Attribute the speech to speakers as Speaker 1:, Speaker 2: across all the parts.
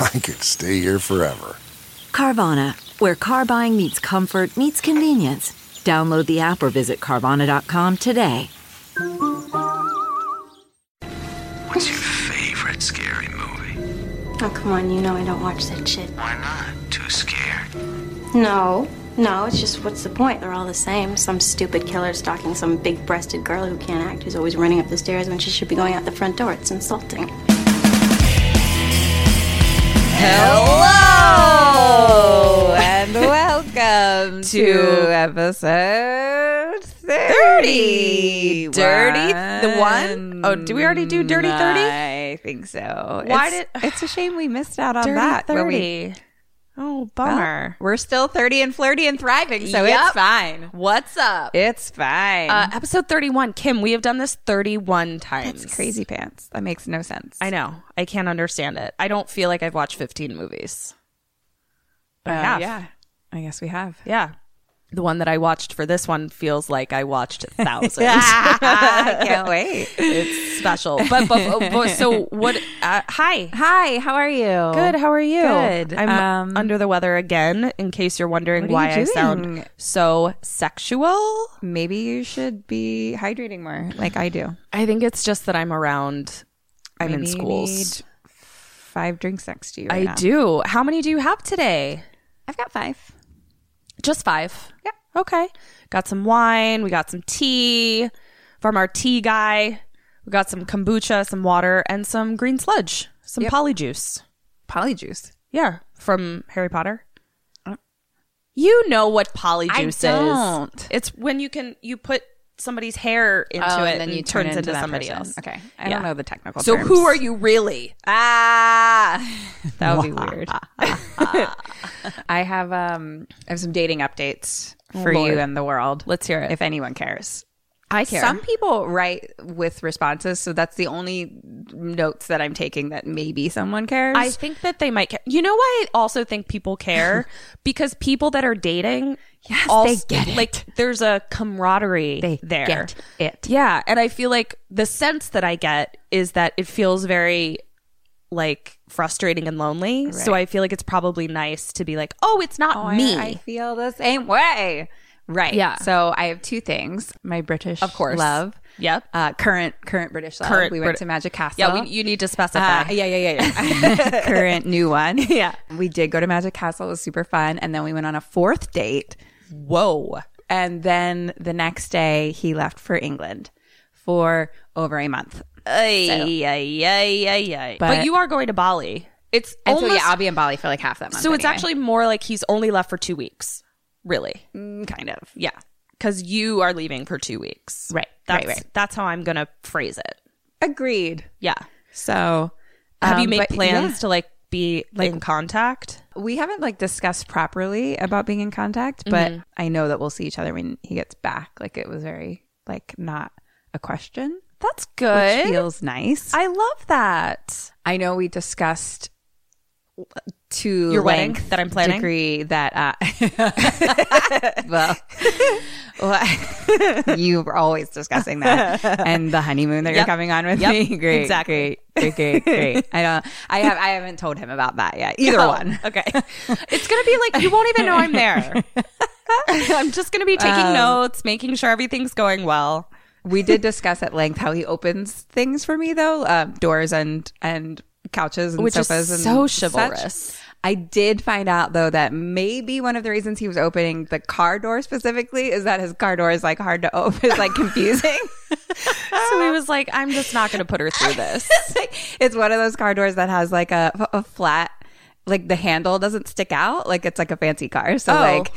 Speaker 1: I could stay here forever.
Speaker 2: Carvana, where car buying meets comfort, meets convenience. Download the app or visit Carvana.com today.
Speaker 3: What's your favorite scary movie?
Speaker 4: Oh, come on, you know I don't watch that shit.
Speaker 3: Why not? Too scared?
Speaker 4: No, no, it's just what's the point? They're all the same. Some stupid killer stalking some big breasted girl who can't act, who's always running up the stairs when she should be going out the front door. It's insulting.
Speaker 5: Hello and welcome to, episode 30.
Speaker 6: Dirty th- one? Oh, did we already do dirty 30?
Speaker 5: I think so.
Speaker 6: Why
Speaker 5: It's-
Speaker 6: did-
Speaker 5: It's a shame we missed out on
Speaker 6: Dirty
Speaker 5: that. when we-
Speaker 6: oh,
Speaker 5: Well,
Speaker 6: bummer.
Speaker 5: we're still 30 and flirty and thriving, so
Speaker 6: Yup.
Speaker 5: it's fine.
Speaker 6: What's up?
Speaker 5: It's fine.
Speaker 6: Uh, episode 31. Kim, we have done this 31 times.
Speaker 5: That's crazy pants. That makes no sense.
Speaker 6: I know. I can't understand it. I don't feel like I've watched 15 movies. But I
Speaker 5: Uh,
Speaker 6: have.
Speaker 5: Yeah. I guess we have.
Speaker 6: Yeah. The one that I watched for this one feels like I watched thousands.
Speaker 5: I can't wait.
Speaker 6: it's special. But, but, but- so what? Uh, hi.
Speaker 5: Hi, how are you?
Speaker 6: Good. How are you?
Speaker 5: Good.
Speaker 6: I'm
Speaker 5: Um,
Speaker 6: under the weather again. In case you're wondering
Speaker 5: What are
Speaker 6: why
Speaker 5: you
Speaker 6: I sound
Speaker 5: doing?
Speaker 6: so sexual,
Speaker 5: Maybe you should be hydrating more like I do.
Speaker 6: I think it's just that I'm around. I'm
Speaker 5: Maybe
Speaker 6: in
Speaker 5: you
Speaker 6: schools.
Speaker 5: need five drinks next to you.
Speaker 6: I
Speaker 5: right now.
Speaker 6: do. How many do you have today?
Speaker 5: I've got five.
Speaker 6: Just five.
Speaker 5: Yeah.
Speaker 6: Okay. Got some wine. We got some tea from our tea guy. We got some kombucha, some water, and some green sludge, some polyjuice.
Speaker 5: Polyjuice.
Speaker 6: Yeah, from Harry Potter. You know what polyjuice
Speaker 5: I
Speaker 6: is.
Speaker 5: don't.
Speaker 6: It's when you can you put somebody's hair into
Speaker 5: Oh,
Speaker 6: it Oh, and, you turn into,
Speaker 5: that
Speaker 6: somebody
Speaker 5: person.
Speaker 6: else.
Speaker 5: Okay. I
Speaker 6: Yeah.
Speaker 5: don't know the technical
Speaker 6: So
Speaker 5: terms.
Speaker 6: who are you really?
Speaker 5: Ah, that would be weird. I have um, I have some dating updates for
Speaker 6: Lord.
Speaker 5: you and the world.
Speaker 6: Let's hear it.
Speaker 5: if anyone cares.
Speaker 6: I
Speaker 5: Some people write with responses, so that's the only notes that I'm taking that maybe someone cares.
Speaker 6: I think that they might care. You know why I also think people care? because people that are dating
Speaker 5: Yes, they get it.
Speaker 6: Like there's a camaraderie
Speaker 5: They
Speaker 6: there.
Speaker 5: get it.
Speaker 6: Yeah. And I feel like the sense that I get is that it feels very like frustrating and lonely. So
Speaker 5: Right.
Speaker 6: I feel like it's probably nice to be like, oh, it's not me.
Speaker 5: I, I feel the same way. Right.
Speaker 6: Yeah.
Speaker 5: So I have two things: my British,
Speaker 6: Of course.
Speaker 5: love.
Speaker 6: Yep.
Speaker 5: Uh, current current British love.
Speaker 6: Current
Speaker 5: we went
Speaker 6: Brit-
Speaker 5: to Magic Castle.
Speaker 6: yeah. We, you need to specify.
Speaker 5: Uh, yeah, yeah, yeah, yeah. Current new one.
Speaker 6: Yeah.
Speaker 5: We did go to Magic Castle. It was super fun. And then we went on a fourth date.
Speaker 6: Whoa.
Speaker 5: And then the next day, he left for England for over a month.
Speaker 6: Ay, ay, ay, ay, ay. But,
Speaker 5: But-
Speaker 6: you are going to Bali. It's
Speaker 5: And
Speaker 6: almost,
Speaker 5: so, yeah, I'll be in Bali for like half that month.
Speaker 6: so it's
Speaker 5: anyway.
Speaker 6: actually more like he's only left for two weeks, really.
Speaker 5: Mm, kind of.
Speaker 6: Yeah. Because you are leaving for two weeks.
Speaker 5: Right,
Speaker 6: That's,
Speaker 5: right, right.
Speaker 6: That's how I'm going to phrase it.
Speaker 5: Agreed.
Speaker 6: Yeah.
Speaker 5: So
Speaker 6: Have
Speaker 5: um,
Speaker 6: you made
Speaker 5: but
Speaker 6: plans
Speaker 5: yeah.
Speaker 6: to like be in contact?
Speaker 5: we haven't like discussed properly about being in contact, but
Speaker 6: Mm-hmm.
Speaker 5: I know that we'll see each other when he gets back. Like it was very like not a question.
Speaker 6: That's
Speaker 5: Which
Speaker 6: good.
Speaker 5: feels nice.
Speaker 6: I love that.
Speaker 5: I know we discussed to
Speaker 6: Your wedding
Speaker 5: length
Speaker 6: that I'm planning?
Speaker 5: degree that uh, well, well, you were always discussing that and the honeymoon that you're
Speaker 6: Yep.
Speaker 5: coming on with
Speaker 6: Yep.
Speaker 5: me great
Speaker 6: Exactly.
Speaker 5: great great great great I don't I have I haven't told him about that yet either
Speaker 6: Oh,
Speaker 5: one
Speaker 6: Okay. It's going to be like, you won't even know I'm there. Um, I'm just going to be taking notes, making sure everything's going well.
Speaker 5: we did discuss at length how he opens things for me though um, doors and and couches and
Speaker 6: Which is
Speaker 5: sofas and
Speaker 6: so
Speaker 5: such.
Speaker 6: chivalrous.
Speaker 5: I did find out though that maybe one of the reasons he was opening the car door specifically is that his car door is like hard to open, it's like confusing.
Speaker 6: So he was like, I'm just not going to put her through this.
Speaker 5: it's, like, it's one of those car doors that has like a, a flat, like the handle doesn't stick out, like it's like a fancy car. So
Speaker 6: Oh.
Speaker 5: like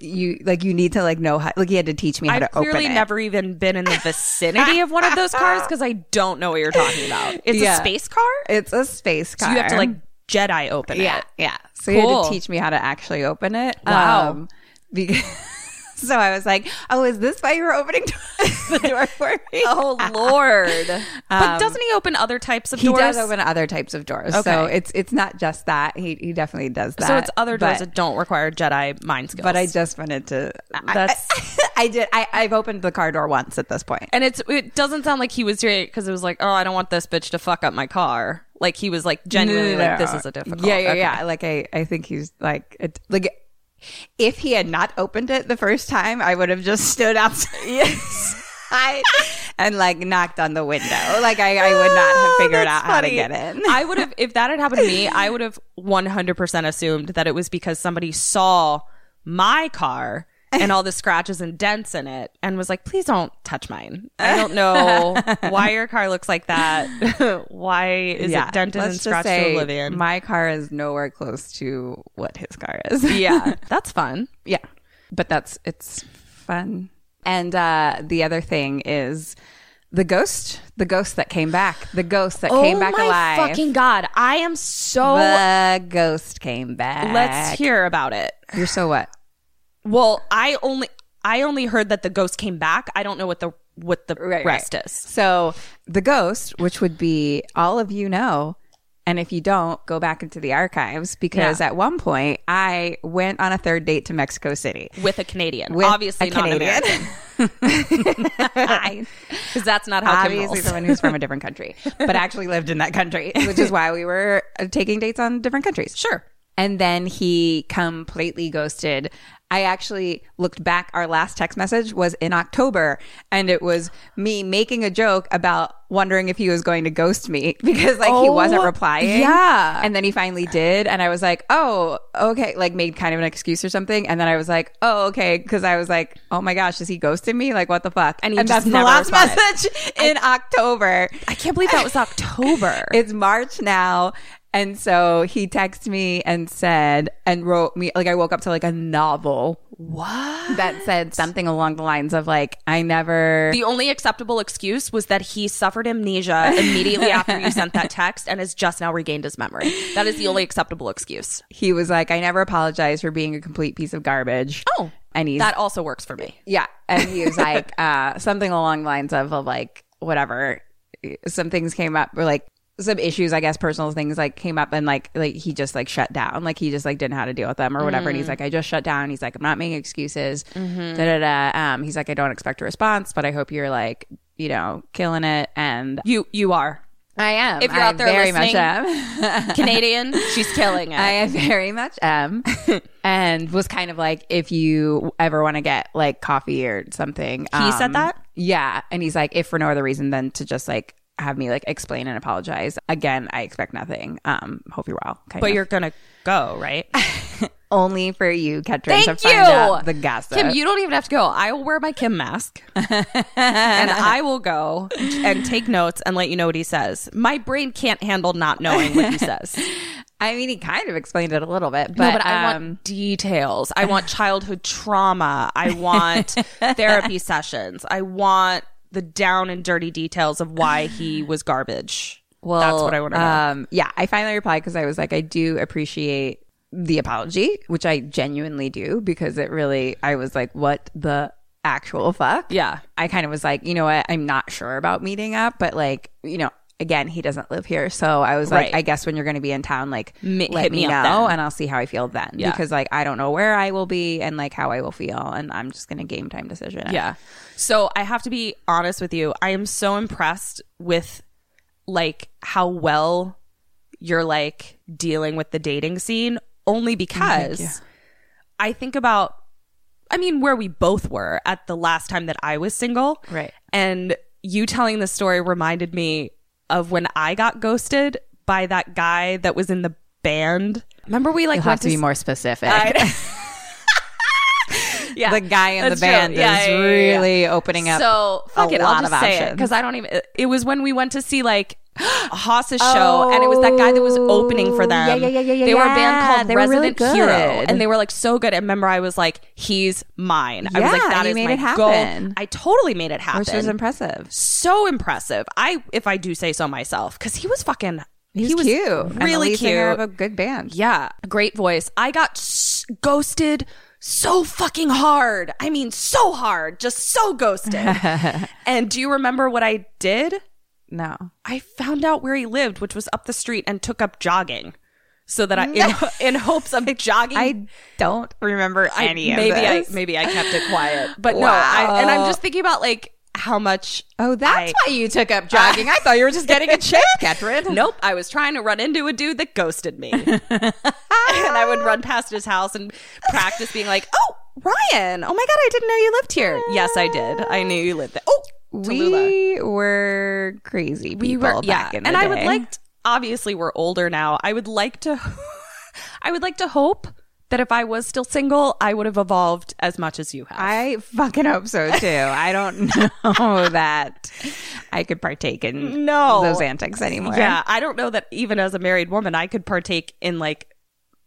Speaker 5: you like you need to like know how like he had to teach me how
Speaker 6: I've
Speaker 5: to open
Speaker 6: clearly
Speaker 5: it.
Speaker 6: never even been in the vicinity of one of those cars because I don't know what you're talking about. It's
Speaker 5: Yeah.
Speaker 6: a space car?
Speaker 5: It's a space car.
Speaker 6: So you have to like Jedi open it.
Speaker 5: Yeah, yeah. So you had
Speaker 6: Cool.
Speaker 5: to teach me how to actually open it.
Speaker 6: Wow.
Speaker 5: because, so I was like, "Oh, is this why you were opening the door for me?"
Speaker 6: Oh lord! but doesn't he open other types of
Speaker 5: Um, he
Speaker 6: doors?
Speaker 5: does open other types of doors, so
Speaker 6: Okay.
Speaker 5: it's it's not just that. He he definitely does that.
Speaker 6: so it's other doors
Speaker 5: But,
Speaker 6: that don't require Jedi mind skills.
Speaker 5: but I just wanted to.
Speaker 6: That's-
Speaker 5: I, did. I, I've opened the car door once at this point.
Speaker 6: and it's it doesn't sound like he was doing it because it was like, oh, I don't want this bitch to fuck up my car. Like he was like genuinely like, this is a difficult.
Speaker 5: Yeah, yeah,
Speaker 6: okay.
Speaker 5: yeah. Like I, I think he's like, it, like if he had not opened it the first time, I would have just stood outside and like knocked on the window. Like I, I would not have figured out how to get in.
Speaker 6: Oh, I would have if that had happened to me. I would have 100 percent assumed that it was because somebody saw my car and all the scratches and dents in it and was like, "Please don't touch mine. I don't know why your car looks like that. why is it dented
Speaker 5: let's
Speaker 6: and
Speaker 5: just
Speaker 6: scratched
Speaker 5: say
Speaker 6: to oblivion?"
Speaker 5: My car is nowhere close to what his car is.
Speaker 6: yeah, that's fun.
Speaker 5: Yeah. But that's it's fun. And uh the other thing is the ghost, the ghost that came back, the ghost that came back
Speaker 6: Oh my
Speaker 5: alive.
Speaker 6: fucking god! I am so.
Speaker 5: the ghost came back.
Speaker 6: Let's hear about it.
Speaker 5: You're so what?
Speaker 6: Well, I only I only heard that the ghost came back. I don't know what the what the rest is.
Speaker 5: So the ghost, which would be all of you know, and if you don't, go back into the archives because
Speaker 6: Yeah.
Speaker 5: at one point I went on a third date to Mexico City.
Speaker 6: with a Canadian.
Speaker 5: with a
Speaker 6: obviously not American.
Speaker 5: I-
Speaker 6: Because that's not how Kim
Speaker 5: obviously
Speaker 6: rolls.
Speaker 5: someone who's from a different country, but actually lived in that country, which is why we were uh, taking dates on different countries.
Speaker 6: Sure.
Speaker 5: And then he completely ghosted. I actually looked back. Our last text message was in October, and it was me making a joke about wondering if he was going to ghost me because like he
Speaker 6: Oh,
Speaker 5: wasn't replying.
Speaker 6: yeah.
Speaker 5: And then he finally did, and I was like, "Oh, okay." Like made kind of an excuse or something, and then I was like, "Oh, okay," because I was like, "Oh my gosh, is he ghosting me? Like what the fuck?"
Speaker 6: And he
Speaker 5: that's
Speaker 6: just
Speaker 5: the
Speaker 6: never
Speaker 5: last
Speaker 6: responded.
Speaker 5: message in October.
Speaker 6: I can't believe that was October.
Speaker 5: It's March now. And so he texted me and said, and wrote me, like, I woke up to like a novel. What? That said something along the lines of, like, I never.
Speaker 6: the only acceptable excuse was that he suffered amnesia immediately after you sent that text and has just now regained his memory. That is the only acceptable excuse.
Speaker 5: He was like, I never apologized for being a complete piece of garbage.
Speaker 6: Oh,
Speaker 5: And he's.
Speaker 6: that also works for me.
Speaker 5: yeah. And he was like, uh, something along the lines of, of like, whatever. Some things came up, or like, some issues, I guess, personal things like came up and like like he just like shut down, like he just like didn't know how to deal with them or whatever.
Speaker 6: Mm.
Speaker 5: And he's like, I just shut down. He's like, I'm not making excuses.
Speaker 6: Mm-hmm.
Speaker 5: Da da da. Um, he's like, I don't expect a response, but I hope you're like, you know, killing it. And
Speaker 6: You you are
Speaker 5: I am.
Speaker 6: If you're
Speaker 5: I
Speaker 6: out there
Speaker 5: very much
Speaker 6: listening,
Speaker 5: am.
Speaker 6: Canadian. She's killing it.
Speaker 5: I very much am, and was kind of like, if you ever want to get like coffee or something, um,
Speaker 6: He said that?
Speaker 5: Yeah, and he's like, if for no other reason than to just like have me like explain and apologize again. I expect nothing. Um, hope you're well. kind
Speaker 6: but
Speaker 5: of.
Speaker 6: you're gonna go right.
Speaker 5: only for you, Ketrin, to
Speaker 6: Thank
Speaker 5: find
Speaker 6: you.
Speaker 5: out the gossip.
Speaker 6: Kim, you don't even have to go. I will wear my Kim mask and I will go and take notes and let you know what he says. My brain can't handle not knowing what he says.
Speaker 5: I mean, he kind of explained it a little bit,
Speaker 6: no,
Speaker 5: but,
Speaker 6: but I
Speaker 5: um,
Speaker 6: want details. I want childhood trauma. I want therapy sessions. I want the down and dirty details of why he was garbage. Well, that's what I want to know.
Speaker 5: Um, yeah, I finally replied because I was like, I do appreciate the apology, which I genuinely do because it really, I was like, what the actual fuck?
Speaker 6: Yeah.
Speaker 5: I kind of was like, you know what? I'm not sure about meeting up, but like, you know, again, he doesn't live here. So I was like,
Speaker 6: Right.
Speaker 5: I guess when you're going to be in town, like,
Speaker 6: Mi-
Speaker 5: let
Speaker 6: hit
Speaker 5: me,
Speaker 6: me
Speaker 5: know
Speaker 6: up then.
Speaker 5: and I'll see how I feel then
Speaker 6: Yeah.
Speaker 5: because like, I don't know where I will be and like how I will feel. And I'm just going to game time decision. it.
Speaker 6: Yeah. So I have to be honest with you. I am so impressed with like how well you're like dealing with the dating scene only because I think about I mean where we both were at the last time that I was single.
Speaker 5: Right.
Speaker 6: And you telling the story reminded me of when I got ghosted by that guy that was in the band. Remember we like
Speaker 5: You'll
Speaker 6: went
Speaker 5: have to be
Speaker 6: s-
Speaker 5: more specific.
Speaker 6: I- yeah,
Speaker 5: the guy in the
Speaker 6: that's true.
Speaker 5: band
Speaker 6: Yeah,
Speaker 5: is
Speaker 6: yeah, yeah, yeah.
Speaker 5: really opening up.
Speaker 6: So fuck
Speaker 5: a
Speaker 6: it,
Speaker 5: lot
Speaker 6: I'll
Speaker 5: of
Speaker 6: just say it
Speaker 5: options.
Speaker 6: because I don't even. It was when we went to see like Haas's show, and it was that guy that was opening for them.
Speaker 5: Oh, yeah, yeah, yeah, yeah,
Speaker 6: They were a
Speaker 5: yeah.
Speaker 6: band called
Speaker 5: They were really
Speaker 6: Resident Hero,
Speaker 5: good.
Speaker 6: and they were like so good. And remember, I was like, "He's mine." I was like,
Speaker 5: Yeah,
Speaker 6: "That
Speaker 5: you
Speaker 6: is
Speaker 5: made
Speaker 6: my
Speaker 5: it happen.
Speaker 6: goal." I totally made it happen,
Speaker 5: which was impressive.
Speaker 6: So impressive. I, if I do say so myself, because he was fucking.
Speaker 5: He was, cute, and the
Speaker 6: really
Speaker 5: lead singer of
Speaker 6: cute.
Speaker 5: a good band.
Speaker 6: Yeah, great voice. I got s- ghosted so fucking hard. I mean, so hard, just so ghosted. and do you remember what I did?
Speaker 5: No,
Speaker 6: I found out where he lived, which was up the street, and took up jogging, so that I, in, in hopes of jogging,
Speaker 5: I don't remember any of
Speaker 6: maybe
Speaker 5: this.
Speaker 6: I maybe I kept it quiet. But no, I, and I'm just thinking about like how much.
Speaker 5: oh, that's
Speaker 6: I-
Speaker 5: why you took up jogging. I thought you were just getting a check, Catherine.
Speaker 6: Nope, I was trying to run into a dude that ghosted me. and I would run past his house and practice being like, oh, Ryan, oh my God, I didn't know you lived here. Yes, I did. I knew you lived there. Oh, Tallulah.
Speaker 5: we were crazy people back in the
Speaker 6: and I would
Speaker 5: day.
Speaker 6: like, to, obviously, we're older now. I would like to, I would like to hope that if I was still single, I would have evolved as much as you have.
Speaker 5: I fucking hope so too. I don't know that I could partake in
Speaker 6: No.
Speaker 5: those antics anymore.
Speaker 6: Yeah, I don't know that even as a married woman, I could partake in like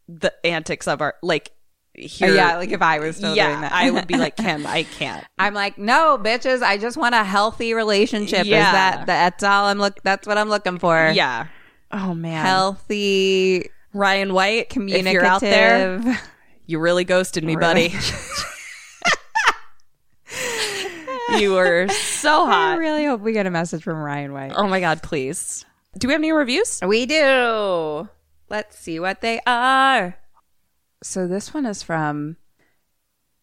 Speaker 6: the antics of our like
Speaker 5: Or,
Speaker 6: here.
Speaker 5: yeah. Like if I was still
Speaker 6: yeah,
Speaker 5: doing that,
Speaker 6: I would be like Kim. I can't.
Speaker 5: I'm like, no, bitches. I just want a healthy relationship. Is
Speaker 6: Yeah.
Speaker 5: that that's all I'm look? That's what I'm looking for.
Speaker 6: Yeah. Oh man,
Speaker 5: healthy,
Speaker 6: Ryan White,
Speaker 5: communicative.
Speaker 6: If you're out there, you really ghosted me, buddy. you were so
Speaker 5: I
Speaker 6: hot.
Speaker 5: really hope we get a message from Ryan White.
Speaker 6: oh my god, please. Do we have any reviews?
Speaker 5: We do. Let's see what they are. So this one is from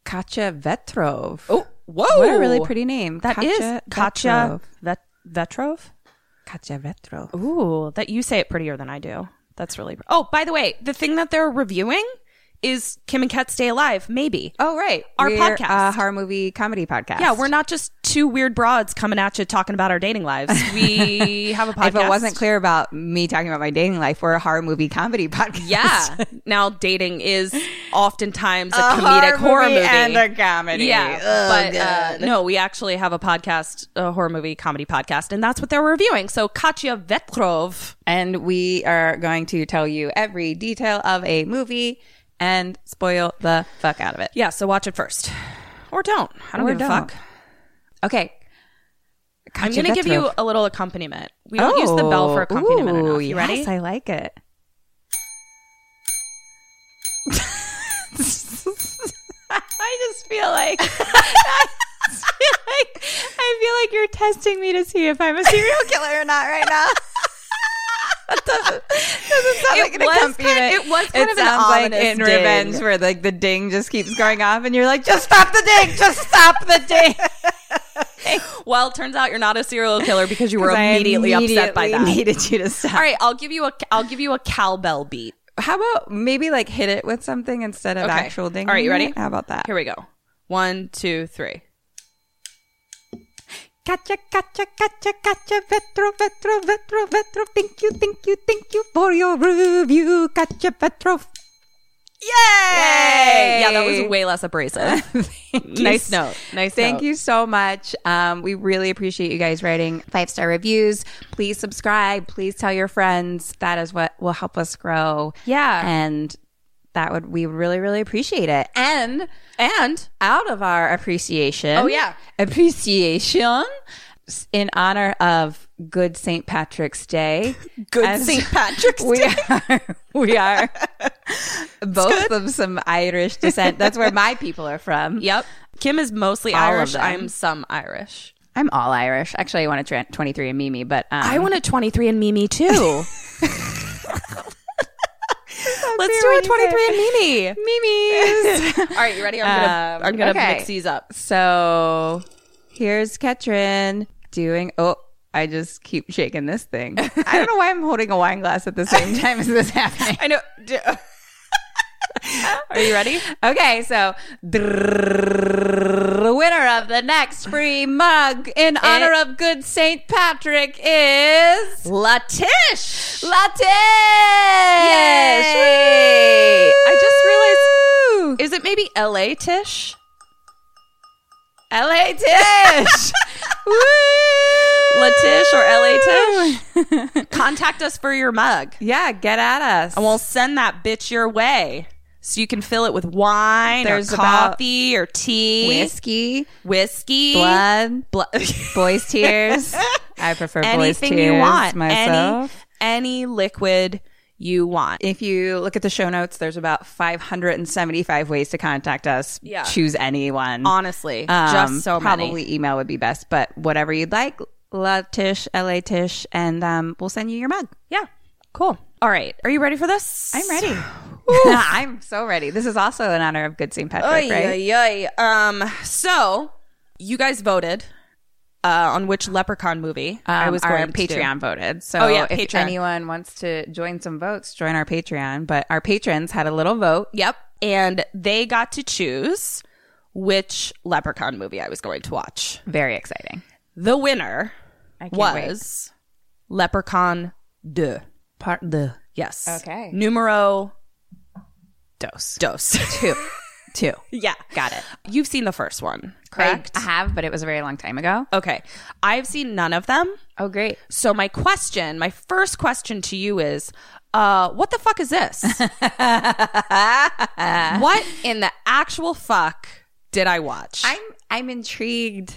Speaker 5: Katya Vetrov.
Speaker 6: Oh, whoa!
Speaker 5: What a really pretty name.
Speaker 6: That is Katya Vet- Vetrov.
Speaker 5: Katya Vetrov.
Speaker 6: Ooh, that you say it prettier than I do. That's really. Oh, by the way, the thing that they're reviewing is Kim and Kat Stay Alive. Maybe.
Speaker 5: Oh, right.
Speaker 6: Our
Speaker 5: We're
Speaker 6: podcast.
Speaker 5: A horror movie comedy podcast.
Speaker 6: yeah, we're not just two weird broads coming at you talking about our dating lives. We have a podcast.
Speaker 5: If it wasn't clear about me talking about my dating life, we're a horror movie comedy podcast.
Speaker 6: yeah. now dating is oftentimes a,
Speaker 5: A
Speaker 6: comedic horror movie,
Speaker 5: and a comedy.
Speaker 6: Yeah,
Speaker 5: Oh,
Speaker 6: but uh, no, we actually have a podcast, a horror movie comedy podcast, and that's what they're reviewing. So Katya Vetrov.
Speaker 5: And we are going to tell you every detail of a movie and spoil the fuck out of it.
Speaker 6: Yeah, so watch it first, or don't. I don't
Speaker 5: Or
Speaker 6: give a
Speaker 5: don't.
Speaker 6: fuck.
Speaker 5: Okay.
Speaker 6: I'm going to give you a little accompaniment. We don't use the bell
Speaker 5: Oh,
Speaker 6: for accompaniment enough. You ready?
Speaker 5: I like it. I just feel like I just feel like I feel like you're testing me to see if I'm a serial killer or not right now. That doesn't, doesn't sound
Speaker 6: It
Speaker 5: like an
Speaker 6: was kind-
Speaker 5: accompaniment.
Speaker 6: it was kind
Speaker 5: it
Speaker 6: of an
Speaker 5: sounds like
Speaker 6: ominous
Speaker 5: in
Speaker 6: ding.
Speaker 5: revenge where like the ding just keeps going off and you're like, just stop the ding, just stop the ding.
Speaker 6: well, it turns out you're not a serial killer because you were
Speaker 5: 'Cause I
Speaker 6: immediately, upset by that.
Speaker 5: immediately Needed you to stop.
Speaker 6: All right, I'll give you a I'll give you a cowbell beat.
Speaker 5: How about maybe like hit it with something instead of
Speaker 6: Okay.
Speaker 5: actual ding?
Speaker 6: All right, you ready?
Speaker 5: How about that?
Speaker 6: Here we go. One, two, three.
Speaker 5: Gotcha, gotcha, gotcha, gotcha, vetro, vetro, vetro, vetro. Thank you, thank you, thank you for your review. Gotcha, vetro. Yay!
Speaker 6: Yeah, that was way less abrasive. nice note. Nice.
Speaker 5: Thank
Speaker 6: note.
Speaker 5: you so much. Um, we really appreciate you guys writing five star reviews. Please subscribe. Please tell your friends. That is what will help us grow.
Speaker 6: Yeah.
Speaker 5: And that would, we would really, really appreciate it. And, and out of our appreciation.
Speaker 6: Oh, yeah.
Speaker 5: Appreciation s- in honor of Good St. Patrick's Day.
Speaker 6: Good
Speaker 5: As-
Speaker 6: St. Patrick's
Speaker 5: we
Speaker 6: Day.
Speaker 5: are we are both of some Irish descent. That's where my people are from.
Speaker 6: Yep. Kim is mostly
Speaker 5: All of
Speaker 6: Irish.
Speaker 5: them.
Speaker 6: I'm some Irish.
Speaker 5: I'm all Irish. Actually, I want to twenty three and Mimi, but um,
Speaker 6: I want a 23 and Mimi too. Let's do a 23 and Mimi.
Speaker 5: Mimi's.
Speaker 6: All right, you ready? I'm gonna
Speaker 5: Um,
Speaker 6: I'm gonna
Speaker 5: okay.
Speaker 6: mix these up.
Speaker 5: so here's Ketrin doing. Oh, I just keep shaking this thing. I don't know why I'm holding a wine glass at the same time as this happening.
Speaker 6: I know. Are you ready?
Speaker 5: Okay, so the winner of the next free mug in honor of good St. Patrick is
Speaker 6: Latish.
Speaker 5: Latte.
Speaker 6: Yes. I just realized. Is it maybe L.A. Tish?
Speaker 5: LA Tish. Woo!
Speaker 6: Latish or L.A. Tish? Contact us for your mug,
Speaker 5: Yeah, get at us.
Speaker 6: and we'll send that bitch your way. So you can fill it with wine,
Speaker 5: There's
Speaker 6: or
Speaker 5: about-
Speaker 6: coffee, or tea,
Speaker 5: whiskey,
Speaker 6: whiskey,
Speaker 5: blood,
Speaker 6: blood.
Speaker 5: boys' tears. I prefer
Speaker 6: anything
Speaker 5: boys' tears
Speaker 6: you want
Speaker 5: myself.
Speaker 6: any any liquid you want
Speaker 5: if you look at the show notes, there's about 575 ways to contact us.
Speaker 6: Yeah.
Speaker 5: Choose anyone.
Speaker 6: honestly
Speaker 5: Um,
Speaker 6: just so
Speaker 5: probably
Speaker 6: many
Speaker 5: email would be best, but whatever you'd like, Latish, LA Tish, and um, we'll send you your mug.
Speaker 6: yeah cool all right are you ready for this
Speaker 5: I'm ready. I'm so ready. This is also in honor of Good St. Patrick,
Speaker 6: Oy,
Speaker 5: right?
Speaker 6: oy, oy. um so you guys voted uh on which leprechaun movie i
Speaker 5: Um,
Speaker 6: was
Speaker 5: our
Speaker 6: going to do.
Speaker 5: Patreon voted. So
Speaker 6: Oh, yeah,
Speaker 5: if
Speaker 6: Patreon.
Speaker 5: anyone wants to join some votes, join our Patreon. But our patrons had a little vote.
Speaker 6: yep and they got to choose which leprechaun movie i was going to watch
Speaker 5: Very exciting.
Speaker 6: the winner
Speaker 5: can't
Speaker 6: was Leprechaun de part de yes
Speaker 5: Okay.
Speaker 6: numero dos dos two two yeah got it you've seen the first one correct
Speaker 5: I have, but it was a very long time ago.
Speaker 6: okay I've seen none of them
Speaker 5: Oh, great.
Speaker 6: so my question my first question to you is uh what the fuck is this what in the actual fuck did I watch
Speaker 5: I'm I'm intrigued.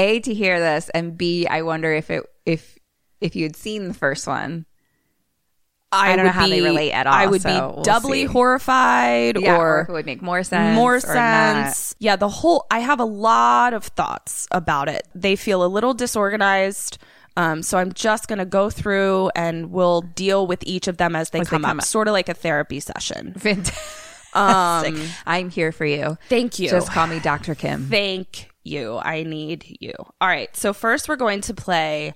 Speaker 5: A to hear this, and B, I wonder if it if if you had seen the first one. I don't know
Speaker 6: would
Speaker 5: how they
Speaker 6: be-
Speaker 5: relate at all,
Speaker 6: I would
Speaker 5: so
Speaker 6: be
Speaker 5: we'll
Speaker 6: doubly
Speaker 5: see.
Speaker 6: horrified
Speaker 5: Yeah, or,
Speaker 6: or
Speaker 5: if it would make more sense.
Speaker 6: more
Speaker 5: or not.
Speaker 6: sense. Yeah, the whole I have a lot of thoughts about it. They feel a little disorganized. Um, so I'm just gonna go through and we'll deal with each of them as they, come,
Speaker 5: come
Speaker 6: up,
Speaker 5: up.
Speaker 6: sort of like a therapy session.
Speaker 5: Fantastic. I'm here for you.
Speaker 6: Thank you.
Speaker 5: Just call me Dr. Kim.
Speaker 6: Thank you. I need you. All right. So first, we're going to play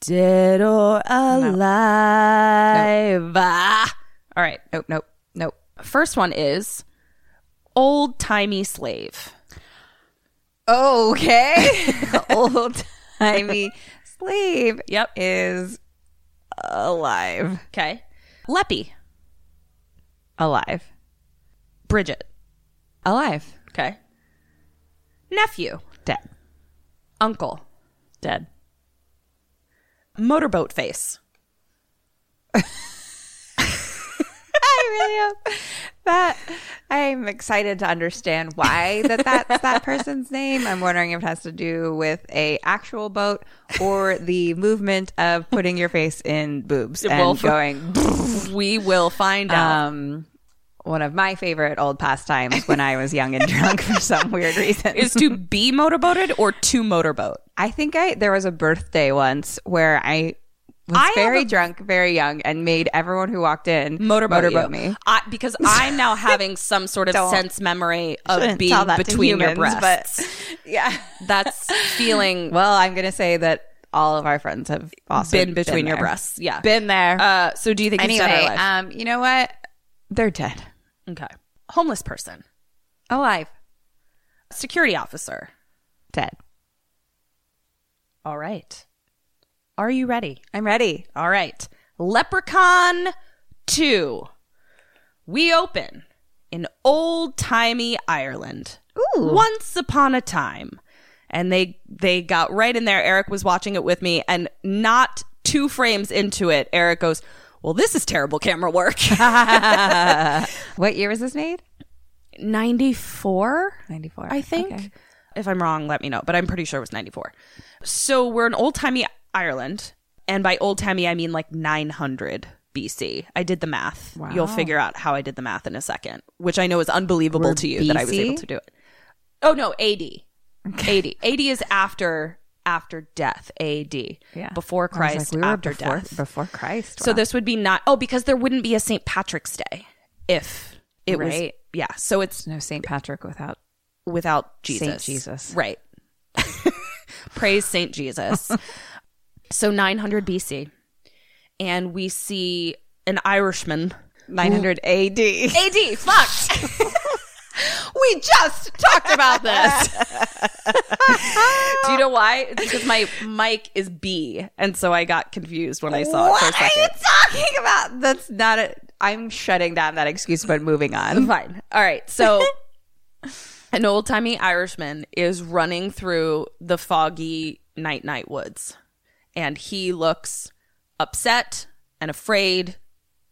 Speaker 6: Dead or Alive. Ah. All right. Nope. Nope. Nope. First one is Old Timey Slave.
Speaker 5: Okay. Old timey slave
Speaker 6: Yep.
Speaker 5: is alive.
Speaker 6: Okay. Leppy.
Speaker 5: Alive.
Speaker 6: Bridget.
Speaker 5: Alive.
Speaker 6: Okay. Nephew.
Speaker 5: Dead.
Speaker 6: Uncle.
Speaker 5: Dead.
Speaker 6: Motorboat Face.
Speaker 5: I really hope that I'm excited to understand why that that's that person's name. I'm wondering if it has to do with a actual boat or the movement of putting your face in boobs and
Speaker 6: Well, for-
Speaker 5: going.
Speaker 6: We will find out.
Speaker 5: Um, one of my favorite old pastimes when I was young and drunk for some weird reason
Speaker 6: is to be motorboated or to motorboat?
Speaker 5: I think I there was a birthday once where I was
Speaker 6: I have
Speaker 5: very
Speaker 6: a-
Speaker 5: drunk, very young, and made everyone who walked in
Speaker 6: motorboat, you.
Speaker 5: me.
Speaker 6: I, because I'm now having some sort of
Speaker 5: Don't.
Speaker 6: sense memory of
Speaker 5: Shouldn't
Speaker 6: being
Speaker 5: tell that to
Speaker 6: between your
Speaker 5: humans,
Speaker 6: breasts.
Speaker 5: Yeah.
Speaker 6: That's feeling
Speaker 5: Well, I'm gonna say that all of our friends have also
Speaker 6: been between your
Speaker 5: there.
Speaker 6: breasts. Yeah.
Speaker 5: Been there.
Speaker 6: uh, so do you think it's dead or
Speaker 5: anyway,
Speaker 6: alive?
Speaker 5: um, you know what? They're dead.
Speaker 6: okay. Homeless person,
Speaker 5: Alive.
Speaker 6: security officer.
Speaker 5: Dead.
Speaker 6: All right. Are you ready?
Speaker 5: I'm ready.
Speaker 6: All right. Leprechaun 2. We open in old timey Ireland. Once upon a time. And they they got right in there. Eric was watching it with me, and not two frames into it, Eric goes, Well, this is terrible camera work.
Speaker 5: What year was this made?
Speaker 6: 94?
Speaker 5: 94.
Speaker 6: I think. If I'm wrong, let me know. But I'm pretty sure it was 94. So we're in old timey Ireland. And by old timey, I mean like 900 BC. I did the math. You'll figure out how I did the math in a second, which I know is unbelievable
Speaker 5: We're
Speaker 6: to you that I was
Speaker 5: BC?
Speaker 6: able to do it. Oh, no, AD. AD. AD is after after death, AD. Before
Speaker 5: I was like,
Speaker 6: Christ,
Speaker 5: we were
Speaker 6: after
Speaker 5: before,
Speaker 6: death.
Speaker 5: Before Christ.
Speaker 6: So
Speaker 5: Wow.
Speaker 6: this would be not, oh, because there wouldn't be a St. Patrick's Day if it was,
Speaker 5: Right.
Speaker 6: yeah. So it's
Speaker 5: no St. Patrick without
Speaker 6: without Jesus.
Speaker 5: Saint Jesus.
Speaker 6: Right. Praise Saint Jesus. so 900 BC. And we see an Irishman
Speaker 5: 900 AD.
Speaker 6: AD, fucked. we just talked about this. Do you know why? It's because my mic is B, and so I got confused when I saw it for a
Speaker 5: What are
Speaker 6: second.
Speaker 5: you talking about? That's not a. I'm shutting down that excuse, but moving on.
Speaker 6: Fine. All right. So an old timey Irishman is running through the foggy night night woods, and he looks upset and afraid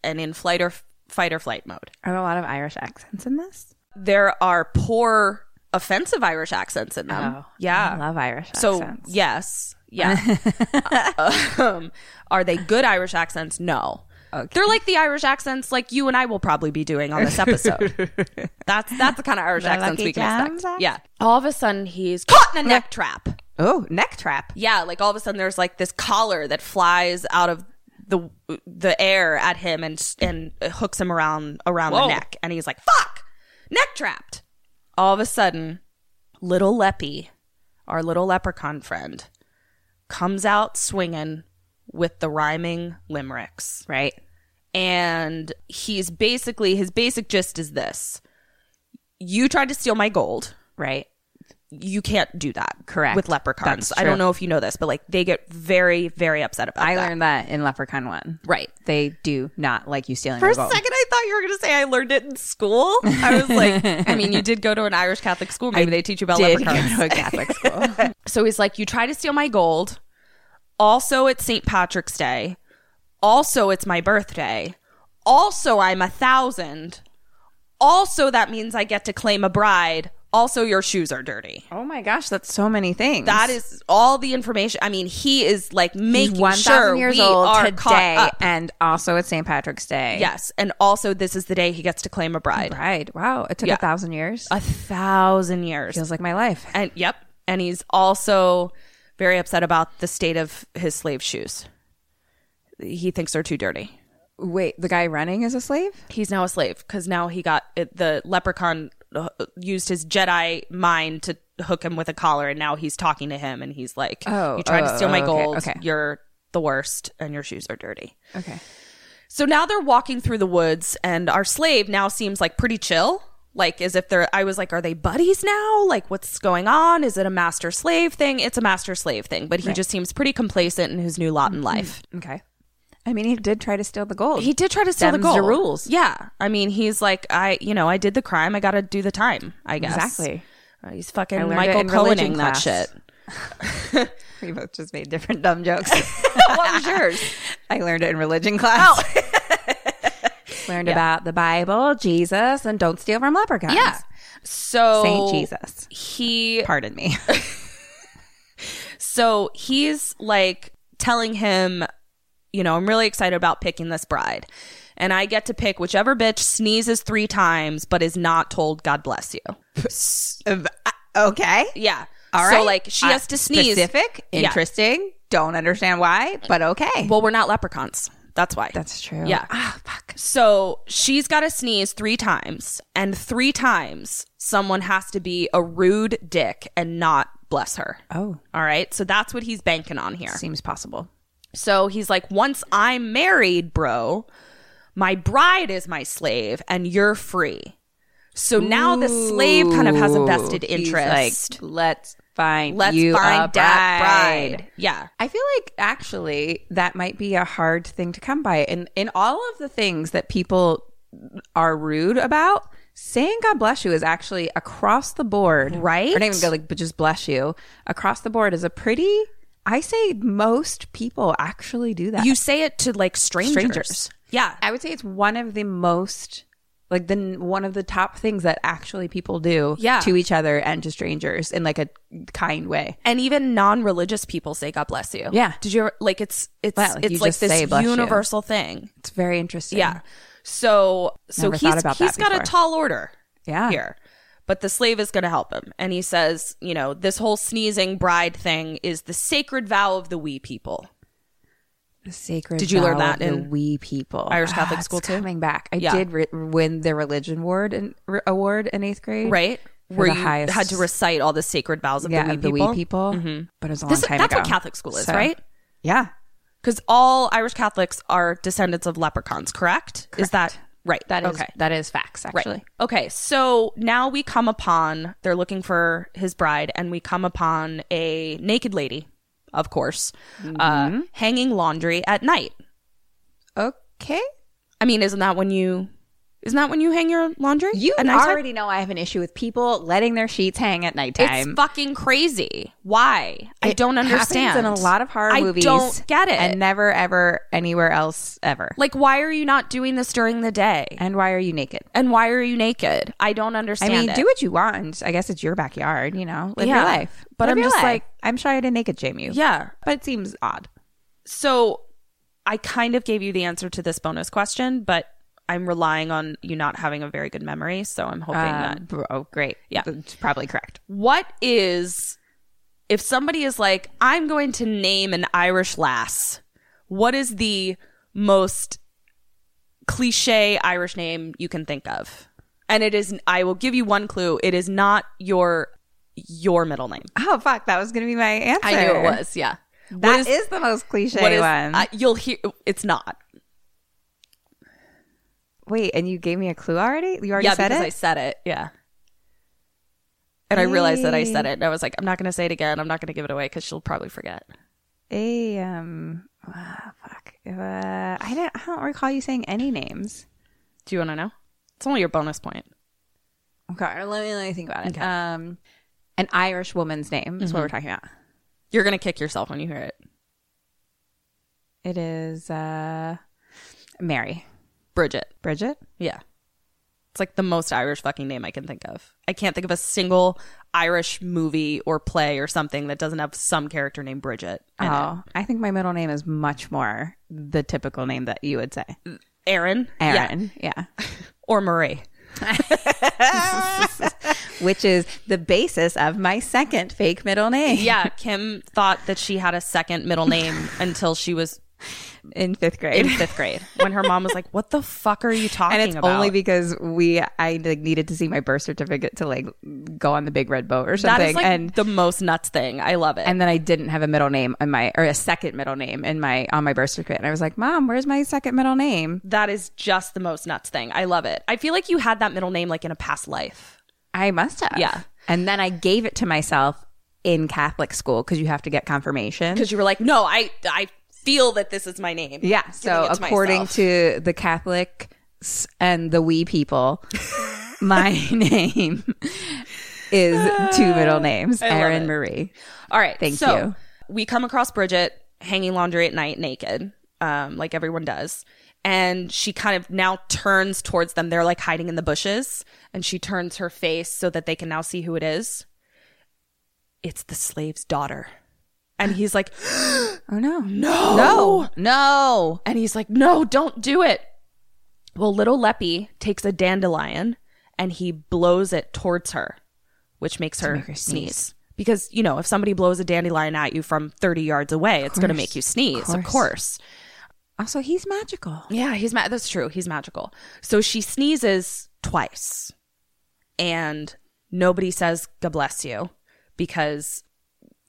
Speaker 6: and in flight or fight or flight mode.
Speaker 5: Are a lot of Irish accents in this?
Speaker 6: There are poor offensive Irish accents in
Speaker 5: Oh.
Speaker 6: them. yeah.
Speaker 5: I love Irish
Speaker 6: so
Speaker 5: accents.
Speaker 6: yes, yeah. um, are they good Irish accents? No. They're like the Irish accents like you and I will probably be doing on this episode. that's that's the kind of Irish accents
Speaker 5: Lucky
Speaker 6: we can
Speaker 5: Charms
Speaker 6: expect.
Speaker 5: act?
Speaker 6: Yeah. All of a sudden he's caught in a neck trap.
Speaker 5: Oh, neck trap.
Speaker 6: Yeah, like all of a sudden there's like this collar that flies out of the the air at him and s- and hooks him around around the neck and he's like fuck neck trapped. All of a sudden, little Leppy, our little leprechaun friend, comes out swinging with the rhyming limericks
Speaker 5: Right.
Speaker 6: and he's basically his basic gist is this you tried to steal my gold
Speaker 5: Right.
Speaker 6: you can't do that
Speaker 5: Correct.
Speaker 6: with leprechauns
Speaker 5: That's
Speaker 6: i don't
Speaker 5: true.
Speaker 6: know if you know this but like they get very very upset about
Speaker 5: I
Speaker 6: that
Speaker 5: learned that in Leprechaun 1.
Speaker 6: right
Speaker 5: They do not like you stealing
Speaker 6: for
Speaker 5: their
Speaker 6: a
Speaker 5: gold.
Speaker 6: second i thought you were going to say i learned it in school i was like i mean you did go to an irish catholic school maybe they teach you about
Speaker 5: did go
Speaker 6: leprechauns
Speaker 5: to a Catholic school.
Speaker 6: so he's like you try to steal my gold also it's st patrick's day also it's my birthday also i'm a thousand also that means i get to claim a bride also your shoes are dirty
Speaker 5: oh my gosh, that's so many things.
Speaker 6: that is all the information i mean he is like
Speaker 5: He's
Speaker 6: making
Speaker 5: 1,000
Speaker 6: sure
Speaker 5: years
Speaker 6: we
Speaker 5: old
Speaker 6: are
Speaker 5: today,
Speaker 6: caught up.
Speaker 5: and also it's St. Patrick's Day.
Speaker 6: yes and also this is the day he gets to claim a bride
Speaker 5: Right. Wow. It took
Speaker 6: Yeah.
Speaker 5: a thousand years.
Speaker 6: a thousand years
Speaker 5: Feels like my life.
Speaker 6: and yep and he's also very upset about the state of his slave shoes he thinks they're too dirty
Speaker 5: Wait, the guy running is a slave?
Speaker 6: he's now a slave because now he got it, the leprechaun uh, used his Jedi mind to hook him with a collar, and now he's talking to him, and he's like,
Speaker 5: Oh,
Speaker 6: "You tried
Speaker 5: oh,
Speaker 6: to steal my
Speaker 5: okay,
Speaker 6: gold.
Speaker 5: okay.
Speaker 6: You're the worst, and your shoes are dirty."
Speaker 5: Okay.
Speaker 6: So now they're walking through the woods, and our slave now seems like pretty chill. Like, as if they're, I was like, are they buddies now? Like, what's going on? Is it a master slave thing? It's a master slave thing, but he just seems pretty complacent in his new lot in life.
Speaker 5: Okay. I mean, he did try to steal the gold.
Speaker 6: He did try to steal the
Speaker 5: Them's
Speaker 6: gold.
Speaker 5: the rules.
Speaker 6: Yeah. I mean, he's like, I, you know, I did the crime. I got to do the time, I guess.
Speaker 5: Exactly.
Speaker 6: Uh, He's
Speaker 5: I
Speaker 6: fucking
Speaker 5: learned it
Speaker 6: Michael
Speaker 5: in religion
Speaker 6: Cohening that
Speaker 5: class.
Speaker 6: shit.
Speaker 5: We both just made different dumb jokes.
Speaker 6: what was yours?
Speaker 5: I learned it in religion class.
Speaker 6: Oh.
Speaker 5: learned about the Bible, Jesus, and don't steal from leprechauns.
Speaker 6: Yeah. So
Speaker 5: Saint Jesus.
Speaker 6: He
Speaker 5: Pardon me.
Speaker 6: so he's like telling him, you know, I'm really excited about picking this bride. And I get to pick whichever bitch sneezes three times but is not told God bless you.
Speaker 5: okay.
Speaker 6: Yeah.
Speaker 5: All right.
Speaker 6: So like she
Speaker 5: Uh,
Speaker 6: has to sneeze.
Speaker 5: Specific,
Speaker 6: Yeah.
Speaker 5: interesting. Don't understand why, but okay.
Speaker 6: Well, we're not leprechauns. That's why.
Speaker 5: that's true.
Speaker 6: Yeah.
Speaker 5: Ah, fuck.
Speaker 6: So she's got to sneeze three times, and three times someone has to be a rude dick and not bless her.
Speaker 5: Oh.
Speaker 6: All right. So that's what he's banking on here.
Speaker 5: Seems possible.
Speaker 6: So he's like, once I'm married, bro, my bride is my slave and you're free. So now the slave kind of has a vested
Speaker 5: Ooh, he's
Speaker 6: interest.
Speaker 5: like, let's find
Speaker 6: Let's
Speaker 5: you
Speaker 6: find
Speaker 5: a
Speaker 6: that
Speaker 5: bride.
Speaker 6: bride. Yeah.
Speaker 5: I feel like actually that might be a hard thing to come by. And in all of the things that people are rude about, saying God bless you is actually across the board.
Speaker 6: Right?
Speaker 5: Or not even go like, but just bless you. Across the board is a pretty, I say most people actually do that.
Speaker 6: You say it to like strangers.
Speaker 5: Strangers.
Speaker 6: Yeah.
Speaker 5: I would say it's one of the most, like the n- one of the top things that actually people do
Speaker 6: Yeah.
Speaker 5: to each other and to strangers in like a kind way.
Speaker 6: and even non-religious people say God bless you.
Speaker 5: Yeah.
Speaker 6: Did you ever, like it's it's
Speaker 5: Wow, like, you
Speaker 6: it's like
Speaker 5: just say,
Speaker 6: this
Speaker 5: "Bless you."
Speaker 6: universal thing.
Speaker 5: It's very interesting.
Speaker 6: Yeah. So so
Speaker 5: Never thought
Speaker 6: he's
Speaker 5: about that
Speaker 6: he's got a
Speaker 5: before.
Speaker 6: tall order
Speaker 5: Yeah.
Speaker 6: here. But the slave is going to help him and he says, you know, this whole sneezing bride thing is the sacred vow of the we people.
Speaker 5: The sacred.
Speaker 6: Did you learn
Speaker 5: vow of
Speaker 6: that
Speaker 5: the
Speaker 6: in
Speaker 5: we people
Speaker 6: Irish
Speaker 5: Ah,
Speaker 6: Catholic
Speaker 5: it's
Speaker 6: school too?
Speaker 5: Coming back, I
Speaker 6: Yeah.
Speaker 5: did re- win the religion award in, re- award in eighth grade.
Speaker 6: Right?
Speaker 5: Mm. For
Speaker 6: Where
Speaker 5: the
Speaker 6: you
Speaker 5: highest-
Speaker 6: had to recite all the sacred vows of
Speaker 5: yeah,
Speaker 6: the we
Speaker 5: of
Speaker 6: people.
Speaker 5: the we people. Mm-hmm. But it was a long
Speaker 6: This,
Speaker 5: time
Speaker 6: that's
Speaker 5: ago.
Speaker 6: what Catholic school is,
Speaker 5: So-
Speaker 6: right?
Speaker 5: Yeah,
Speaker 6: Cuz all Irish Catholics are descendants of leprechauns, correct? Is that Right.
Speaker 5: That is
Speaker 6: okay.
Speaker 5: that is facts actually.
Speaker 6: Right. Okay. So now we come upon they're looking for his bride, and we come upon a naked lady, of course,
Speaker 5: Mm-hmm.
Speaker 6: uh, hanging laundry at night.
Speaker 5: Okay.
Speaker 6: I mean, isn't that when you? Isn't that when you hang your laundry?
Speaker 5: You
Speaker 6: At nighttime?
Speaker 5: already know I have an issue with people letting their sheets hang at nighttime.
Speaker 6: It's fucking crazy. Why? I
Speaker 5: It
Speaker 6: don't understand.
Speaker 5: Happens in a lot of horror
Speaker 6: I
Speaker 5: movies.
Speaker 6: don't get it.
Speaker 5: And never ever anywhere else ever.
Speaker 6: like, why are you not doing this during the day?
Speaker 5: and why are you naked?
Speaker 6: And why are you naked? I don't
Speaker 5: I
Speaker 6: understand.
Speaker 5: mean,
Speaker 6: it.
Speaker 5: do what you want. I guess it's your backyard, you know. Live
Speaker 6: Yeah.
Speaker 5: your life.
Speaker 6: But
Speaker 5: Live
Speaker 6: I'm
Speaker 5: your
Speaker 6: just
Speaker 5: life.
Speaker 6: like-
Speaker 5: I'm sure I didn't naked shame you.
Speaker 6: Yeah.
Speaker 5: But it seems odd.
Speaker 6: So I kind of gave you the answer to this bonus question, but I'm relying on you not having a very good memory. So I'm hoping that.
Speaker 5: Um, bro- oh, great.
Speaker 6: Yeah.
Speaker 5: It's probably correct.
Speaker 6: What is, if somebody is like, I'm going to name an Irish lass, what is the most cliche Irish name you can think of? And it is, I will give you one clue. It is not your your middle name.
Speaker 5: Oh fuck, that was gonna be my answer.
Speaker 6: Yeah. That
Speaker 5: That is the most cliche
Speaker 6: what is,
Speaker 5: one.
Speaker 6: uh, you'll hear. It's not.
Speaker 5: Wait, and you gave me a clue already? You already
Speaker 6: yeah,
Speaker 5: said
Speaker 6: because
Speaker 5: it?
Speaker 6: I said it. Yeah. And I realized that I said it, and I was like, I'm not going to say it again. I'm not going to give it away because she'll probably forget.
Speaker 5: A um, ah, fuck. Uh, I don't. I don't recall you saying any names.
Speaker 6: Do you want to know? It's only your bonus point.
Speaker 5: Okay, let me let me think about it. Um, an Irish woman's name is
Speaker 6: Mm-hmm.
Speaker 5: what we're talking about.
Speaker 6: You're going to kick yourself when you hear it.
Speaker 5: It is uh, Mary
Speaker 6: Bridget.
Speaker 5: Bridget.
Speaker 6: Yeah. It's like the most Irish fucking name I can think of. I can't think of a single Irish movie or play or something that doesn't have some character named Bridget. in it.
Speaker 5: oh, I think my middle name is much more the typical name that you would say,
Speaker 6: Aaron. Yeah.
Speaker 5: Erin. yeah.
Speaker 6: Or Marie.
Speaker 5: which is the basis of my second fake middle name.
Speaker 6: Yeah. Kim thought that she had a second middle name until she was
Speaker 5: in fifth grade.
Speaker 6: in fifth grade when her mom was like, "What the fuck are you talking
Speaker 5: and it's
Speaker 6: about?"
Speaker 5: only because we I like, needed to see my birth certificate to like go on the big red boat or
Speaker 6: that
Speaker 5: something,
Speaker 6: is like
Speaker 5: and
Speaker 6: the most nuts thing. I love it.
Speaker 5: and then I didn't have a middle name on my or a second middle name in my on my birth certificate, and I was like, Mom, where's my second middle name?
Speaker 6: that is just the most nuts thing. I love it. I feel like you had that middle name like in a past life.
Speaker 5: I must have,
Speaker 6: Yeah.
Speaker 5: And then I gave it to myself in Catholic school because you have to get confirmation.
Speaker 6: Because you were like, "No, I I feel that this is my name."
Speaker 5: Yeah. So
Speaker 6: it to
Speaker 5: according
Speaker 6: myself.
Speaker 5: to the Catholics and the we people, my name is two middle names, Erin Marie.
Speaker 6: All right.
Speaker 5: Thank
Speaker 6: so
Speaker 5: you.
Speaker 6: We come across Bridget hanging laundry at night naked, um, like everyone does. And she kind of now turns towards them. They're like hiding in the bushes. And she turns her face so that they can now see who it is. It's the slave's daughter. And he's like,
Speaker 5: Oh no.
Speaker 6: no, no, no. And he's like, no, don't do it. Well, little Leppy takes a dandelion and he blows it towards her, which makes her, sneeze. Because, you know, if somebody blows a dandelion at you from 30 yards away, it's going to
Speaker 5: course.
Speaker 6: make you sneeze, of
Speaker 5: Course.
Speaker 6: course.
Speaker 5: Also, he's magical.
Speaker 6: Yeah, he's ma- that's true. He's magical. So she sneezes twice, and nobody says "God bless you" because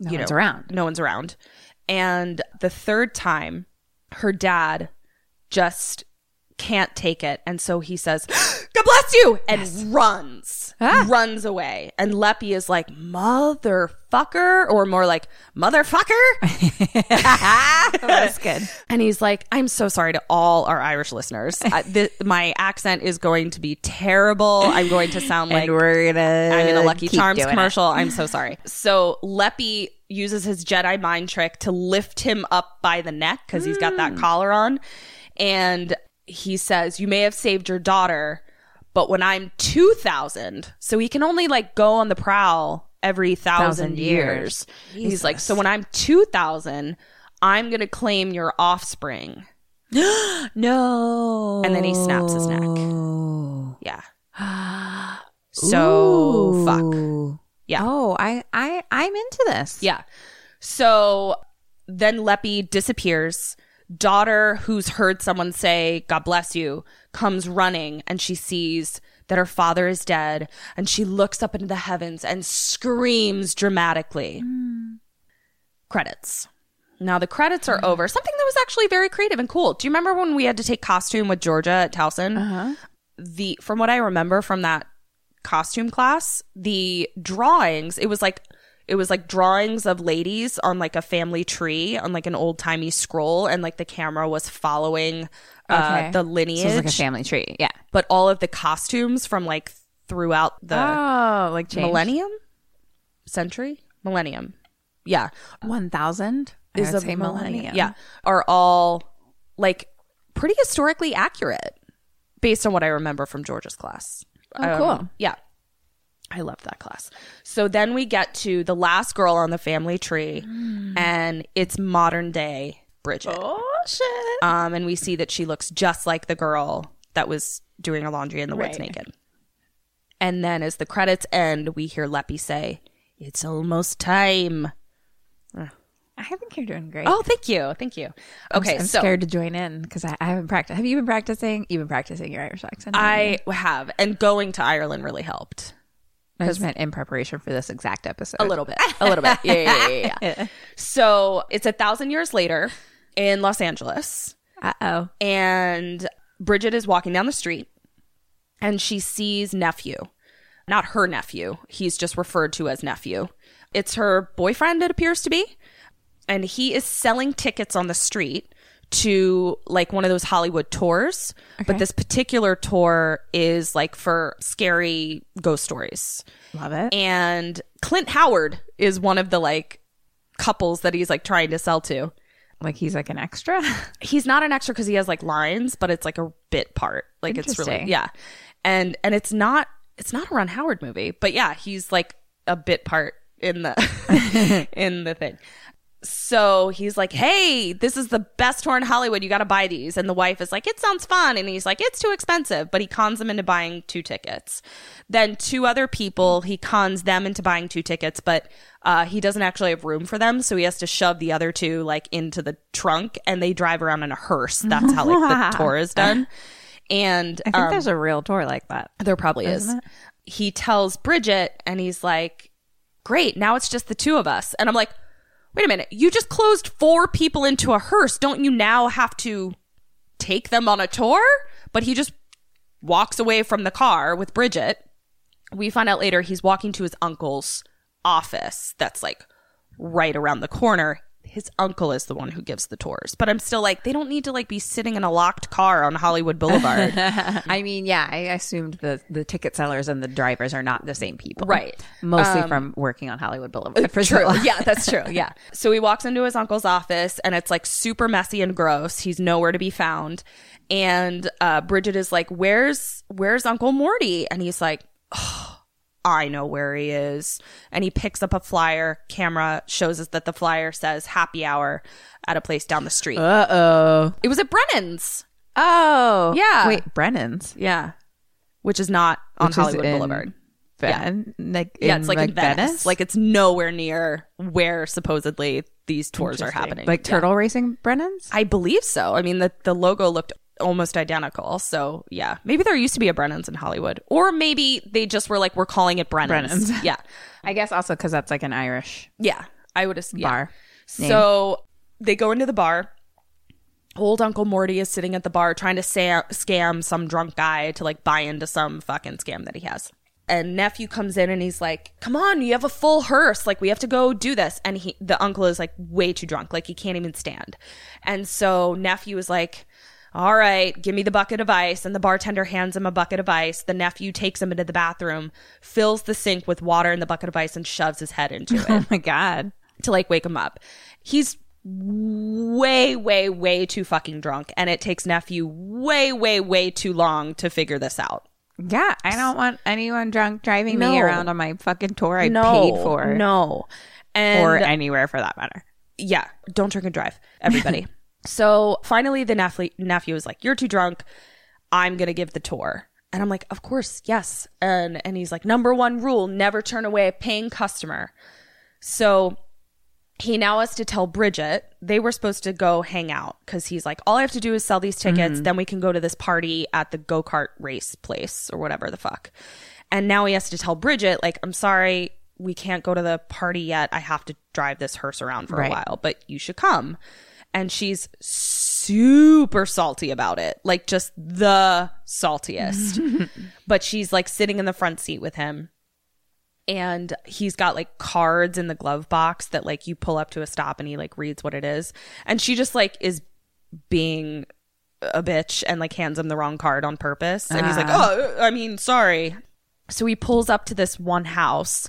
Speaker 5: No
Speaker 6: you
Speaker 5: one's
Speaker 6: know,
Speaker 5: around.
Speaker 6: No one's around. And the third time, her dad just can't take it, and so he says, "God bless you," and runs,
Speaker 5: Ah.
Speaker 6: runs away. And Leppy is like, "Motherfucker," or more like, "Motherfucker."
Speaker 5: Oh, That's good.
Speaker 6: And he's like, I'm so sorry to all our Irish listeners. I, th- my accent is going to be terrible. I'm going to sound like
Speaker 5: and we're gonna
Speaker 6: I'm in a Lucky
Speaker 5: keep
Speaker 6: Charms
Speaker 5: doing it.
Speaker 6: commercial. I'm so sorry. So Leppy uses his Jedi mind trick to lift him up by the neck because he's got that collar on. And he says, You may have saved your daughter, but when I'm 2,000, so he can only like go on the prowl every thousand
Speaker 5: Thousand
Speaker 6: years.
Speaker 5: years.
Speaker 6: He's like, So when I'm 2,000, I'm going to claim your offspring.
Speaker 5: No.
Speaker 6: And then he snaps his neck. Yeah. So fuck. Yeah.
Speaker 5: Oh, I I I'm into this.
Speaker 6: Yeah. So then Leppy disappears. Daughter, who's heard someone say, God bless you, comes running and she sees that her father is dead and she looks up into the heavens and screams dramatically. Credits. Now the credits are over. Something that was actually very creative and cool. Do you remember when we had to take costume with Georgia at Towson? Uh-huh. The from what I remember from that costume class, the drawings, it was like it was like drawings of ladies on like a family tree on like an old timey scroll, and like the camera was following uh,
Speaker 5: Okay.
Speaker 6: the
Speaker 5: So
Speaker 6: lineage.
Speaker 5: it's like a family tree. Yeah.
Speaker 6: But all of the costumes from like throughout the
Speaker 5: Oh, like changed.
Speaker 6: millennium, century, millennium, yeah,
Speaker 5: One thousand
Speaker 6: is a millennium. Yeah, are all like pretty historically accurate based on what I remember from George's class. Um,
Speaker 5: Oh, cool.
Speaker 6: Yeah. I love that class. So then we get to the last girl on the family tree, and it's modern day Bridget.
Speaker 5: Oh shit.
Speaker 6: Um, and we see that she looks just like the girl that was doing her laundry in the woods
Speaker 5: Right.
Speaker 6: naked. And then as the credits end, we hear Leppy say, It's almost time.
Speaker 5: I think you're doing great.
Speaker 6: Oh, thank you. Thank you. Okay,
Speaker 5: I'm
Speaker 6: so
Speaker 5: scared to join in because I, I haven't practiced. Have you been practicing? You've been practicing your Irish accent. haven't you?
Speaker 6: I have. And going to Ireland really helped.
Speaker 5: I just meant in preparation for this exact episode. Oh,
Speaker 6: A little bit. A little bit. Yeah, yeah, yeah, yeah, yeah. So it's a thousand years later in Los Angeles,
Speaker 5: Uh oh.
Speaker 6: and Bridget is walking down the street and she sees nephew. Not her nephew. He's just referred to as nephew. It's her boyfriend, it appears to be. And he is selling tickets on the street to like one of those Hollywood tours. But this particular tour is like for scary ghost stories
Speaker 5: Love it.
Speaker 6: and Clint Howard is one of the like couples that he's like trying to sell to.
Speaker 5: like he's like an extra.
Speaker 6: He's not an extra because he has like lines, but it's like a bit part. Like it's really
Speaker 5: Interesting.
Speaker 6: yeah, and and it's not it's not a Ron Howard movie, but yeah, he's like a bit part in the in the thing. So he's like, "Hey, this is the best tour in Hollywood. You got to buy these." And the wife is like, "It sounds fun," and he's like, "It's too expensive." But he cons them into buying two tickets. Then two other people, he cons them into buying two tickets, but uh, he doesn't actually have room for them, so he has to shove the other two like into the trunk, and they drive around in a hearse. That's how like the tour is done. And
Speaker 5: I think there's a real tour like that.
Speaker 6: there probably is. He tells Bridget, and he's like, Great, now it's just the two of us. And I'm like, Wait a minute, you just closed four people into a hearse. Don't you now have to take them on a tour? But he just walks away from the car with Bridget. We find out later he's walking to his uncle's office that's like right around the corner. His uncle is the one who gives the tours. But I'm still like, they don't need to like be sitting in a locked car on Hollywood Boulevard.
Speaker 5: I mean, yeah, I assumed the the ticket sellers and the drivers are not the same people,
Speaker 6: Right.
Speaker 5: Mostly from working on Hollywood Boulevard. For so long.
Speaker 6: yeah, that's true. Yeah. So he walks into his uncle's office and it's like super messy and gross. He's nowhere to be found. And uh, Bridget is like, Where's where's Uncle Morty? And he's like, "Oh, I know where he is. And he picks up a flyer, camera shows us that the flyer says happy hour at a place down the street. Uh oh. It was at Brennan's.
Speaker 5: Oh,
Speaker 6: Yeah.
Speaker 5: Wait, Brennan's.
Speaker 6: Yeah. Which is not on
Speaker 5: Which is
Speaker 6: Hollywood
Speaker 5: in
Speaker 6: Boulevard.
Speaker 5: Ben, like
Speaker 6: Yeah,
Speaker 5: in,
Speaker 6: it's like, in Venice. Like it's nowhere near where supposedly these tours are
Speaker 5: Interesting.
Speaker 6: happening.
Speaker 5: like
Speaker 6: Yeah.
Speaker 5: turtle racing Brennan's.
Speaker 6: I believe so. I mean, the, the logo looked almost identical. So, yeah. Maybe there used to be a Brennan's in Hollywood. Or maybe they just were like, we're calling it Brennan's.
Speaker 5: Brennan's.
Speaker 6: Yeah.
Speaker 5: I guess also because that's like an Irish
Speaker 6: Yeah. I would assume.
Speaker 5: bar.
Speaker 6: So they go into the bar. Old Uncle Morty is sitting at the bar trying to sa- scam some drunk guy to like buy into some fucking scam that he has. And nephew comes in and he's like, "Come on, you have a full hearse. Like we have to go do this." And he, the uncle, is like way too drunk. Like he can't even stand. And so nephew is like, all right, give me the bucket of ice. And the bartender hands him a bucket of ice. The nephew takes him into the bathroom, fills the sink with water in the bucket of ice, and shoves his head into it
Speaker 5: Oh my god.
Speaker 6: to like wake him up. He's way, way, way too fucking drunk, and it takes nephew way, way, way too long to figure this out.
Speaker 5: Yeah, I don't want anyone drunk driving
Speaker 6: No.
Speaker 5: me around on my fucking tour I paid for,
Speaker 6: no, and
Speaker 5: or anywhere for that matter.
Speaker 6: yeah, don't drink and drive, everybody. so finally, the nephew nephew is like, "You're too drunk. I'm gonna give the tour." And I'm like, "Of course, yes." And and he's like, "Number one rule: never turn away a paying customer." So he now has to tell Bridget they were supposed to go hang out because he's like, "All I have to do is sell these tickets, then we can go to this party at the go kart race place or whatever the fuck." And now he has to tell Bridget, like, "I'm sorry." we can't go to the party yet. I have to drive this hearse around for
Speaker 5: Right.
Speaker 6: a while, but you should come. And she's super salty about it, like just the saltiest. but she's like sitting in the front seat with him. And he's got like cards in the glove box that like you pull up to a stop and he like reads what it is. And she just like is being a bitch and like hands him the wrong card on purpose. And he's like, oh, I mean, sorry. So he pulls up to this one house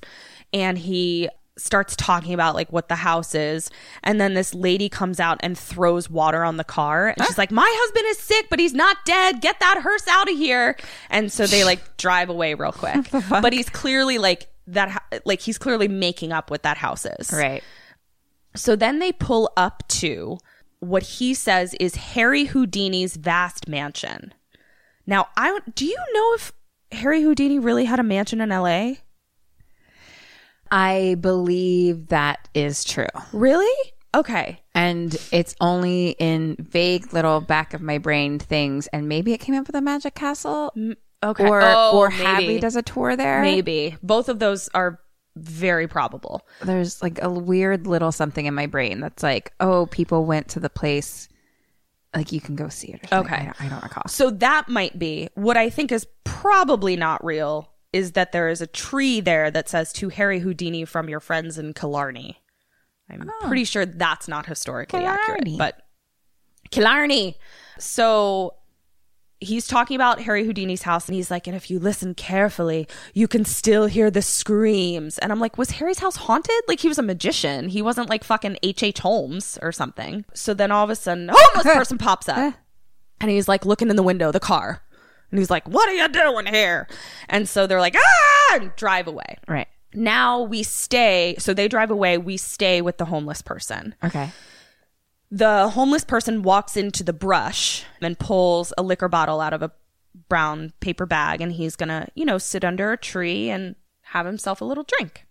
Speaker 6: and he starts talking about like what the house is. And then this lady comes out and throws water on the car. And she's like, My husband is sick, but he's not dead. Get that hearse out of here. And so they like drive away real quick. But he's clearly like, that hou- like he's clearly making up what that house is.
Speaker 5: Right.
Speaker 6: So then they pull up to what he says is Harry Houdini's vast mansion. Now, I do you know if Harry Houdini really had a mansion in LA?
Speaker 5: I believe that is true.
Speaker 6: Really? Okay.
Speaker 5: And it's only in vague little back of my brain things. And maybe it came up with a magic castle.
Speaker 6: Okay.
Speaker 5: Or,
Speaker 6: Oh,
Speaker 5: or
Speaker 6: maybe.
Speaker 5: Hadley does a tour there.
Speaker 6: Maybe. Both of those are very probable.
Speaker 5: There's like a weird little something in my brain that's like, oh, people went to the place. Like you can go see it. Or something.
Speaker 6: Okay.
Speaker 5: I don't, I don't recall.
Speaker 6: So that might be what I think is probably not real is that there is a tree there that says to Harry Houdini from your friends in Killarney. I'm pretty sure that's not historically accurate,
Speaker 5: Killarney.
Speaker 6: but Killarney. So he's talking about Harry Houdini's house and he's like, and if you listen carefully, you can still hear the screams. And I'm like, was Harry's house haunted? Like he was a magician. He wasn't like fucking H.H. H. Holmes or something. So then all of a sudden, a homeless person pops up and he's like looking in the window of the car. And he's like, what are you doing here? And so they're like, ah, and drive away.
Speaker 5: Right.
Speaker 6: Now we stay. So they drive away. We stay with the homeless person
Speaker 5: Okay.
Speaker 6: the homeless person walks into the brush and pulls a liquor bottle out of a brown paper bag and he's gonna you know sit under a tree and have himself a little drink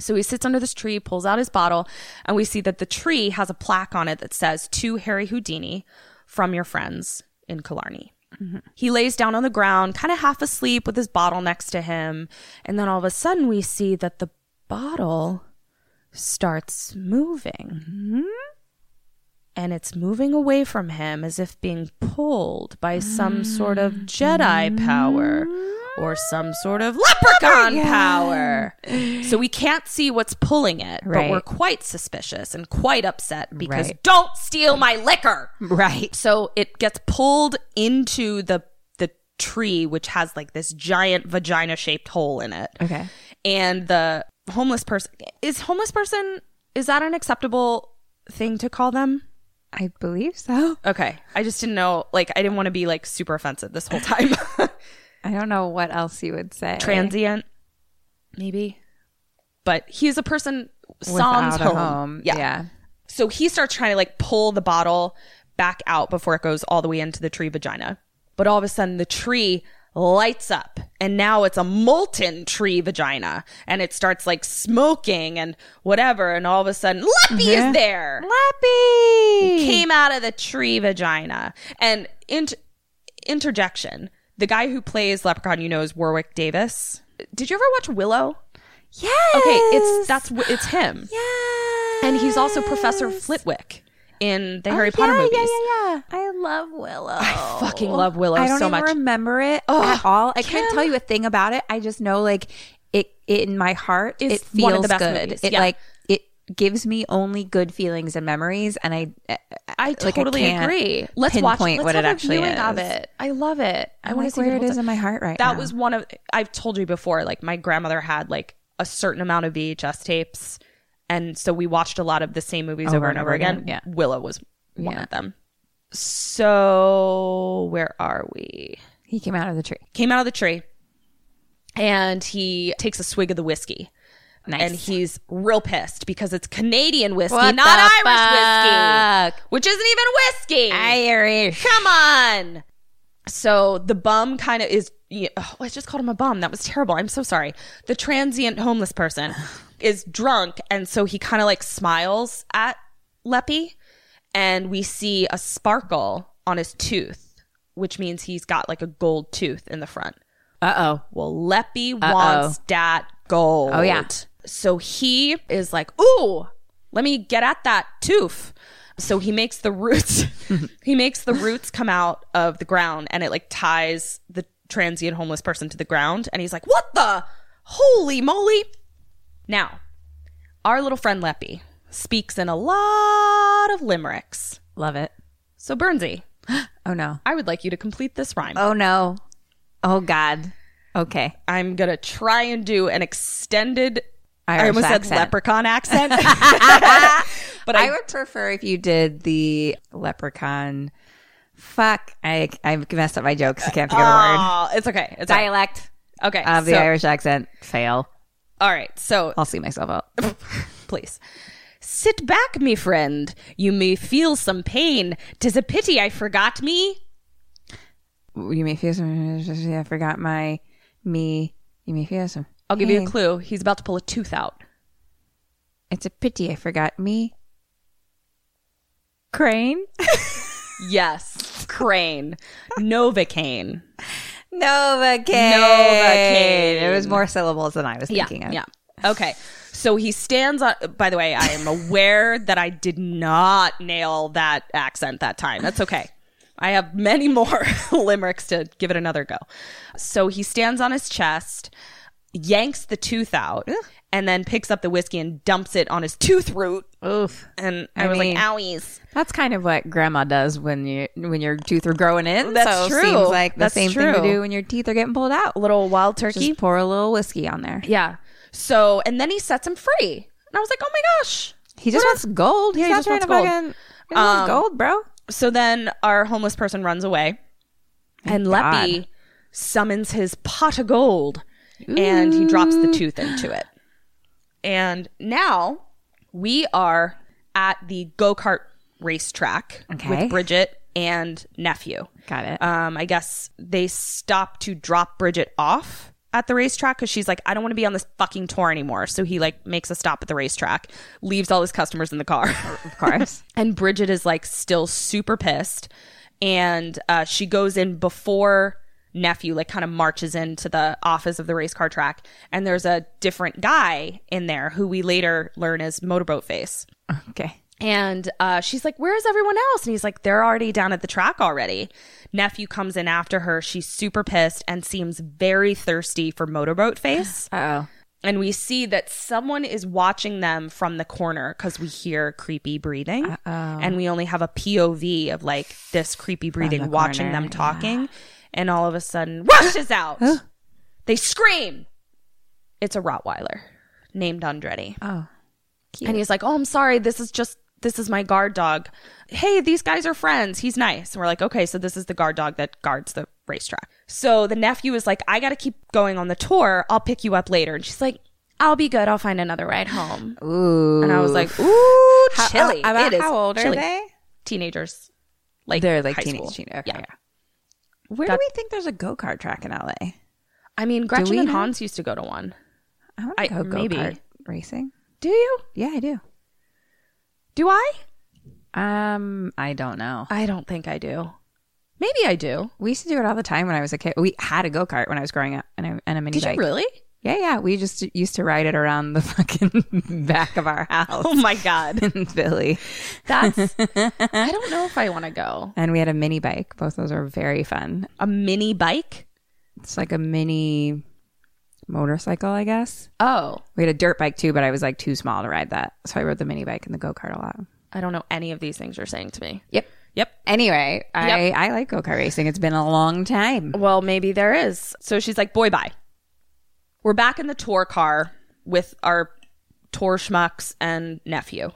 Speaker 6: so he sits under this tree pulls out his bottle and we see that the tree has a plaque on it that says to harry houdini from your friends in killarney he lays down on the ground kind of half asleep with his bottle next to him and then all of a sudden we see that the bottle starts moving and it's moving away from him as if being pulled by some sort of Jedi power or some sort of leprechaun power. So we can't see what's pulling it, but
Speaker 5: Right.
Speaker 6: we're quite suspicious and quite upset because
Speaker 5: Right.
Speaker 6: don't steal my liquor.
Speaker 5: Right.
Speaker 6: So it gets pulled into the the tree which has like this giant vagina shaped hole in it.
Speaker 5: Okay.
Speaker 6: And the homeless person is homeless person is that an acceptable thing to call them?
Speaker 5: I believe so.
Speaker 6: Okay. I just didn't know, like, I didn't want to be, like, super offensive this whole time.
Speaker 5: I don't know what else you would say.
Speaker 6: Transient, maybe. But he's a person sans
Speaker 5: Without a
Speaker 6: home.
Speaker 5: home.
Speaker 6: Yeah.
Speaker 5: yeah.
Speaker 6: So he starts trying to, like, pull the bottle back out before it goes all the way into the tree vagina. But all of a sudden, the tree lights up and now it's a molten tree vagina and it starts like smoking and whatever and all of a sudden Leppy is there
Speaker 5: Flappy.
Speaker 6: came out of the tree vagina. And int- interjection: the guy who plays Leprechaun, you know, is Warwick Davis. Did you ever watch Willow?
Speaker 5: Yes.
Speaker 6: Okay, it's that's wh- it's him, and he's also Professor Flitwick in the Harry Potter
Speaker 5: yeah,
Speaker 6: movies.
Speaker 5: Yeah, yeah, yeah. I love Willow. I
Speaker 6: fucking love Willow
Speaker 5: I don't
Speaker 6: so
Speaker 5: even
Speaker 6: much.
Speaker 5: remember it at all. I couldn't tell you a thing about it. I just know like it, in my heart it
Speaker 6: It's
Speaker 5: feels
Speaker 6: one of the best
Speaker 5: good.
Speaker 6: movies.
Speaker 5: It
Speaker 6: Yeah.
Speaker 5: like it gives me only good feelings and memories and I
Speaker 6: I
Speaker 5: like, I
Speaker 6: totally
Speaker 5: can't
Speaker 6: agree. Let's watch
Speaker 5: pinpoint
Speaker 6: let's
Speaker 5: what
Speaker 6: have
Speaker 5: it
Speaker 6: a
Speaker 5: actually
Speaker 6: viewing
Speaker 5: is.
Speaker 6: Of it. I love it. I
Speaker 5: I'm
Speaker 6: want to
Speaker 5: like,
Speaker 6: see
Speaker 5: where
Speaker 6: the
Speaker 5: it is
Speaker 6: whole thing.
Speaker 5: in my heart right
Speaker 6: that
Speaker 5: now.
Speaker 6: was one of I've told you before. Like my grandmother had like a certain amount of VHS tapes, and so we watched a lot of the same movies over, and over again.
Speaker 5: yeah.
Speaker 6: Willow was one
Speaker 5: Yeah.
Speaker 6: of them. So where are we?
Speaker 5: he came out of the tree.
Speaker 6: Came out of the tree, and he takes a swig of the whiskey.
Speaker 5: Nice.
Speaker 6: And he's real pissed because it's Canadian whiskey,
Speaker 5: What
Speaker 6: not
Speaker 5: the
Speaker 6: Irish whiskey,
Speaker 5: fuck?
Speaker 6: which isn't even whiskey.
Speaker 5: uh, Irish.
Speaker 6: Come on. So the bum kind of is. Yeah, oh, I just called him a bum. That was terrible. I'm so sorry. The transient homeless person is drunk, and so he kind of like smiles at Leppy, and we see a sparkle on his tooth, which means he's got like a gold tooth in the front.
Speaker 5: Uh oh.
Speaker 6: Well, Leppy wants that gold.
Speaker 5: Oh, yeah.
Speaker 6: So he is like, ooh, let me get at that tooth. So he makes the roots he makes the roots come out of the ground and it like ties the transient homeless person to the ground and he's like, What the holy moly? Now, our little friend Leppy speaks in a lot of limericks.
Speaker 5: Love it.
Speaker 6: So Bernsey,
Speaker 5: Oh no.
Speaker 6: I would like you to complete this rhyme.
Speaker 5: Oh no. Oh God. Okay.
Speaker 6: I'm gonna try and do an extended. I
Speaker 5: Irish
Speaker 6: almost said
Speaker 5: accent.
Speaker 6: leprechaun accent, but I,
Speaker 5: I would prefer if you did the leprechaun. Fuck. I I messed up my jokes. I can't think of the word.
Speaker 6: Aw, Uh, it's okay. It's all right.
Speaker 5: Dialect
Speaker 6: okay.
Speaker 5: of the
Speaker 6: so-
Speaker 5: Irish accent. Fail.
Speaker 6: All right. So
Speaker 5: I'll see myself out.
Speaker 6: please. Sit back, me friend. You may feel some pain. Tis a pity I forgot me.
Speaker 5: You may feel some. I forgot my me. You may feel some.
Speaker 6: I'll give you a
Speaker 5: pain.
Speaker 6: clue. He's about to pull a tooth out.
Speaker 5: It's a pity I forgot me. Crane?
Speaker 6: Yes, crane, novocaine.
Speaker 5: Novocaine.
Speaker 6: Novocaine.
Speaker 5: It was more syllables than I was thinking of.
Speaker 6: yeah, Yeah. Okay. So he stands on. By the way, I am aware that I did not nail that accent that time. That's okay. I have many more limericks to give it another go. So he stands on his chest, yanks the tooth out, and then picks up the whiskey and dumps it on his tooth root.
Speaker 5: Oof.
Speaker 6: And I,
Speaker 5: I
Speaker 6: was
Speaker 5: mean-
Speaker 6: like, owies.
Speaker 5: That's kind of what grandma does when you when your teeth are growing in.
Speaker 6: That's
Speaker 5: so it
Speaker 6: true.
Speaker 5: Seems like the
Speaker 6: That's
Speaker 5: same thing to
Speaker 6: true.
Speaker 5: do when your teeth are getting pulled out.
Speaker 6: A little wild turkey.
Speaker 5: Just pour a little whiskey on there.
Speaker 6: yeah. So, and then he sets him free. And I was like, oh my gosh.
Speaker 5: He just wants gold. He's
Speaker 6: he
Speaker 5: not
Speaker 6: just
Speaker 5: trying
Speaker 6: wants
Speaker 5: to
Speaker 6: gold.
Speaker 5: fucking he just wants
Speaker 6: Um,
Speaker 5: gold, bro.
Speaker 6: So then our homeless person runs away, and Leppy summons his pot of gold, and he drops the tooth into it. And now we are at the go kart racetrack
Speaker 5: Okay.
Speaker 6: with Bridget and nephew.
Speaker 5: Got it.
Speaker 6: Um, I guess they stop to drop Bridget off at the racetrack because she's like, I don't want to be on this fucking tour anymore. So he like makes a stop at the racetrack, leaves all his customers in the car.
Speaker 5: of course.
Speaker 6: And Bridget is like still super pissed. And uh, she goes in before nephew, like kind of marches into the office of the race car track. And there's a different guy in there who we later learn is Motorboat Face.
Speaker 5: okay.
Speaker 6: And uh, she's like, Where's everyone else? And he's like, They're already down at the track already. Nephew comes in after her. She's super pissed and seems very thirsty for Motorboat Face.
Speaker 5: Uh oh.
Speaker 6: And we see that someone is watching them from the corner because we hear creepy breathing. And we only have a POV of like this creepy breathing
Speaker 5: the
Speaker 6: watching
Speaker 5: corner,
Speaker 6: them talking. And all of a sudden, rushes out. they scream. It's a Rottweiler named Andretti.
Speaker 5: Oh.
Speaker 6: And he's like, Oh, I'm sorry. This is just, this is my guard dog. Hey, these guys are friends. He's nice. And we're like, Okay, so this is the guard dog that guards the racetrack. So the nephew is like, I got to keep going on the tour. I'll pick you up later. And she's like, I'll be good. I'll find another ride home.
Speaker 5: Ooh.
Speaker 6: And I was like, Ooh,
Speaker 5: How- uh,
Speaker 6: chilly.
Speaker 5: about
Speaker 6: It is
Speaker 5: how old
Speaker 6: chilly.
Speaker 5: are they?
Speaker 6: Teenagers. Like
Speaker 5: They're like
Speaker 6: high
Speaker 5: teenage.
Speaker 6: school.
Speaker 5: teen- Okay,
Speaker 6: Yeah.
Speaker 5: yeah. Where do
Speaker 6: That-
Speaker 5: we think there's a go kart track in LA?
Speaker 6: I mean, Gretchen
Speaker 5: we
Speaker 6: and
Speaker 5: know?
Speaker 6: Hans used to go to one.
Speaker 5: I want
Speaker 6: I-
Speaker 5: to go go
Speaker 6: maybe.
Speaker 5: kart racing.
Speaker 6: Do you?
Speaker 5: Yeah, I do.
Speaker 6: Do I?
Speaker 5: Um, I don't know.
Speaker 6: I don't think I do. Maybe I do.
Speaker 5: We used to do it all the time when I was a kid. We had a go kart when I was growing up, and a, and a mini
Speaker 6: Did
Speaker 5: bike.
Speaker 6: you really?
Speaker 5: Yeah, yeah. We just used to ride it around the fucking back of our house
Speaker 6: Oh my God.
Speaker 5: in Philly,
Speaker 6: That's, I don't know if I want to go.
Speaker 5: and we had a mini bike. Both those are very fun.
Speaker 6: A mini bike?
Speaker 5: It's like a mini motorcycle, I guess.
Speaker 6: Oh,
Speaker 5: We had a dirt bike too, but I was like too small to ride that, so I rode the mini bike and the go kart a lot.
Speaker 6: I don't know any of these things you're saying to me.
Speaker 5: Yep.
Speaker 6: Yep.
Speaker 5: Anyway, I I like go kart racing. It's been a long time.
Speaker 6: Well, maybe there is. So she's like, boy, bye. We're back in the tour car with our tour schmucks and nephew.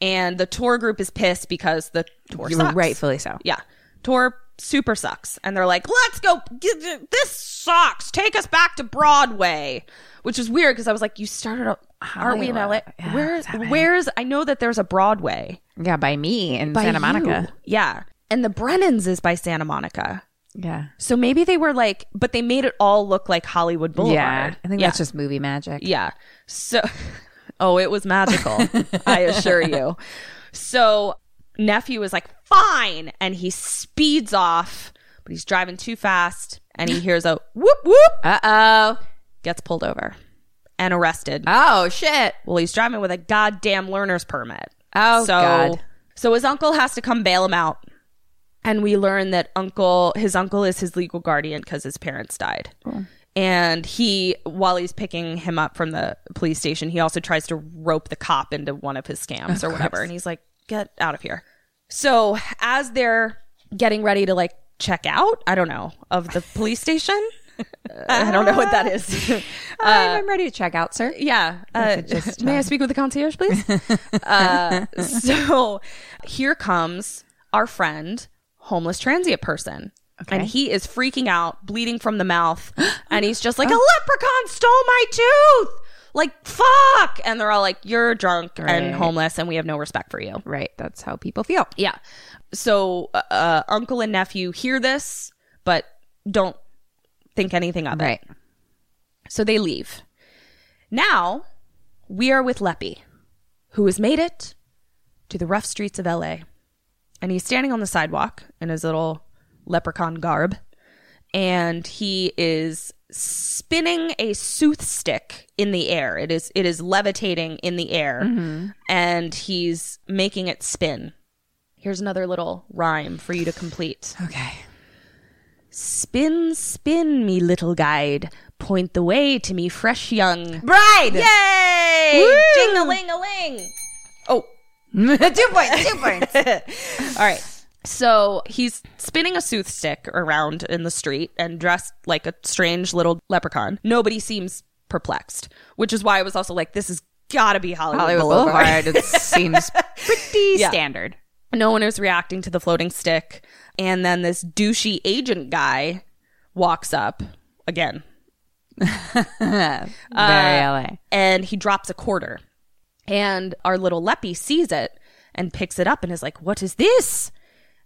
Speaker 6: And the tour group is pissed because the tour
Speaker 5: You were
Speaker 6: sucks.
Speaker 5: rightfully so.
Speaker 6: Yeah. Tour super sucks. And they're like, let's go. This sucks. Take us back to Broadway. Which is weird because I was like, you started up. Aren't we in LA?
Speaker 5: Hollywood. Yeah,
Speaker 6: where's,
Speaker 5: what's happening?
Speaker 6: where's, I know that there's a Broadway.
Speaker 5: Yeah, by me in
Speaker 6: By
Speaker 5: Santa
Speaker 6: you.
Speaker 5: Monica.
Speaker 6: Yeah. And the Brennan's is by Santa Monica.
Speaker 5: Yeah.
Speaker 6: So maybe they were like, but they made it all look like Hollywood Boulevard.
Speaker 5: Yeah, I think
Speaker 6: yeah.
Speaker 5: that's just movie magic.
Speaker 6: yeah. So, oh, it was magical. I assure you. So nephew is like, fine, and he speeds off, but he's driving too fast, and he hears a whoop whoop,
Speaker 5: Uh oh.
Speaker 6: gets pulled over, and arrested.
Speaker 5: Oh shit.
Speaker 6: Well, he's driving with a goddamn learner's permit.
Speaker 5: Oh, God.
Speaker 6: So his uncle has to come bail him out. And we learn that uncle his uncle is his legal guardian because his parents died.
Speaker 5: Oh.
Speaker 6: And he while he's picking him up from the police station, he also tries to rope the cop into one of his scams
Speaker 5: Oh,
Speaker 6: or whatever. And he's like, get out of here. So as they're getting ready to like check out, I don't know, of the police station. I don't know what that is.
Speaker 5: I'm ready to check out, sir.
Speaker 6: Yeah. Uh, may I speak with the concierge, please? uh, so here comes our friend, homeless transient person. And he is freaking out, bleeding from the mouth. and he's just like, a leprechaun stole my tooth. Like, fuck. And they're all like, you're drunk and homeless, and we have no respect for you.
Speaker 5: Right. That's how people feel.
Speaker 6: Yeah. So uh, uh, uncle and nephew hear this, but don't think anything of it.
Speaker 5: Right.
Speaker 6: So they leave. Now we are with Leppy, who has made it to the rough streets of LA. And he's standing on the sidewalk in his little leprechaun garb. And he is spinning a sooth stick in the air. It is it is levitating in the air. And he's making it spin. Here's another little rhyme for you to complete.
Speaker 5: Okay.
Speaker 6: Spin, spin, me little guide. Point the way to me fresh young.
Speaker 5: Bride.
Speaker 6: Yay! Ding a ling a ling. Oh,
Speaker 5: two points. Two points.
Speaker 6: all right. So he's spinning a sooth stick around in the street and dressed like a strange little leprechaun. Nobody seems perplexed, which is why I was also like, this has got to be Hollywood,
Speaker 5: Hollywood
Speaker 6: Boulevard.
Speaker 5: Boulevard. It seems pretty
Speaker 6: Yeah.
Speaker 5: standard.
Speaker 6: No one is reacting to the floating stick. And then this douchey agent guy walks up again,
Speaker 5: Very LA.
Speaker 6: and he drops a quarter. And our little Leppy sees it and picks it up and is like, What is this?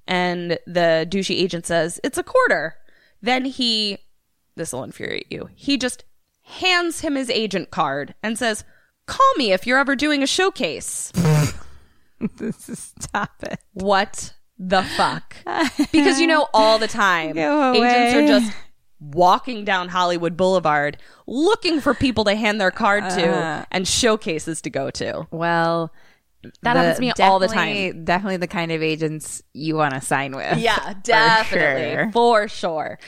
Speaker 6: And the douchey agent says, It's a quarter. Then he, this will infuriate you, he just hands him his agent card and says, Call me if you're ever doing a showcase.
Speaker 5: Stop it.
Speaker 6: What the fuck? Because you know, all the time,
Speaker 5: Go
Speaker 6: agents are
Speaker 5: away.
Speaker 6: just walking down Hollywood Boulevard looking for people to hand their card to and showcases to go to.
Speaker 5: Well,
Speaker 6: That happens to me all the
Speaker 5: definitely- Definitely the kind of agents you want to sign with.
Speaker 6: Yeah,
Speaker 5: sure.
Speaker 6: definitely. For sure.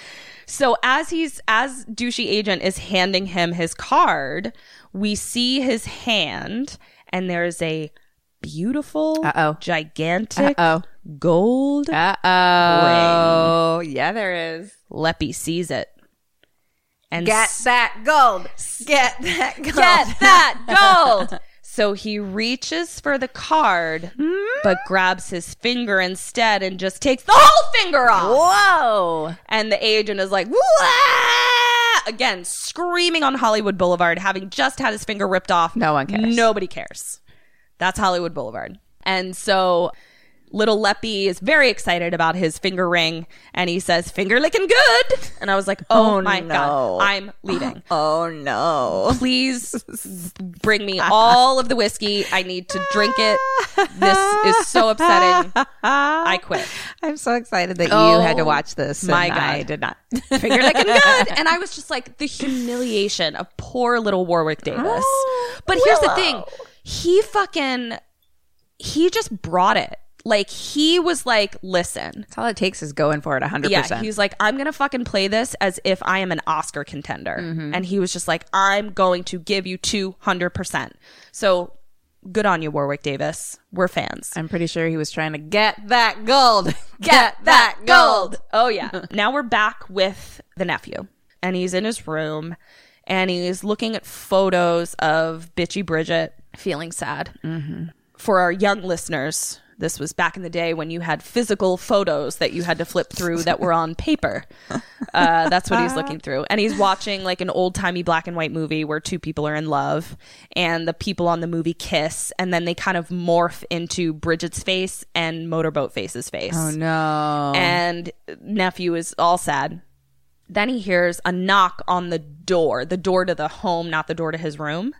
Speaker 6: So as he's as douchey agent is handing him his card, we see his hand and there's a beautiful
Speaker 5: Uh-oh.
Speaker 6: gigantic
Speaker 5: Uh-oh.
Speaker 6: gold
Speaker 5: Uh oh. Yeah, there is.
Speaker 6: Leppy sees it. And s-
Speaker 5: that gold. Get that gold.
Speaker 6: get that gold. so he reaches for the card but grabs his finger instead and just takes the whole finger off.
Speaker 5: Whoa.
Speaker 6: and the agent is like, "Wah!" again, screaming on Hollywood Boulevard, having just had his finger ripped off.
Speaker 5: No one cares.
Speaker 6: Nobody cares. That's Hollywood Boulevard. And so little Leppy is very excited about his finger ring and he says, finger licking good. And I was like, oh, my God, I'm leaving.
Speaker 5: Oh no.
Speaker 6: Please bring me all of the whiskey. I need to drink it. This is so upsetting. I quit.
Speaker 5: I'm so excited that you
Speaker 6: Oh,
Speaker 5: had to watch this. and
Speaker 6: my God.
Speaker 5: I did not.
Speaker 6: finger licking good. And I was just like, the humiliation of poor little Warwick Davis. But here's the thing he fucking, he just brought it. Like, he was like, listen.
Speaker 5: That's all it takes is going for it 100%.
Speaker 6: Yeah, he's like, I'm gonna fucking play this as if I am an Oscar contender, and he was just like, I'm going to give you two hundred percent. So good on you, Warwick Davis. We're fans.
Speaker 5: I'm pretty sure he was trying to get that gold. Get
Speaker 6: that gold. Oh yeah. now we're back with the nephew, and he's in his room, and he's looking at photos of bitchy Bridget, feeling sad. For our young listeners, this was back in the day when you had physical photos that you had to flip through that were on paper. Uh, that's what he's looking through, and he's watching like an old timey black and white movie where two people are in love, and the people on the movie kiss, and then they kind of morph into Bridget's face and Motorboat Face's face
Speaker 5: Oh no.
Speaker 6: and nephew is all sad. Then he hears a knock on the door, the door to the home, not the door to his room.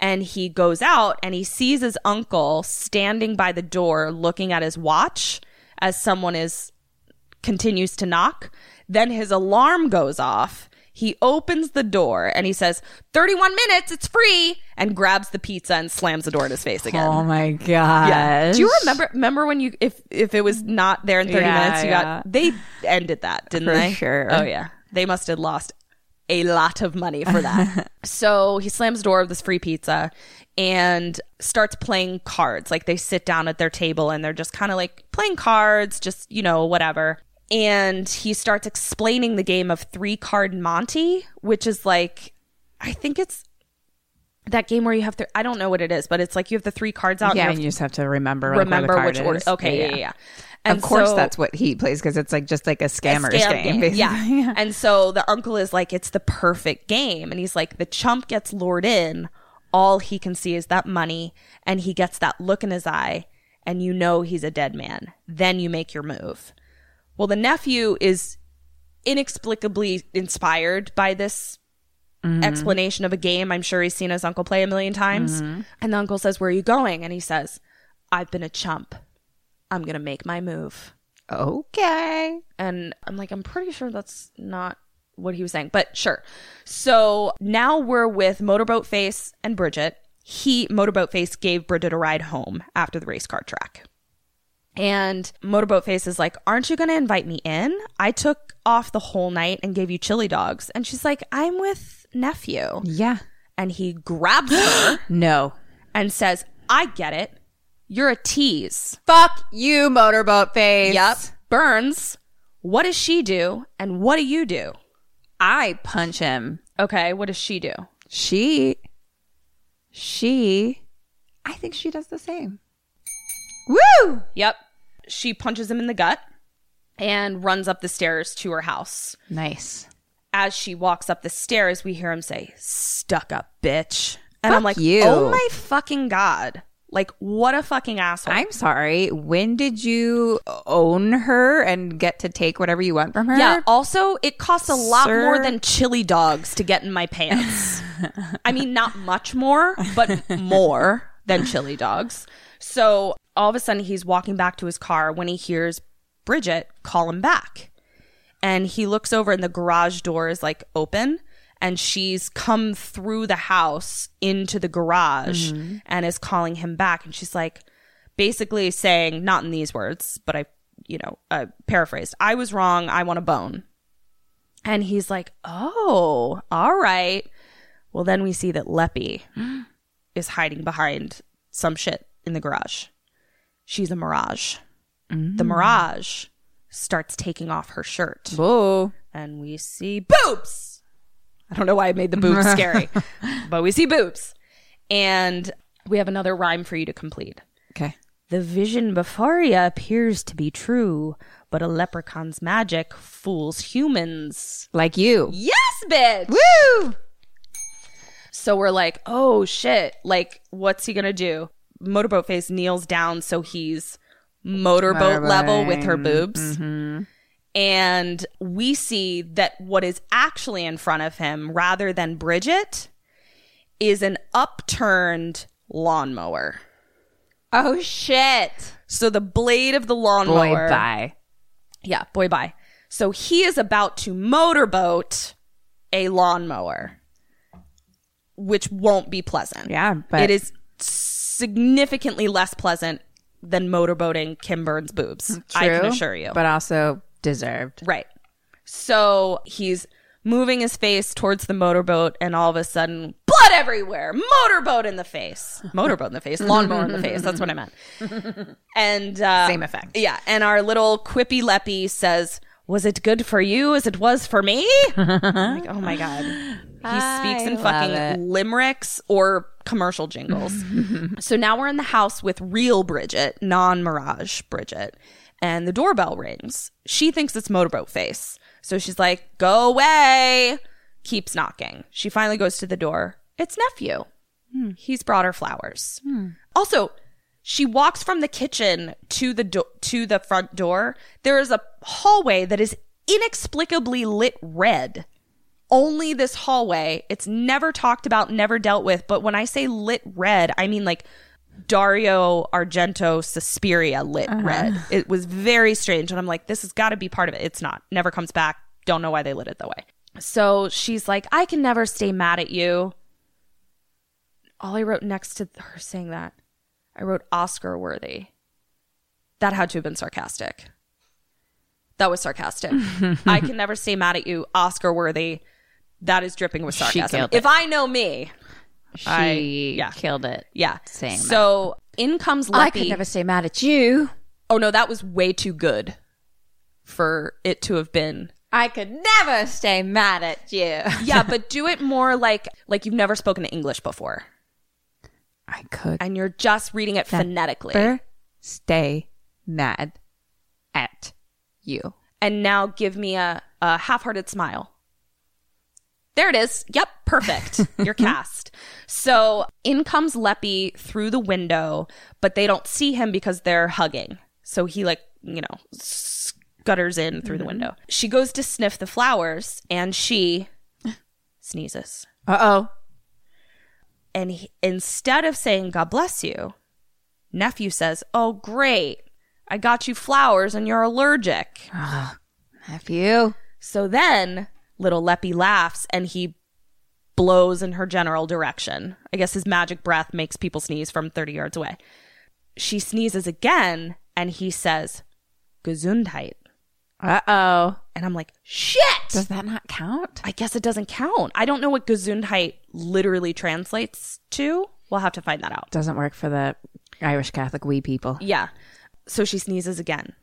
Speaker 6: And he goes out and he sees his uncle standing by the door looking at his watch as someone is continues to knock. Then his alarm goes off. He opens the door and he says, 31 minutes, it's free, and grabs the pizza and slams the door in his face again.
Speaker 5: Oh my god!
Speaker 6: Yeah. Do you remember remember when you if if it was not there in 30
Speaker 5: Yeah,
Speaker 6: minutes you
Speaker 5: yeah.
Speaker 6: got they ended that, didn't
Speaker 5: For
Speaker 6: they?
Speaker 5: sure.
Speaker 6: Oh yeah. They must have lost a lot of money for that. so he slams the door of this free pizza and starts playing cards. Like they sit down at their table and they're just kind of like playing cards, just, you know, whatever. And he starts explaining the game of three card Monty, which is like, I think it's that game where you have to, I don't know what it is, but it's like you have the three cards out. and
Speaker 5: Yeah,
Speaker 6: you're
Speaker 5: and you just have to remember like,
Speaker 6: remember
Speaker 5: where the card
Speaker 6: which order.
Speaker 5: is.
Speaker 6: Okay, yeah, yeah. yeah. And
Speaker 5: of course,
Speaker 6: so-
Speaker 5: that's what he plays because it's like just like a
Speaker 6: a
Speaker 5: scammer's
Speaker 6: scam
Speaker 5: game.
Speaker 6: game.
Speaker 5: basically.
Speaker 6: Yeah. And so the uncle is like, it's the perfect game, and he's like, the chump gets lured in. All he can see is that money, and he gets that look in his eye, and you know he's a dead man. Then you make your move. Well, the nephew is inexplicably inspired by this
Speaker 5: Mm-hmm.
Speaker 6: explanation of a game I'm sure he's seen his uncle play a million times.
Speaker 5: Mm-hmm.
Speaker 6: And the uncle says, Where are you going? And he says, I've been a chump. I'm going to make my move. Okay. And I'm like, I'm pretty sure that's not what he was saying, but sure. So now we're with Motorboat Face and Bridget. He, Motorboat Face, gave Bridget a ride home after the race car track. And Motorboat Face is like, Aren't you going to invite me in? I took off the whole night and gave you chili dogs. And she's like, I'm with nephew.
Speaker 5: Yeah.
Speaker 6: And he grabs her
Speaker 5: No.
Speaker 6: and says, I get it. You're a tease.
Speaker 5: Fuck you, motorboat face.
Speaker 6: Yep. Burns, what does she do? And what do you do?
Speaker 5: I punch him.
Speaker 6: Okay, what does she do?
Speaker 5: She, she, I think she does the same. Woo!
Speaker 6: Yep. She punches him in the gut and runs up the stairs to her house.
Speaker 5: Nice.
Speaker 6: As she walks up the stairs, we hear him say, Stuck up, bitch. And I'm
Speaker 5: Fuck
Speaker 6: like,
Speaker 5: you.
Speaker 6: Oh my fucking God. Like, what a fucking asshole.
Speaker 5: I'm sorry. When did you own her and get to take whatever you want from her?
Speaker 6: Yeah. Also, it costs a lot
Speaker 5: Sir?
Speaker 6: more than chili dogs to get in my pants. I mean, not much more, but more than chili dogs. So all of a sudden, he's walking back to his car when he hears Bridget call him back. And he looks over, and the garage door is like open. And she's come through the house into the garage and is calling him back. And she's like, basically saying, not in these words, but I, you know, uh, paraphrased, I was wrong. I want a bone. And he's like, oh, all right. Well, then we see that Leppy is hiding behind some shit in the garage. She's a mirage. The mirage starts taking off her shirt.
Speaker 5: Whoa.
Speaker 6: And we see boobs. I don't know why I made the boobs scary, but we see boobs. And we have another rhyme for you to complete.
Speaker 5: Okay.
Speaker 6: The vision before you appears to be true, but a leprechaun's magic fools humans.
Speaker 5: Like you.
Speaker 6: Yes, bitch!
Speaker 5: Woo!
Speaker 6: So we're like, oh shit, like, what's he gonna do? Motorboat face kneels down so he's motorboat level with her boobs.
Speaker 5: Mm-hmm.
Speaker 6: And we see that what is actually in front of him, rather than Bridget, is an upturned lawnmower.
Speaker 5: Oh shit.
Speaker 6: So the blade of the
Speaker 5: Boy,
Speaker 6: lawnmower.
Speaker 5: bye.
Speaker 6: Yeah, boy, bye. So he is about to motorboat a lawnmower, which won't be pleasant.
Speaker 5: Yeah, but-
Speaker 6: it is significantly less pleasant than motorboating Kim Burns' boobs. I can
Speaker 5: True,
Speaker 6: assure you.
Speaker 5: But also deserved.
Speaker 6: right. So he's moving his face towards the motorboat, and all of a sudden, blood everywhere. Motorboat in the face. Motorboat in the face. Lawnmower in the face. That's what I meant. And uh,
Speaker 5: Same effect.
Speaker 6: yeah, and our little quippy leppy says, "Was it good for you as it was for me?" I'm like, oh my god, he speaks in fucking limericks or commercial jingles. so now we're in the house with real Bridget, non Mirage Bridget, and the doorbell rings. She thinks it's Motorboat Face, so she's like, "Go away!" Keeps knocking. She finally goes to the door. It's nephew. He's brought her flowers. Also, she walks from the kitchen to the do- to the front door. There is a hallway that is inexplicably lit red. Only this hallway. It's never talked about, never dealt with. But when I say lit red, I mean like Dario Argento Suspiria lit red. It was very strange. And I'm like, this has got to be part of it. It's not. Never comes back. Don't know why they lit it that way. So she's like, I can never stay mad at you. All I wrote next to her saying that, I wrote Oscar worthy. That had to have been sarcastic. That was sarcastic. I can never stay mad at you, Oscar worthy. That is dripping with
Speaker 5: She
Speaker 6: sarcasm.
Speaker 5: killed it.
Speaker 6: If I know me,
Speaker 5: She
Speaker 6: I- yeah.
Speaker 5: killed it.
Speaker 6: yeah.
Speaker 5: Saying
Speaker 6: so in comes Leppy.
Speaker 5: I could never stay mad at you.
Speaker 6: oh no, that was way too good for it to have been.
Speaker 5: I could never stay mad at you.
Speaker 6: Yeah, but do it more like like you've never spoken English before,
Speaker 5: I could
Speaker 6: and you're just reading it phonetically.
Speaker 5: never stay mad at you.
Speaker 6: and now give me a, a half-hearted smile. There it is. Yep, perfect. You're cast. So in comes Leppy through the window, but they don't see him because they're hugging. So he like, you know, scutters in through the window. She goes to sniff the flowers and she sneezes.
Speaker 5: Uh oh.
Speaker 6: And he, instead of saying, God bless you, nephew says, Oh, great. I got you flowers and you're allergic.
Speaker 5: Have you?
Speaker 6: So then little Leppy laughs and he blows in her general direction. I guess his magic breath makes people sneeze from 30 yards away. She sneezes again and he says, Gesundheit.
Speaker 5: Uh oh.
Speaker 6: And I'm like, shit!
Speaker 5: Does that not count?
Speaker 6: I guess it doesn't count. I don't know what Gesundheit literally translates to. We'll have to find that out.
Speaker 5: Doesn't work for the Irish Catholic wee people.
Speaker 6: Yeah. So she sneezes again.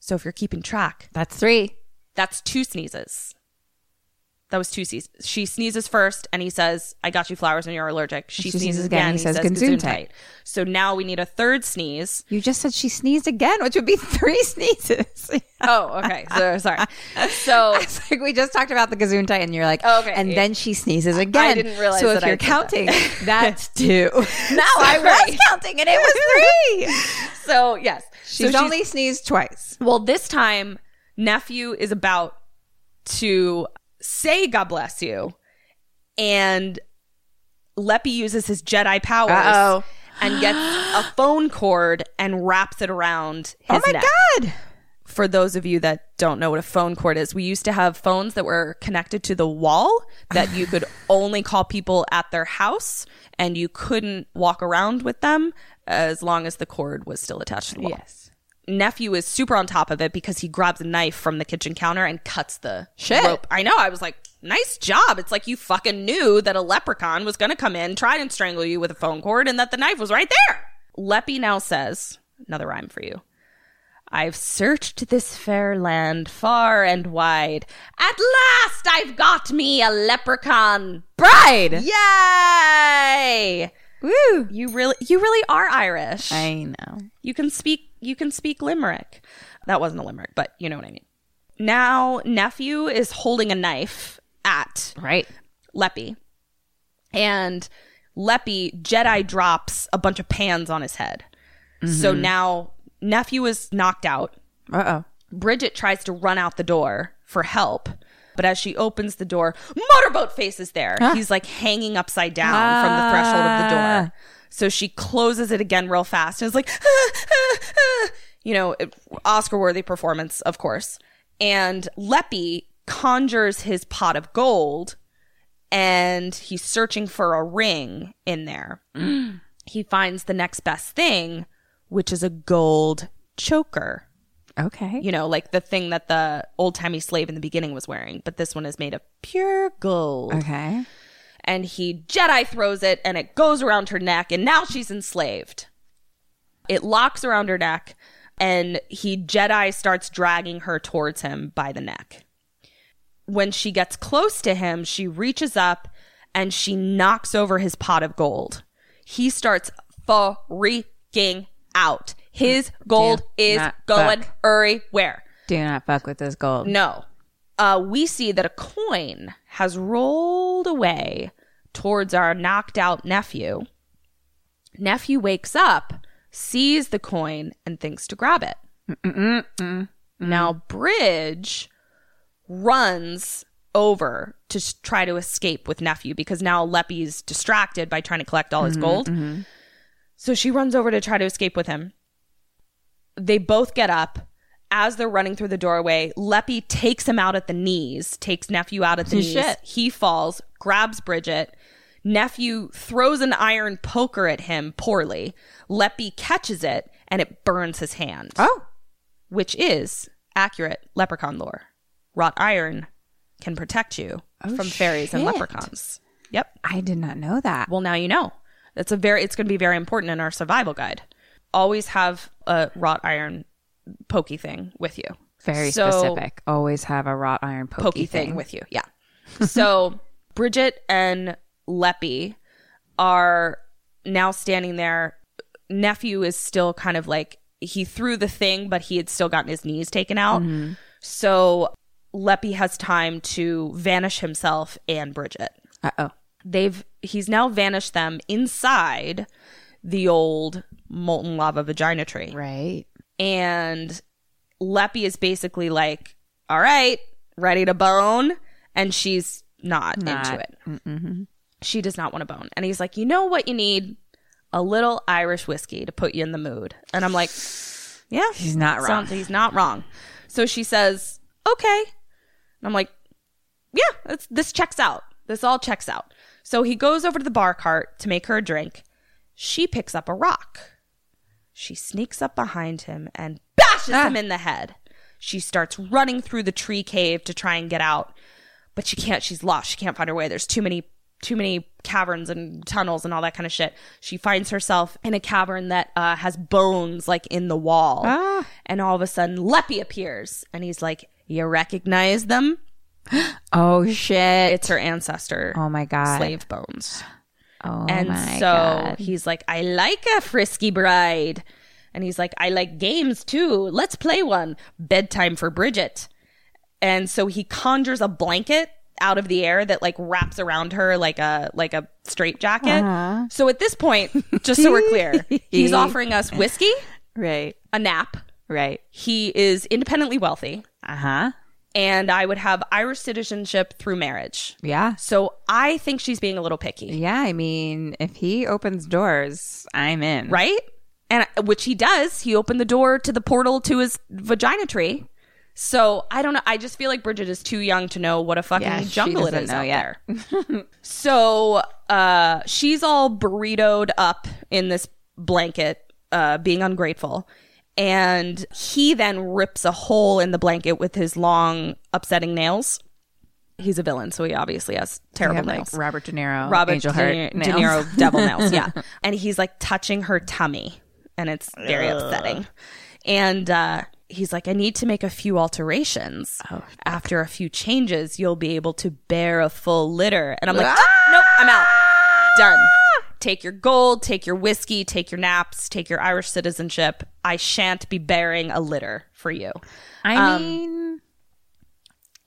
Speaker 6: So if you're keeping track,
Speaker 5: That's three.
Speaker 6: That's two sneezes. That was two sneezes. She sneezes first, and he says, "I got you flowers, and you're allergic." She, sneezes, again. and He says,
Speaker 5: "Gesundheit."
Speaker 6: "Gesundheit." So now we need a third sneeze.
Speaker 5: You just said she sneezed again, which would be three sneezes.
Speaker 6: Oh, okay. So sorry. So Oh,
Speaker 5: It's like we just talked about the Gazuntai, and you're like,
Speaker 6: Okay.
Speaker 5: And then she sneezes again.
Speaker 6: didn't realize
Speaker 5: So if
Speaker 6: that I
Speaker 5: you're
Speaker 6: did that.
Speaker 5: counting, that's two. now
Speaker 6: I
Speaker 5: was counting, and it was three.
Speaker 6: so yes, So
Speaker 5: She's only sneezed twice.
Speaker 6: well this time. Nephew is about to say "God bless you," and Leppy uses his Jedi powers
Speaker 5: Uh-oh.
Speaker 6: and gets a phone cord and wraps it around
Speaker 5: oh
Speaker 6: his
Speaker 5: my
Speaker 6: neck.
Speaker 5: god!
Speaker 6: for those of you that don't know what a phone cord is, we used to have phones that were connected to the wall that you could only call people at their house and you couldn't walk around with them as long as the cord was still attached to the wall.
Speaker 5: Yes.
Speaker 6: Nephew is super on top of it because he grabs a knife from the kitchen counter and cuts the
Speaker 5: Shit.
Speaker 6: rope. I know. I was like, nice job. It's like you fucking knew that a leprechaun was going to come in, try and strangle you with a phone cord, and that the knife was right there. Leppy now says, another rhyme for you. I've searched this fair land far and wide. At last I've got me a leprechaun.
Speaker 5: Bride.
Speaker 6: Yay!
Speaker 5: Woo!
Speaker 6: You really you really are Irish.
Speaker 5: I know.
Speaker 6: You can speak you can speak limerick. That wasn't a limerick, but you know what I mean. Now nephew is holding a knife at
Speaker 5: Right.
Speaker 6: Leppy. And Leppy Jedi drops a bunch of pans on his head. So now nephew is knocked out.
Speaker 5: Uh oh.
Speaker 6: Bridget tries to run out the door for help, but as she opens the door, Motorboat Face is there. He's like hanging upside down from the threshold of the door. So she closes it again real fast and is like, "Ah, you know, Oscar worthy performance, of course. And Leppy conjures his pot of gold and he's searching for a ring in there. He finds the next best thing, which is a gold choker
Speaker 5: Okay.
Speaker 6: you know, like the thing that the old timey slave in the beginning was wearing, but this one is made of pure gold.
Speaker 5: Okay.
Speaker 6: And he Jedi throws it and it goes around her neck, and now she's enslaved. It locks around her neck, and he Jedi starts dragging her towards him by the neck. When she gets close to him, she reaches up and she knocks over his pot of gold. He starts freaking out. His gold is
Speaker 5: not
Speaker 6: going
Speaker 5: fuck.
Speaker 6: everywhere.
Speaker 5: Do not fuck with this gold.
Speaker 6: No. Uh, we see that a coin has rolled away towards our knocked out nephew. Nephew wakes up, sees the coin, and thinks to grab it. Now, Bridge runs over to s- try to escape with nephew because now Leppy's distracted by trying to collect all his gold. So she runs over to try to escape with him. They both get up as they're running through the doorway, Leppy takes him out at the knees, takes nephew out at the knees.
Speaker 5: Shit.
Speaker 6: He falls, grabs Bridget. Nephew throws an iron poker at him poorly. Leppy catches it and it burns his hand,
Speaker 5: Oh,
Speaker 6: which is accurate leprechaun lore. Wrought iron can protect you from fairies and
Speaker 5: Oh, shit.
Speaker 6: leprechauns. Yep.
Speaker 5: I did not know that.
Speaker 6: Well, now you know. That's a very. It's going to be very important in our survival guide. Always have a wrought iron pokey thing with you.
Speaker 5: Very
Speaker 6: So-
Speaker 5: specific. Always have a wrought iron pokey,
Speaker 6: Pokey thing, with you. Yeah. so Bridget and Leppy are now standing there. Nephew is still kind of like he threw the thing, but he had still gotten his knees taken out. So Leppy has time to vanish himself and Bridget
Speaker 5: Uh oh.
Speaker 6: they've he's now vanished them inside the old molten lava vagina tree
Speaker 5: Right.
Speaker 6: and leppy is basically like all right ready to bone and she's not, into it she does not want to bone and he's like you know what you need a little irish whiskey to put you in the mood and i'm like yeah
Speaker 5: He's not wrong.
Speaker 6: Sounds- he's not wrong so she says okay and i'm like yeah, that's, this checks out. This all checks out. So he goes over to the bar cart to make her a drink. She picks up a rock. She sneaks up behind him and bashes
Speaker 5: Ah.
Speaker 6: him in the head. She starts running through the tree cave to try and get out, but she can't. She's lost. She can't find her way. There's too many too many caverns and tunnels and all that kind of shit. She finds herself in a cavern that uh, has bones like in the wall. And all of a sudden, Leppy appears and he's like, "You recognize them?"
Speaker 5: Oh shit.
Speaker 6: it's her ancestor.
Speaker 5: Oh my god.
Speaker 6: Slave bones.
Speaker 5: Oh
Speaker 6: and
Speaker 5: my
Speaker 6: so
Speaker 5: god.
Speaker 6: he's like, I like a frisky bride. And he's like, I like games too. Let's play one. Bedtime for Bridget. And so he conjures a blanket out of the air that like wraps around her like a like a straitjacket.
Speaker 5: Uh-huh.
Speaker 6: So at this point, just so we're clear, he's offering us whiskey,
Speaker 5: Right.
Speaker 6: a nap.
Speaker 5: Right.
Speaker 6: He is independently wealthy,
Speaker 5: Uh
Speaker 6: Uh-huh.
Speaker 5: huh.
Speaker 6: and I would have Irish citizenship through marriage.
Speaker 5: Yeah.
Speaker 6: So I think she's being a little picky,
Speaker 5: Yeah. I mean, if he opens doors, I'm in.
Speaker 6: right? And which he does. He opened the door to the portal to his vagina tree. So I don't know. I just feel like Bridget is too young to know what a fucking
Speaker 5: Yeah, she
Speaker 6: jungle it
Speaker 5: doesn't
Speaker 6: is
Speaker 5: know
Speaker 6: out
Speaker 5: yet.
Speaker 6: there. so uh, she's all burritoed up in this blanket, uh, being ungrateful. And he then rips a hole in the blanket with his long, upsetting nails. He's a villain, so he obviously has
Speaker 5: You
Speaker 6: terrible
Speaker 5: have,
Speaker 6: nails.
Speaker 5: like Robert De Niro,
Speaker 6: Robert
Speaker 5: Angel
Speaker 6: De,
Speaker 5: Heart
Speaker 6: De
Speaker 5: nails.
Speaker 6: Niro devil nails. Yeah. and he's like touching her tummy and it's very upsetting. And uh, he's like, I need to make a few alterations.
Speaker 5: Oh,
Speaker 6: After a few changes, you'll be able to bear a full litter. And I'm like, "Ah, nope, I'm out. Done. Take your gold, take your whiskey, take your naps, take your Irish citizenship. I shan't be bearing a litter for you.
Speaker 5: I
Speaker 6: Um,
Speaker 5: mean,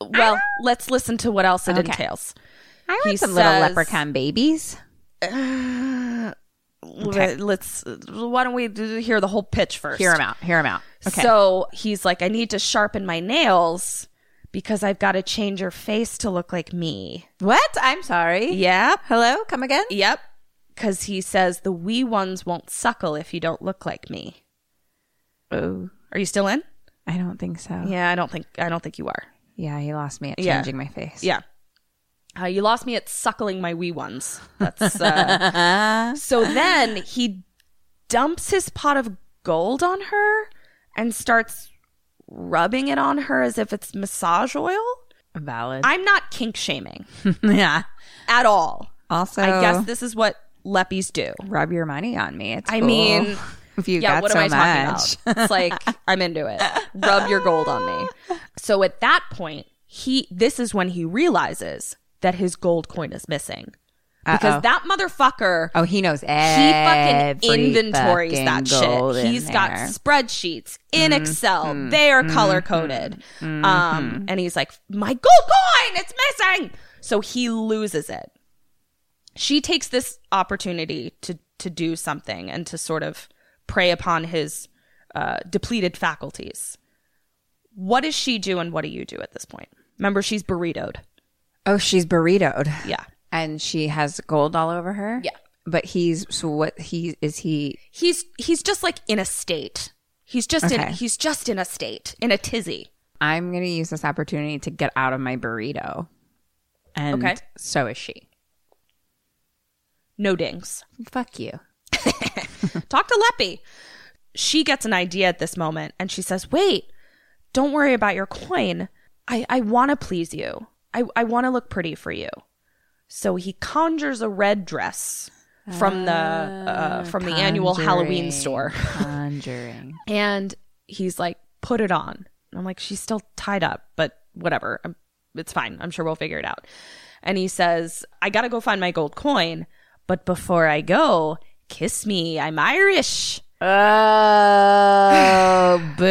Speaker 6: Well, let's listen to what else it
Speaker 5: Ah! Okay.
Speaker 6: entails.
Speaker 5: I
Speaker 6: he
Speaker 5: want some little
Speaker 6: says-
Speaker 5: leprechaun babies.
Speaker 6: Let- Let's. Why don't we do- hear the whole pitch first?
Speaker 5: Hear him out. Hear him out. Okay.
Speaker 6: So he's like, I need to sharpen my nails because I've got to change her face to look like me.
Speaker 5: what? I'm sorry.
Speaker 6: Yep.
Speaker 5: Hello. Come again.
Speaker 6: Yep. Because he says the wee ones won't suckle if you don't look like me.
Speaker 5: Oh,
Speaker 6: Are you still in?
Speaker 5: I don't think so.
Speaker 6: Yeah, I don't think I don't think you are.
Speaker 5: Yeah, he lost me at
Speaker 6: Yeah.
Speaker 5: changing my face.
Speaker 6: Yeah. Uh, you lost me at suckling my wee ones. That's uh... so. Then he dumps his pot of gold on her and starts rubbing it on her as if it's massage oil.
Speaker 5: Valid.
Speaker 6: I'm not kink shaming
Speaker 5: yeah.
Speaker 6: at all.
Speaker 5: Also,
Speaker 6: I guess this is what leppies do.
Speaker 5: rub your money on me. It's
Speaker 6: I
Speaker 5: cool.
Speaker 6: mean,
Speaker 5: if you
Speaker 6: yeah,
Speaker 5: got
Speaker 6: what
Speaker 5: so
Speaker 6: am I
Speaker 5: much.
Speaker 6: talking about? It's like I'm into it. Rub your gold on me. So at that point, he this is when he realizes that his gold coin is missing because
Speaker 5: Uh-oh.
Speaker 6: that motherfucker
Speaker 5: Oh, he knows
Speaker 6: he fucking
Speaker 5: every
Speaker 6: inventories
Speaker 5: fucking
Speaker 6: that
Speaker 5: gold
Speaker 6: shit.
Speaker 5: in
Speaker 6: He's got
Speaker 5: there. Mm-hmm.
Speaker 6: spreadsheets in Excel. they are color coded. Um, and he's like, my gold coin, it's missing. So he loses it. She takes this opportunity to to do something and to sort of prey upon his uh, depleted faculties. What does she do, and what do you do at this point? Remember, she's burritoed.
Speaker 5: Oh, she's burritoed.
Speaker 6: Yeah,
Speaker 5: and she has gold all over her.
Speaker 6: Yeah.
Speaker 5: but he's so what? He is he
Speaker 6: he's he's just like in a state. He's just in
Speaker 5: Okay.
Speaker 6: he's just in a state, in a tizzy.
Speaker 5: I'm going to use this opportunity to get out of my burrito. And
Speaker 6: Okay.
Speaker 5: so is she.
Speaker 6: No dings.
Speaker 5: Fuck you.
Speaker 6: Talk to Leppy. She gets an idea at this moment and she says, Wait, don't worry about your coin. I, I want to please you. I, I want to look pretty for you. So he conjures a red dress from the uh, from the annual Halloween store.
Speaker 5: Conjuring.
Speaker 6: And he's like, put it on. And I'm like, she's still tied up, but whatever. I'm, it's fine. I'm sure we'll figure it out. And he says, I got to go find my gold coin. But before I go, kiss me. I'm Irish.
Speaker 5: Oh, boo.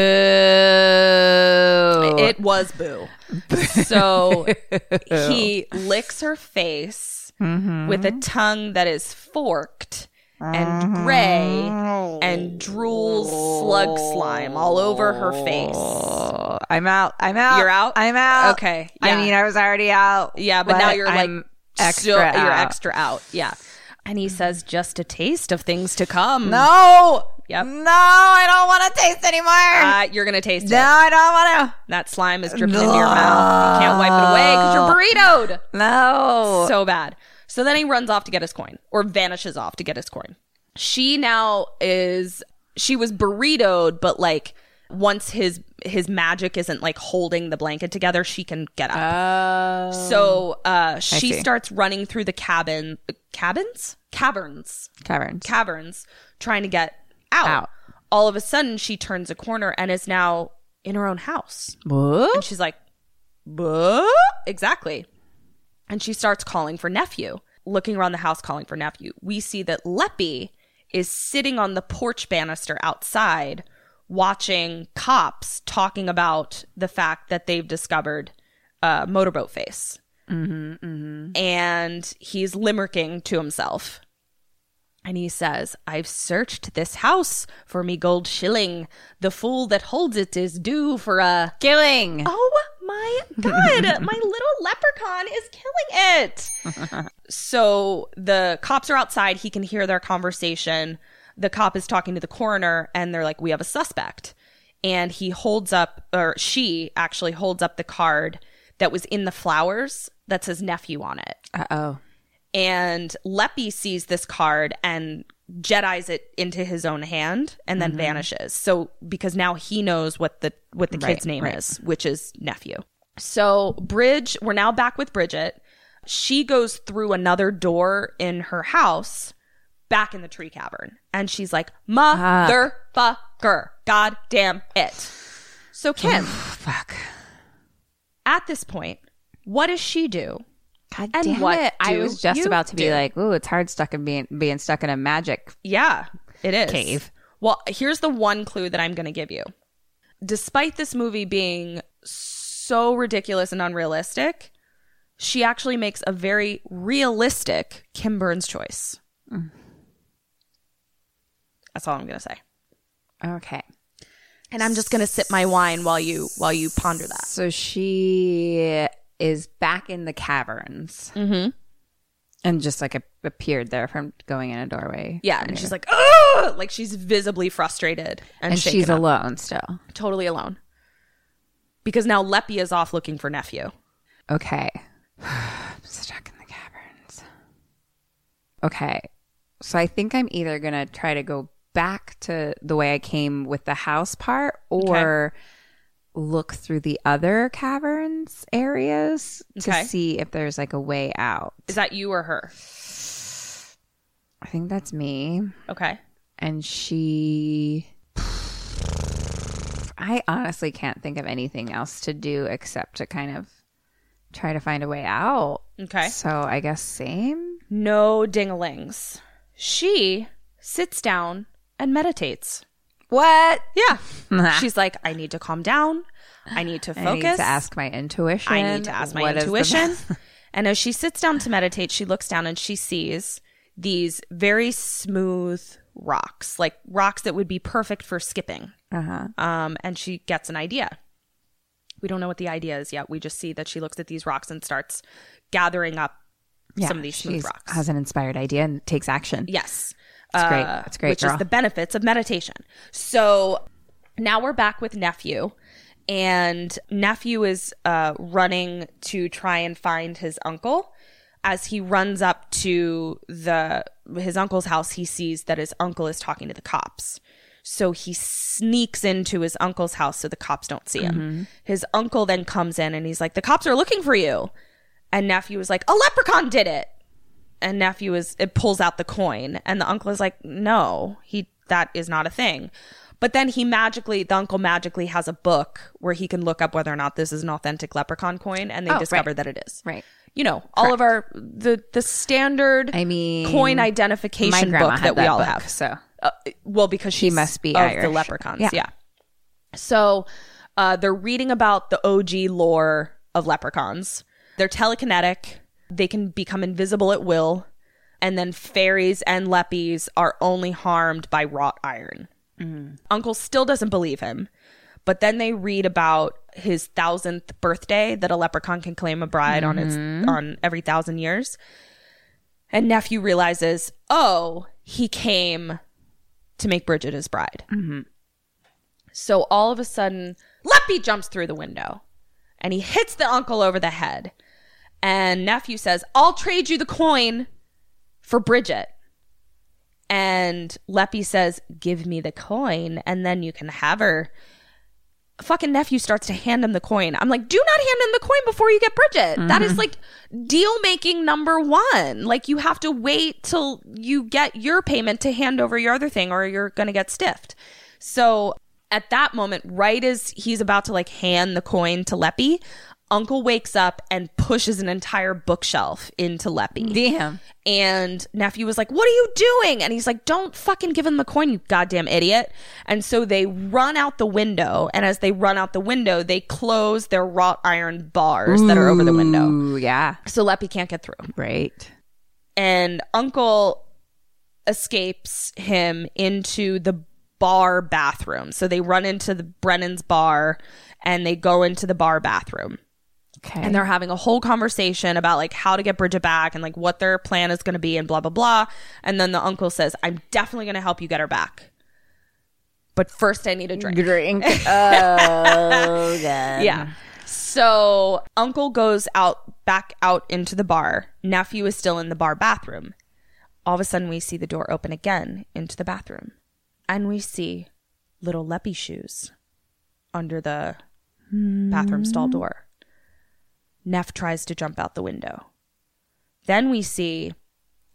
Speaker 6: It was Boo. so he licks her face with
Speaker 5: Mm-hmm.
Speaker 6: a tongue that is forked and gray
Speaker 5: Oh.
Speaker 6: and drools slug slime all over her face.
Speaker 5: I'm out. I'm out.
Speaker 6: You're Oh, out?
Speaker 5: Uh, I'm out.
Speaker 6: Okay.
Speaker 5: I
Speaker 6: Yeah.
Speaker 5: mean, I was already out.
Speaker 6: Yeah, but now you're like
Speaker 5: I'm extra.
Speaker 6: so-
Speaker 5: out.
Speaker 6: You're extra out. Yeah. And he says, just a taste of things to come.
Speaker 5: No.
Speaker 6: Yep.
Speaker 5: No, I don't want to taste anymore.
Speaker 6: Uh, you're going to taste
Speaker 5: no,
Speaker 6: it.
Speaker 5: I don't want
Speaker 6: That slime is dripping into your mouth. You can't wipe it away because you're burritoed.
Speaker 5: to. No.
Speaker 6: So bad. So then he runs off to get his coin or vanishes off to get his coin. She now is, she was burritoed, but like once his his magic isn't like holding the blanket together, she can get up. So uh, she
Speaker 5: Oh. see.
Speaker 6: starts running through the cabin, cabins, caverns,
Speaker 5: Caverns.
Speaker 6: caverns, trying to get out.
Speaker 5: Out.
Speaker 6: All of a sudden, she turns a corner and is now in her own house. And she's like, "Buh?" exactly. And she starts calling for nephew, looking around the house, calling for nephew. We see that Leppy is sitting on the porch banister outside, watching cops talking about the fact that they've discovered uh, motorboat face. And he's limericking to himself. And he says, I've searched this house for me gold shilling. The fool that holds it is due for a.
Speaker 5: Killing.
Speaker 6: Oh my God, my little leprechaun is killing it. so the cops are outside. He can hear their conversation. The cop is talking to the coroner, and they're like, We have a suspect. And he holds up, or she actually holds up the card that was in the flowers that says nephew on it
Speaker 5: Uh oh.
Speaker 6: and Leppy sees this card and Jedi's it into his own hand and then vanishes. So because now he knows what the what the kid's name is, which is nephew. So Bridge, we're now back with Bridget. She goes through another door in her house back in the tree cavern and she's like, "Motherfucker, goddamn it." So Kim,
Speaker 5: Fuck.
Speaker 6: at this point, what does she do?
Speaker 5: God
Speaker 6: And
Speaker 5: damn
Speaker 6: what
Speaker 5: it. I
Speaker 6: do
Speaker 5: was just
Speaker 6: you
Speaker 5: about to be
Speaker 6: do?
Speaker 5: like, ooh, it's hard stuck in being being stuck in a magic.
Speaker 6: Yeah, it is.
Speaker 5: Cave.
Speaker 6: Well, here's the one clue that I'm going to give you. Despite this movie being so ridiculous and unrealistic, she actually makes a very realistic Kim Burns choice. That's all I'm going to say.
Speaker 5: Okay.
Speaker 6: And I'm just going to sip my wine while you while you ponder that.
Speaker 5: So she is back in the caverns. Mm-hmm. And just like a- appeared there from going in a doorway.
Speaker 6: Yeah, and she's like, "Oh!" Like she's visibly frustrated and,
Speaker 5: and
Speaker 6: shaken
Speaker 5: she's
Speaker 6: up.
Speaker 5: alone still.
Speaker 6: totally alone. Because now Leppy is off looking for nephew.
Speaker 5: Okay. I'm stuck in the caverns. Okay. So I think I'm either going to try to go back to the way I came with the house part or look through the other caverns areas to
Speaker 6: Okay.
Speaker 5: see if there's like a way out.
Speaker 6: Is that you or her?
Speaker 5: I think that's me.
Speaker 6: Okay.
Speaker 5: And she. I honestly can't think of anything else to do except to kind of try to find a way out.
Speaker 6: Okay.
Speaker 5: So I guess same.
Speaker 6: No dinglings. She sits down and meditates.
Speaker 5: What?
Speaker 6: Yeah. She's like, I need to calm down. I need to focus.
Speaker 5: I need to ask my intuition.
Speaker 6: I need to ask my
Speaker 5: What is the
Speaker 6: intuition.
Speaker 5: best-
Speaker 6: and as she sits down to meditate, she looks down and she sees these very smooth rocks, like rocks that would be perfect for skipping.
Speaker 5: Uh-huh.
Speaker 6: Um, and she gets an idea. We don't know what the idea is yet. We just see that she looks at these rocks and starts gathering up
Speaker 5: Yeah,
Speaker 6: some of these smooth
Speaker 5: she's-
Speaker 6: rocks.
Speaker 5: Has an inspired idea and takes action.
Speaker 6: Yes. Uh,
Speaker 5: It's great. It's great,
Speaker 6: Which
Speaker 5: girl.
Speaker 6: is the benefits of meditation. So now we're back with nephew and nephew is uh, running to try and find his uncle as he runs up to the his uncle's house he sees that his uncle is talking to the cops so he sneaks into his uncle's house so the cops don't see him
Speaker 5: Mm-hmm.
Speaker 6: his uncle then comes in and he's like the cops are looking for you and nephew is like a leprechaun did it and nephew is it pulls out the coin and the uncle is like no he that is not a thing but then he magically the uncle magically has a book where he can look up whether or not this is an authentic leprechaun coin and they
Speaker 5: Oh, right.
Speaker 6: discover that it is
Speaker 5: Right.
Speaker 6: you know all of our the the standard
Speaker 5: I mean,
Speaker 6: coin identification book that, we all have
Speaker 5: So
Speaker 6: uh, well because she
Speaker 5: must be
Speaker 6: of the
Speaker 5: Irish.
Speaker 6: leprechauns
Speaker 5: Yeah.
Speaker 6: yeah, so uh, they're reading about the og lore of leprechauns they're telekinetic they can become invisible at will and then fairies and leppies are only harmed by wrought iron uncle still doesn't believe him but then they read about his thousandth birthday that a leprechaun can claim a bride on its on every thousand years and nephew realizes, oh, he came to make Bridget his bride. So all of a sudden, Leppy jumps through the window and he hits the uncle over the head. And nephew says, I'll trade you the coin for Bridget. And Leppy says, Give me the coin and then you can have her. Fucking nephew starts to hand him the coin. I'm like, do not hand him the coin before you get Bridget. That is like deal making number one. Like, you have to wait till you get your payment to hand over your other thing or you're going to get stiffed. So at that moment, right as he's about to like hand the coin to Leppy, Uncle wakes up and pushes an entire bookshelf into Leppy.
Speaker 5: damn.
Speaker 6: And nephew was like, What are you doing? And he's like, Don't fucking give him the coin, you goddamn idiot. And so they run out the window. And as they run out the window, they close their wrought iron bars that are over the window.
Speaker 5: Ooh, yeah.
Speaker 6: So Leppy can't get through
Speaker 5: Right.
Speaker 6: and uncle escapes him into the bar bathroom so they run into the brennan's bar and they go into the bar bathroom
Speaker 5: Okay.
Speaker 6: and they're having a whole conversation about like how to get bridget back and like what their plan is going to be and blah blah blah and then the uncle says i'm definitely going to help you get her back but first i need a drink
Speaker 5: drink. Oh, god.
Speaker 6: Yeah. So uncle goes out back out into the bar. Nephew is still in the bar bathroom. All of a sudden, we see the door open again into the bathroom, and we see little Leppy shoes under the bathroom stall door. Neff tries to jump out the window. Then we see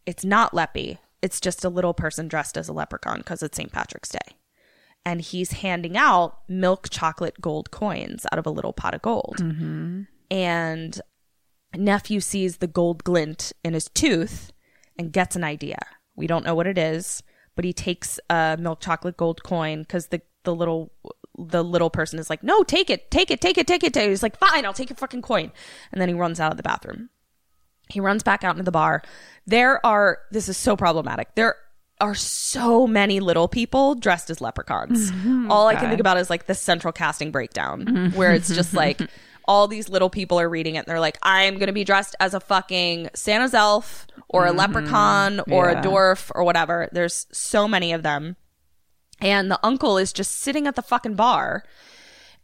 Speaker 6: it's not Leppy. It's just a little person dressed as a leprechaun because it's St. Patrick's Day and he's handing out milk chocolate gold coins out of a little pot of gold. And nephew sees the gold glint in his tooth and gets an idea. We don't know what it is, but he takes a milk chocolate gold coin because the the little the little person is like, "No, take it, take it, take it, take it." Take it. He's like, "Fine, I'll take your fucking coin," and then he runs out of the bathroom. He runs back out into the bar. There are, this is so problematic. There are so many little people dressed as leprechauns. All I can think about is like the central casting breakdown, where it's just like all these little people are reading it and they're like, I'm going to be dressed as a fucking Santa's elf or a leprechaun or a dwarf or whatever. There's so many of them. And the uncle is just sitting at the fucking bar.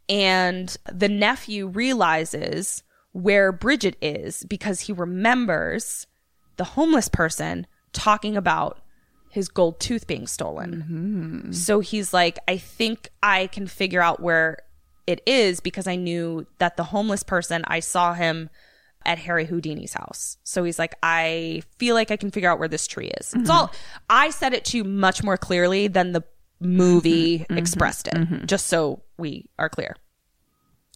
Speaker 6: And the nephew realizes where Bridget is because he remembers the homeless person talking about his gold tooth being stolen. So he's like, I think I can figure out where it is because I knew that the homeless person, I saw him at Harry Houdini's house. So he's like, I feel like I can figure out where this tree is. It's all, I said it to you much more clearly than the movie expressed it, just so we are clear.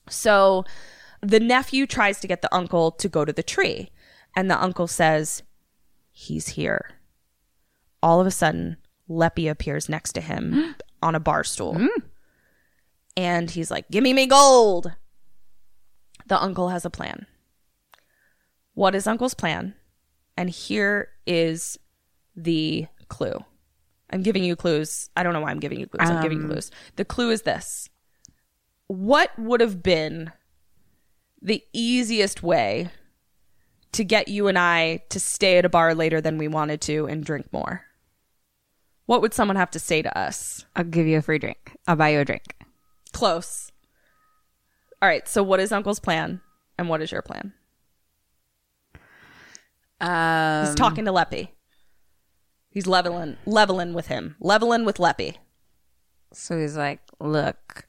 Speaker 6: So the nephew tries to get the uncle to go to the tree, and the uncle says, He's here. All of a sudden, Leppy appears next to him on a bar stool. And he's like, Gimme me gold. The uncle has a plan. What is uncle's plan? And here is the clue. I'm giving you clues. I don't know why I'm giving you clues. I'm giving you clues. The clue is this What would have been the easiest way to get you and I to stay at a bar later than we wanted to and drink more? What would someone have to say to us?
Speaker 5: I'll give you a free drink. I'll buy you a drink.
Speaker 6: Close. All right. So, what is Uncle's plan, and what is your plan?
Speaker 5: Um,
Speaker 6: He's talking to Leppy. He's leveling, leveling with him, leveling with Leppy.
Speaker 5: So he's like, look,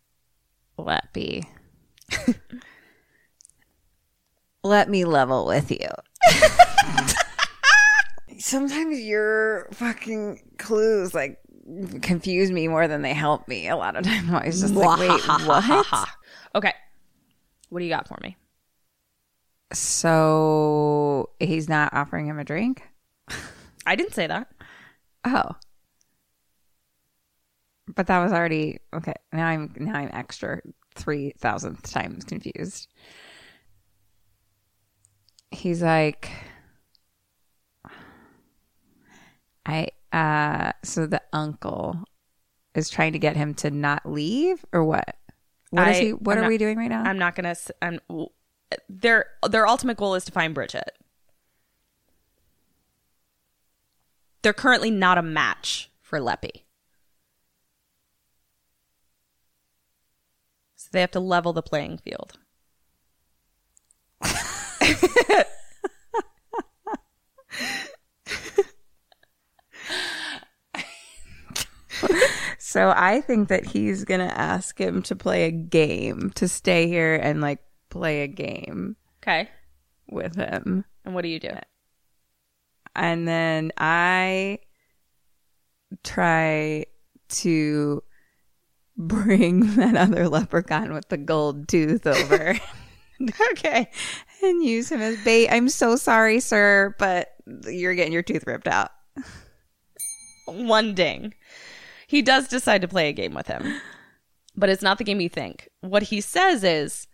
Speaker 5: Leppy. Let me level with you. Sometimes your fucking clues like confuse me more than they help me. A lot of times I was just like, wait, what?
Speaker 6: Okay. What do you got for me?
Speaker 5: So he's not offering him a drink?
Speaker 6: I didn't say that.
Speaker 5: Oh. But that was already okay. Now I'm now I'm extra three thousandth times confused. He's like I uh so the uncle is trying to get him to not leave or what? What is
Speaker 6: I-
Speaker 5: he what
Speaker 6: I'm
Speaker 5: are
Speaker 6: not-
Speaker 5: we doing right now?
Speaker 6: I'm not gonna. s- I'm. w- Their their ultimate goal is to find Bridget. They're currently not a match for Leppy. So they have to level the playing field.
Speaker 5: So I think that he's going to ask him to play a game, to stay here and like play a game
Speaker 6: Okay.
Speaker 5: with him.
Speaker 6: And what do you do?
Speaker 5: And then I try to bring that other leprechaun with the gold tooth over. okay. And use him as bait. I'm so sorry, sir, but you're getting your tooth ripped out.
Speaker 6: One ding. He does decide to play a game with him, but it's not the game you think. What he says is,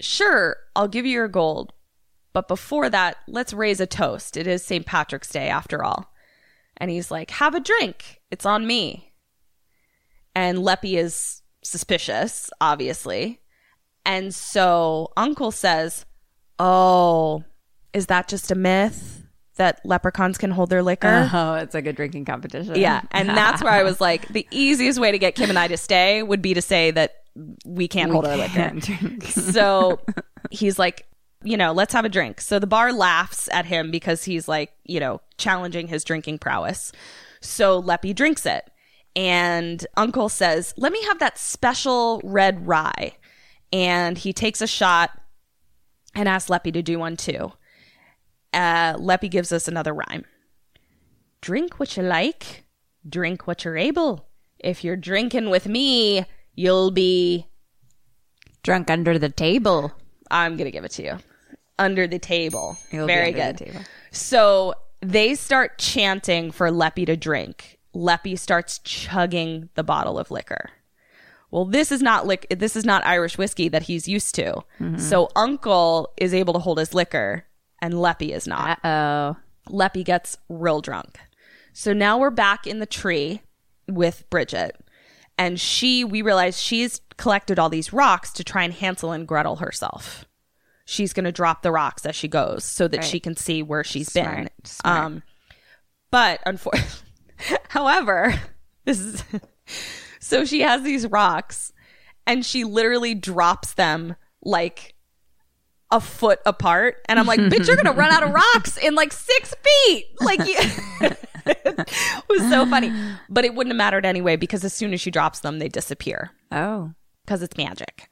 Speaker 6: sure, I'll give you your gold, but before that, let's raise a toast. It is St. Patrick's Day after all. And he's like, have a drink. It's on me. And Leppy is suspicious, obviously. And so Uncle says, oh, is that just a myth that leprechauns can hold their liquor?
Speaker 5: Oh, it's like a drinking competition.
Speaker 6: Yeah. And that's where I was like, the easiest way to get Kim and I to stay would be to say that we can't hold our liquor. So he's like, you know, let's have a drink. So the bar laughs at him because he's like, you know, challenging his drinking prowess. So Leppy drinks it. And Uncle says, let me have that special red rye. And he takes a shot and asks Leppy to do one too. Uh, Leppy gives us another rhyme drink what you like, drink what you're able. If you're drinking with me, you'll be.
Speaker 5: Drunk under the table.
Speaker 6: I'm going to give it to you. Under the table.
Speaker 5: You'll be
Speaker 6: Very
Speaker 5: under
Speaker 6: good.
Speaker 5: the table.
Speaker 6: So they start chanting for Leppy to drink. Leppy starts chugging the bottle of liquor. Well, this is not lick. This is not Irish whiskey that he's used to.
Speaker 5: Mm-hmm.
Speaker 6: So Uncle is able to hold his liquor, and Leppy is not.
Speaker 5: Oh.
Speaker 6: Leppy gets real drunk. So now we're back in the tree with Bridget. And she, we realize she's collected all these rocks to try and Hansel and Gretel herself. She's going to drop the rocks as she goes so that she can see where she's been.
Speaker 5: Smart, smart.
Speaker 6: Um, but unfortunately, however, this is so she has these rocks and she literally drops them like a foot apart. And I'm like, bitch, you're going to run out of rocks in like six feet. Like, you- it was so funny. But it wouldn't have mattered anyway because as soon as she drops them, they disappear
Speaker 5: Oh.
Speaker 6: because it's magic.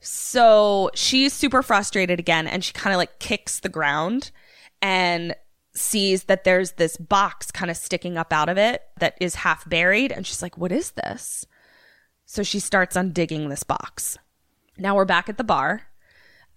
Speaker 6: So she's super frustrated again and she kind of like kicks the ground and sees that there's this box kind of sticking up out of it that is half buried. And she's like, what is this? So she starts undigging this box. Now we're back at the bar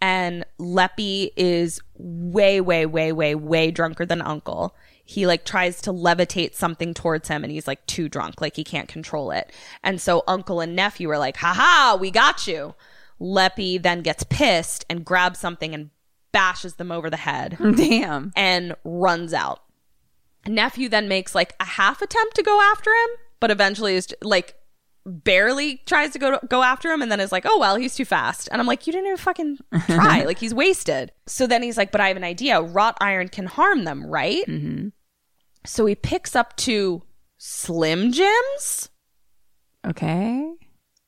Speaker 6: and Leppy is way, way, way, way, way drunker than Uncle. He like tries to levitate something towards him and he's like too drunk, like he can't control it. And so Uncle and nephew are like, haha, we got you. Leppy then gets pissed and grabs something and bashes them over the head
Speaker 5: Damn.
Speaker 6: and runs out. Nephew then makes like a half attempt to go after him, but eventually is like barely tries to go go after him and then is like, "Oh well, he's too fast." And I'm like, "You didn't even fucking try. like he's wasted." So then he's like, "But I have an idea. Wrought iron can harm them, right?" Mm-hmm. So he picks up two Slim Jims.
Speaker 5: Okay.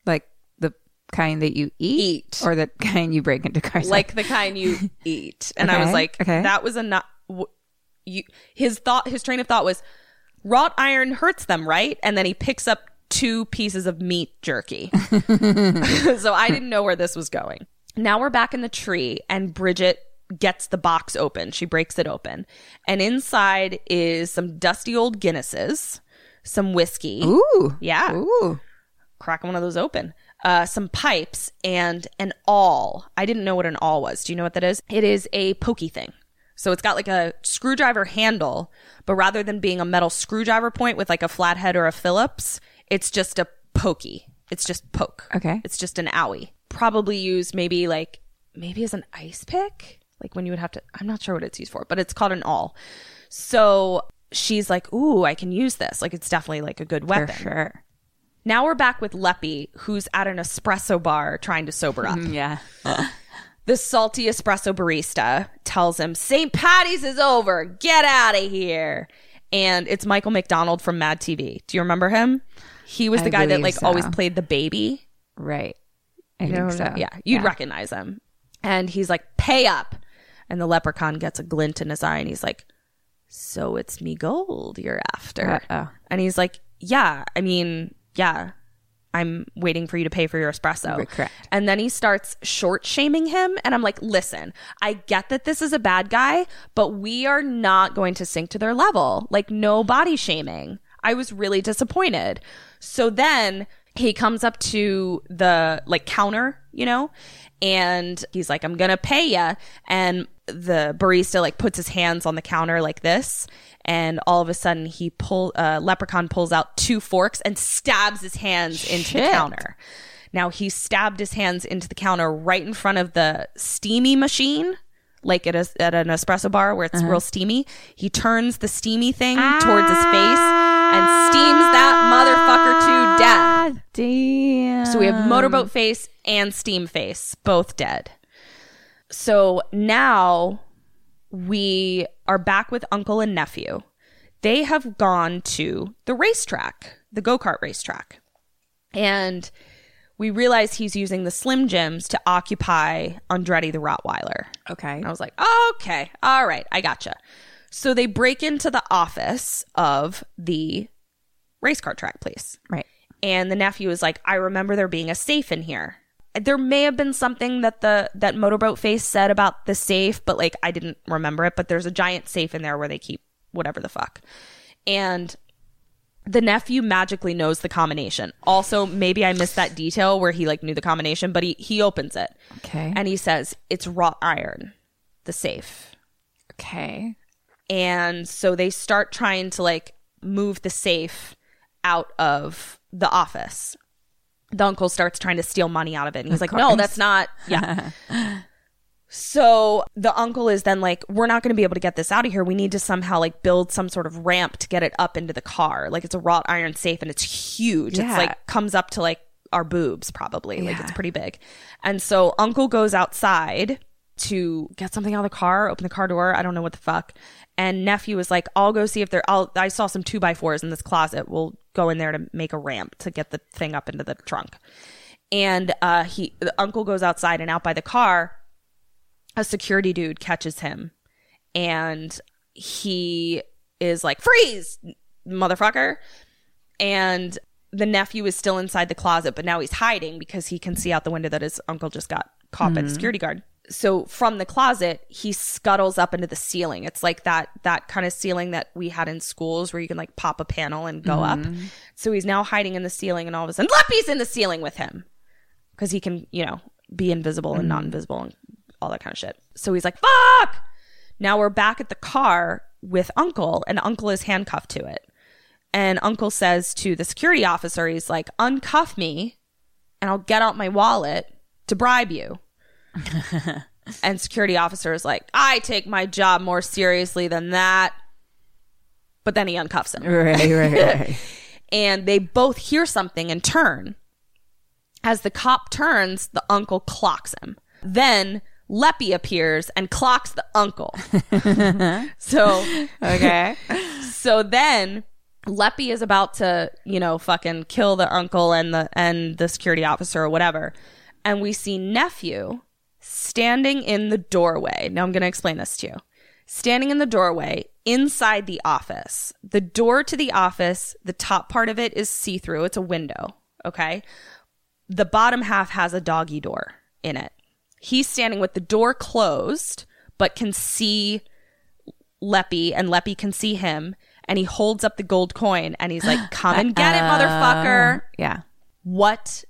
Speaker 5: Like the kind that you eat,
Speaker 6: Eat.
Speaker 5: or the kind you break into cars?
Speaker 6: like the kind you eat. And I was
Speaker 5: Okay,
Speaker 6: like,
Speaker 5: okay.
Speaker 6: that was a not. W- you, his thought, his train of thought was, wrought iron hurts them, right? And then he picks up two pieces of meat jerky. so I didn't know where this was going. Now we're back in the tree, and Bridget gets the box open. She breaks it open, and inside is some dusty old Guinnesses, some whiskey.
Speaker 5: ooh,
Speaker 6: Yeah
Speaker 5: ooh,
Speaker 6: cracking one of those open. Uh, some pipes and an awl. I didn't know what an awl was. Do you know what that is? It is a pokey thing. So it's got like a screwdriver handle, but rather than being a metal screwdriver point with like a flathead or a Phillips, it's just a pokey. It's just poke.
Speaker 5: Okay.
Speaker 6: It's just an owie. Probably used maybe like, maybe as an ice pick? Like when you would have to, I'm not sure what it's used for, but it's called an awl. So she's like, ooh, I can use this. Like it's definitely like a good weapon.
Speaker 5: for sure.
Speaker 6: Now we're back with Leppy, who's at an espresso bar trying to sober up.
Speaker 5: Yeah,
Speaker 6: The salty espresso barista tells him, St. Patty's is over. Get out of here. And it's Michael McDonald from Mad TV. Do you remember him? He was the
Speaker 5: I
Speaker 6: guy that
Speaker 5: believe
Speaker 6: like
Speaker 5: so.
Speaker 6: always played the baby.
Speaker 5: right. I think so.
Speaker 6: Yeah, you'd recognize him. And he's like, pay up. And the leprechaun gets a glint in his eye and he's like, so it's me gold you're after.
Speaker 5: Uh-oh.
Speaker 6: And he's like, yeah, I mean, yeah, I'm waiting for you to pay for your espresso.
Speaker 5: Right, correct.
Speaker 6: And then he starts short shaming him. And I'm like, listen, I get that this is a bad guy, but we are not going to sink to their level. Like, no body shaming. I was really disappointed. So then he comes up to the like counter, you know, and he's like, I'm going to pay ya. And the barista like puts his hands on the counter like this. And all of a sudden he pull, uh, leprechaun pulls out two forks and stabs his hands into the
Speaker 5: Shit.
Speaker 6: counter. Now he stabbed his hands into the counter right in front of the steamy machine, like at a, at an espresso bar where it's real steamy. He turns the steamy thing towards his face and steams that motherfucker to death.
Speaker 5: Damn.
Speaker 6: So we have motorboat face and steam face, both dead. So now we are back with uncle and nephew. They have gone to the racetrack, the go kart racetrack. And we realize he's using the Slim Jims to occupy Andretti the Rottweiler.
Speaker 5: Okay.
Speaker 6: And I was like, okay, all right, I gotcha. So they break into the office of the race car track place.
Speaker 5: Right.
Speaker 6: And the nephew is like, I remember there being a safe in here. There may have been something that the that motorboat face said about the safe, but like I didn't remember it. But there's a giant safe in there where they keep whatever the fuck. And the nephew magically knows the combination. Also, maybe I missed that detail where he like knew the combination, but he he opens it
Speaker 5: Okay.
Speaker 6: and he says it's wrought iron, the safe.
Speaker 5: okay.
Speaker 6: And so they start trying to like move the safe out of the office. The uncle starts trying to steal money out of it. And he's like, no,
Speaker 5: course.
Speaker 6: that's not. Yeah. so the uncle is then like, we're not going to be able to get this out of here. We need to somehow like build some sort of ramp to get it up into the car. Like it's a wrought iron safe and it's huge.
Speaker 5: Yeah.
Speaker 6: It's like comes up to like our boobs, probably. Like it's pretty big. And so uncle goes outside to get something out of the car, open the car door. I don't know what the fuck. And nephew is like, I'll go see if there. I'll. I saw some two by fours in this closet. We'll go in there to make a ramp to get the thing up into the trunk. And uh, he, the uncle goes outside and out by the car. A security dude catches him, and he is like, "Freeze, motherfucker!" And the nephew is still inside the closet, but now he's hiding because he can see out the window that his uncle just got caught by the security guard. So from the closet, he scuttles up into the ceiling. It's like that that kind of ceiling that we had in schools where you can like pop a panel and go up. So he's now hiding in the ceiling, and all of a sudden, Leppy's in the ceiling with him because he can, you know, be invisible
Speaker 5: Mm-hmm.
Speaker 6: and not invisible and all that kind of shit. So he's like, "Fuck!" Now we're back at the car with Uncle, and Uncle is handcuffed to it. And Uncle says to the security officer, he's like, uncuff me and I'll get out my wallet to bribe you. and security officer is like, I take my job more seriously than that. But then he uncuffs him.
Speaker 5: Right. Right. Right.
Speaker 6: And they both hear something and turn. As the cop turns, the uncle clocks him. Then Leppy appears and clocks the uncle. so
Speaker 5: okay.
Speaker 6: so then Leppy is about to, you know, fucking kill the uncle and the and the security officer or whatever. and we see nephew standing in the doorway. Now I'm going to explain this to you. Standing in the doorway inside the office. The door to the office, the top part of it is see through, it's a window. Okay. The bottom half has a doggy door in it. He's standing with the door closed, but can see Leppy, and Leppy can see him. And he holds up the gold coin and he's like, Come and get it, motherfucker.
Speaker 5: Yeah.
Speaker 6: What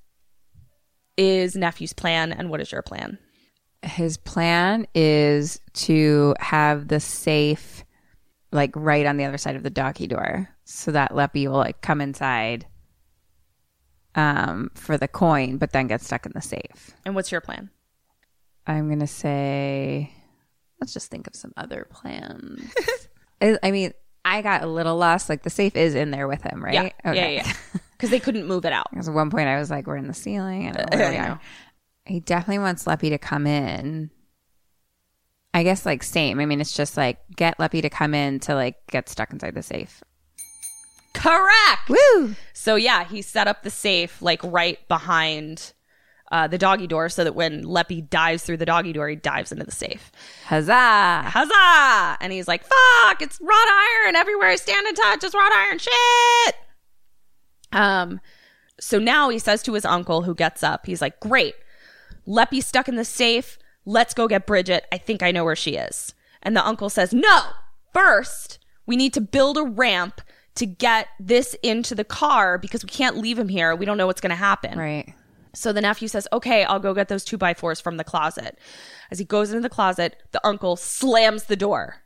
Speaker 6: is nephew's plan and what is your plan?
Speaker 5: His plan is to have the safe like right on the other side of the docky door so that Leppy will like come inside um for the coin but then get stuck in the safe.
Speaker 6: And what's your plan?
Speaker 5: I'm going to say let's just think of some other plans. I I mean, I got a little lost like the safe is in there with him, right?
Speaker 6: Yeah. Yeah, yeah. Because they couldn't move it out.
Speaker 5: Because at one point I was like, we're in the ceiling. And where we are. He definitely wants Leppy to come in. I guess like same. I mean, it's just like get Leppy to come in to like get stuck inside the safe.
Speaker 6: Correct.
Speaker 5: Woo!
Speaker 6: So yeah, he set up the safe like right behind uh, the doggy door so that when Leppy dives through the doggy door, he dives into the safe.
Speaker 5: Huzzah!
Speaker 6: Huzzah! And he's like, fuck, it's wrought iron everywhere I stand and touch, it's wrought iron shit. Um, so now he says to his uncle who gets up, he's like, Great, Leppy's stuck in the safe. Let's go get Bridget. I think I know where she is. And the uncle says, No, first, we need to build a ramp to get this into the car because we can't leave him here. We don't know what's going to happen.
Speaker 5: Right.
Speaker 6: So the nephew says, Okay, I'll go get those two by fours from the closet. As he goes into the closet, the uncle slams the door,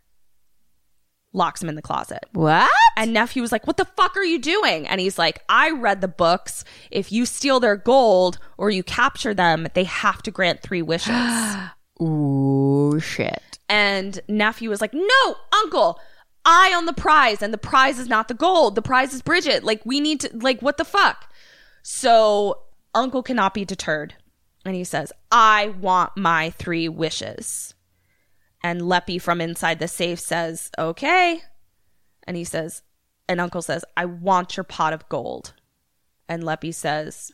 Speaker 6: locks him in the closet.
Speaker 5: What?
Speaker 6: And nephew was like, What the fuck are you doing? And he's like, I read the books. If you steal their gold or you capture them, they have to grant three wishes.
Speaker 5: Ooh, shit.
Speaker 6: and nephew was like, No, uncle, I own the prize, and the prize is not the gold. The prize is Bridget. Like, we need to, like, what the fuck? So, uncle cannot be deterred. And he says, I want my three wishes. And Leppy from inside the safe says, Okay. And he says, and uncle says, I want your pot of gold. And Leppy says,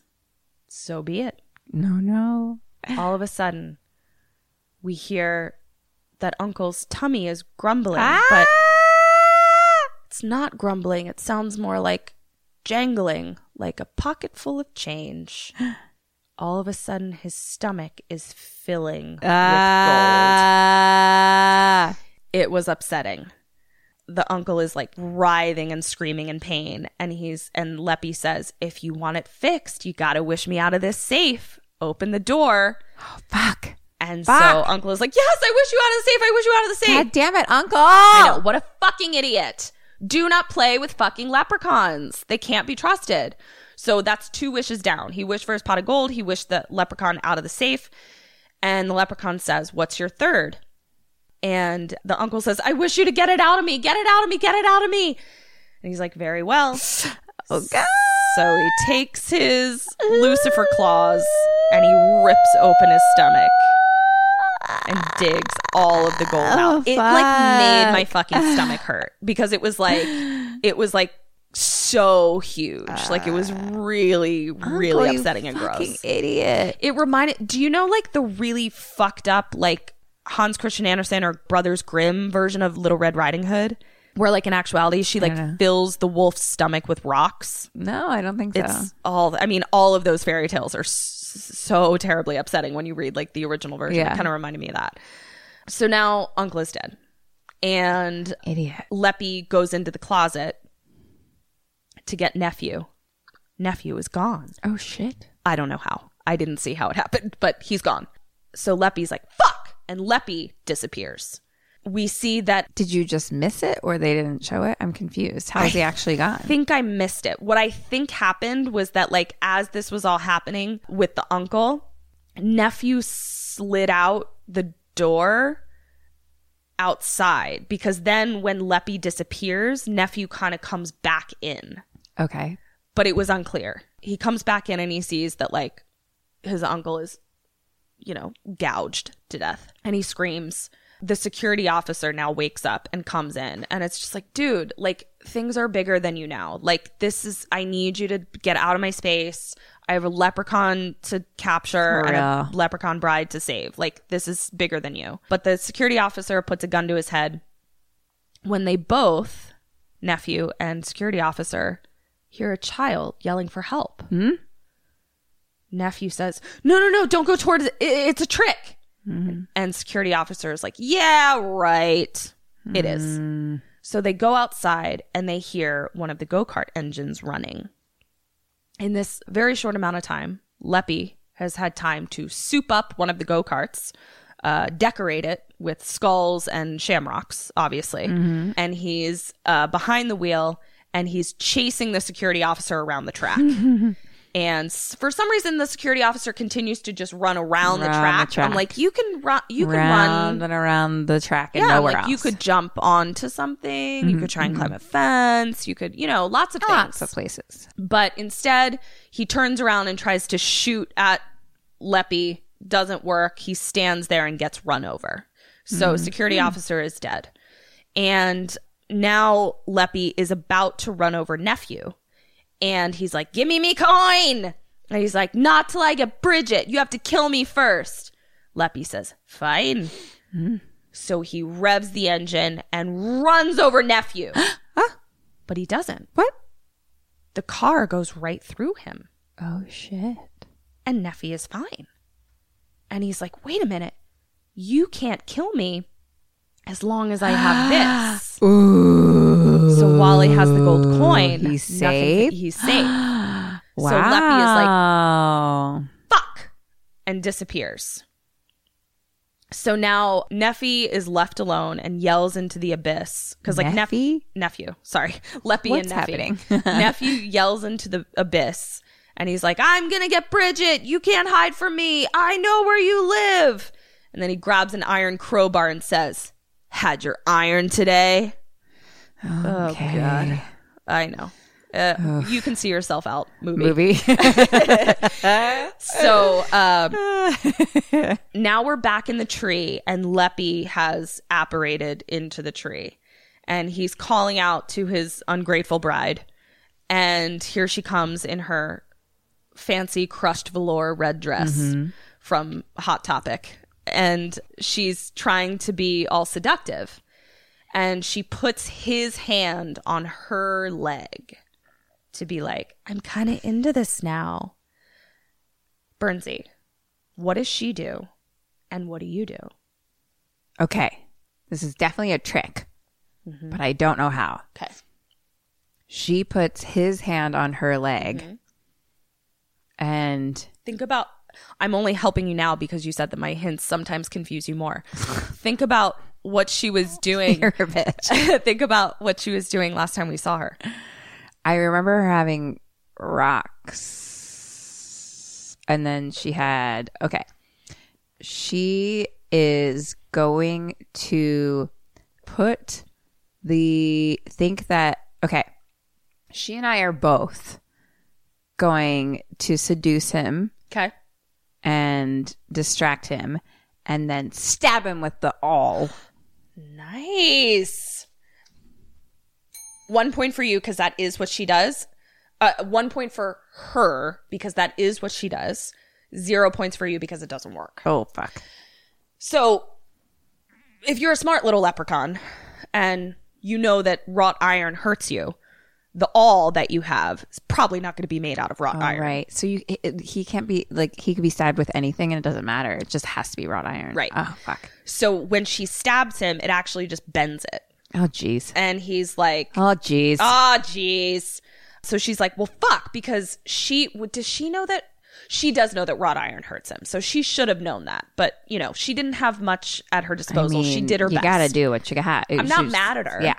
Speaker 6: So be it
Speaker 5: No, no.
Speaker 6: all of a sudden we hear that uncle's tummy is grumbling but it's not grumbling it sounds more like jangling like a pocket full of change all of a sudden his stomach is filling
Speaker 5: Ah.
Speaker 6: with gold it was upsetting the uncle is like writhing and screaming in pain and he's and leppy says if you want it fixed you gotta wish me out of this safe open the door
Speaker 5: Fuck.
Speaker 6: and
Speaker 5: Fuck.
Speaker 6: so Uncle is like, Yes, I wish you out of the safe. I wish you out of the safe.
Speaker 5: God damn it, Uncle!
Speaker 6: I know. What a fucking idiot. Do not play with fucking leprechauns. They can't be trusted. So that's two wishes down. He wished for his pot of gold. He wished the leprechaun out of the safe. And the leprechaun says, What's your third? And the uncle says, I wish you to get it out of me. Get it out of me. Get it out of me. And he's like, Very well.
Speaker 5: Okay.
Speaker 6: So he takes his Lucifer claws and he rips open his stomach and digs all of the gold
Speaker 5: Oh,
Speaker 6: out. It like made my fucking stomach hurt because it was like it was like so huge. Like it was really, really
Speaker 5: Uncle, you
Speaker 6: upsetting and
Speaker 5: Uh, Fucking
Speaker 6: gross.
Speaker 5: idiot.
Speaker 6: It reminded do you know like the really fucked up like Hans Christian Andersen or Brothers Grimm version of Little Red Riding Hood? Where like in actuality she like fills the wolf's stomach with rocks.
Speaker 5: No, I don't think so.
Speaker 6: It's all. I mean, all of those fairy tales are s- so terribly upsetting when you read like the original version.
Speaker 5: Yeah.
Speaker 6: It kind of reminded me of that. So now Uncle is dead, and
Speaker 5: idiot.
Speaker 6: Leppy goes into the closet to get nephew. Nephew is gone.
Speaker 5: Oh shit.
Speaker 6: I don't know how. I didn't see how it happened, but he's gone. So Leppy's like fuck, and Leppy disappears. We see that
Speaker 5: Did you just miss it or they didn't show it? I'm confused. How is he actually gone?
Speaker 6: think I missed it. What I think happened was that, like, as this was all happening with the uncle, nephew slid out the door outside because then when Leppy disappears, nephew kind of comes back in,
Speaker 5: okay.
Speaker 6: but it was unclear. He comes back in and he sees that, like, his uncle is, you know, gouged to death and he screams. The security officer now wakes up and comes in, and it's just like, dude, like things are bigger than you now. Like, this is, I need you to get out of my space. I have a leprechaun to capture
Speaker 5: Maria.
Speaker 6: and a leprechaun bride to save. Like this is bigger than you. But the security officer puts a gun to his head when they both, nephew and security officer, hear a child yelling for help. Hmm? Nephew says, "No, no, no! Don't go towards it. I- It's a trick." And security officer is like, "Yeah, right. It is." So they go outside and they hear one of the go kart engines running. In this very short amount of time, Leppy has had time to soup up one of the go karts, uh, decorate it with skulls and shamrocks, obviously.
Speaker 5: Mm-hmm.
Speaker 6: And he's uh, behind the wheel and he's chasing the security officer around the track. And s- for some reason, the security officer continues to just run around the
Speaker 5: Around the
Speaker 6: track. I'm
Speaker 5: track.
Speaker 6: like, you can run, you can run
Speaker 5: round and around the track and
Speaker 6: yeah,
Speaker 5: nowhere
Speaker 6: like
Speaker 5: else. Mm-hmm,
Speaker 6: you could jump onto something, you could try and climb a fence, you could, you know, lots of
Speaker 5: lots
Speaker 6: things.
Speaker 5: of places.
Speaker 6: But instead, he turns around and tries to shoot at Leppy, doesn't work. He stands there and gets run over. So, security officer is dead. And now Leppy is about to run over nephew. And he's like, Give me me coin. And he's like, Not till I get Bridget. You have to kill me first. Leppy says, Fine. So he revs the engine and runs over nephew. Huh? but he doesn't.
Speaker 5: What?
Speaker 6: The car goes right through him
Speaker 5: Oh shit!
Speaker 6: and Neffy is fine. And he's like, wait a minute, you can't kill me as long as I have this. So Wally has the gold coin.
Speaker 5: He's
Speaker 6: Neffy-
Speaker 5: safe?
Speaker 6: He's safe.
Speaker 5: Wow.
Speaker 6: So Leppy is like,
Speaker 5: like,
Speaker 6: fuck, and disappears. So now Neffy is left alone and yells into the abyss because like Neffy
Speaker 5: Nephi?
Speaker 6: nephew, sorry, Leppy
Speaker 5: What's
Speaker 6: and nephew.
Speaker 5: happening?
Speaker 6: nephew yells into the abyss and he's like, "I'm gonna get Bridget. You can't hide from me. I know where you live." And then he grabs an iron crowbar and says, "Had your iron today?" Oh,
Speaker 5: okay.
Speaker 6: I know. Uh, you can see yourself out. Movie.
Speaker 5: movie.
Speaker 6: So um, now we're back in the tree, and Leppy has apparated into the tree, and he's calling out to his ungrateful bride, and here she comes in her fancy crushed velour red dress from Hot Topic, and she's trying to be all seductive, and she puts his hand on her leg to be like, I'm kind of into this now. Bernsey, what does she do? And what do you do?
Speaker 5: okay. This is definitely a trick, but I don't know how.
Speaker 6: Mm-hmm. Okay.
Speaker 5: She puts his hand on her leg,
Speaker 6: Mm-hmm.
Speaker 5: and
Speaker 6: Think about I'm only helping you now because you said that my hints sometimes confuse you more. Think about what she was doing.
Speaker 5: you're a bitch.
Speaker 6: Think about what she was doing last time we saw her.
Speaker 5: I remember her having rocks. And then she had, okay. She is going to put the, think that, okay. She and I are both going to seduce him
Speaker 6: Okay.
Speaker 5: and distract him and then stab him with the awl.
Speaker 6: Nice. One point for you because that is what she does. Uh, one point for her because that is what she does. Zero points for you because it doesn't work.
Speaker 5: Oh, fuck.
Speaker 6: So, if you're a smart little leprechaun and you know that wrought iron hurts you, the awl that you have is probably not going to be made out of wrought
Speaker 5: All right.
Speaker 6: iron.
Speaker 5: So you he- he can't be like he could be stabbed with anything and it doesn't matter. It just has to be wrought iron.
Speaker 6: Right.
Speaker 5: Oh fuck.
Speaker 6: So, when she stabs him, it actually just bends it.
Speaker 5: Oh jeez.
Speaker 6: And he's like,
Speaker 5: Oh jeez.
Speaker 6: ah, jeez. So she's like, well, fuck, because she, w- does she know that? She does know that wrought iron hurts him. So she should have known that. But, you know, she didn't have much at her
Speaker 5: I
Speaker 6: disposal. she
Speaker 5: mean,
Speaker 6: did her
Speaker 5: you
Speaker 6: best.
Speaker 5: gotta do what you got.
Speaker 6: I'm not mad at her.
Speaker 5: Yeah.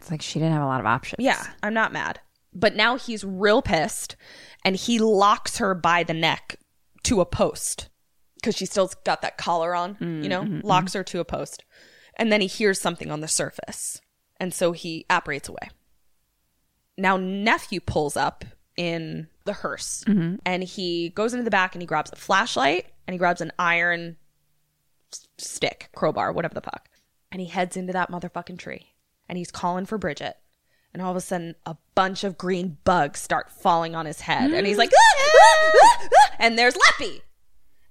Speaker 5: It's like she didn't have a lot of options.
Speaker 6: Yeah, I'm not mad. But now he's real pissed and he locks her by the neck to a post because she still's got that collar on, you know, locks her to a post. And then he hears something on the surface. And so he apparates away. Now, nephew pulls up in the hearse and he goes into the back and he grabs a flashlight and he grabs an iron s- stick, crowbar, whatever the fuck. And he heads into that motherfucking tree and he's calling for Bridget and all of a sudden a bunch of green bugs start falling on his head and he's like "Ah, ah, ah, ah," and there's leppy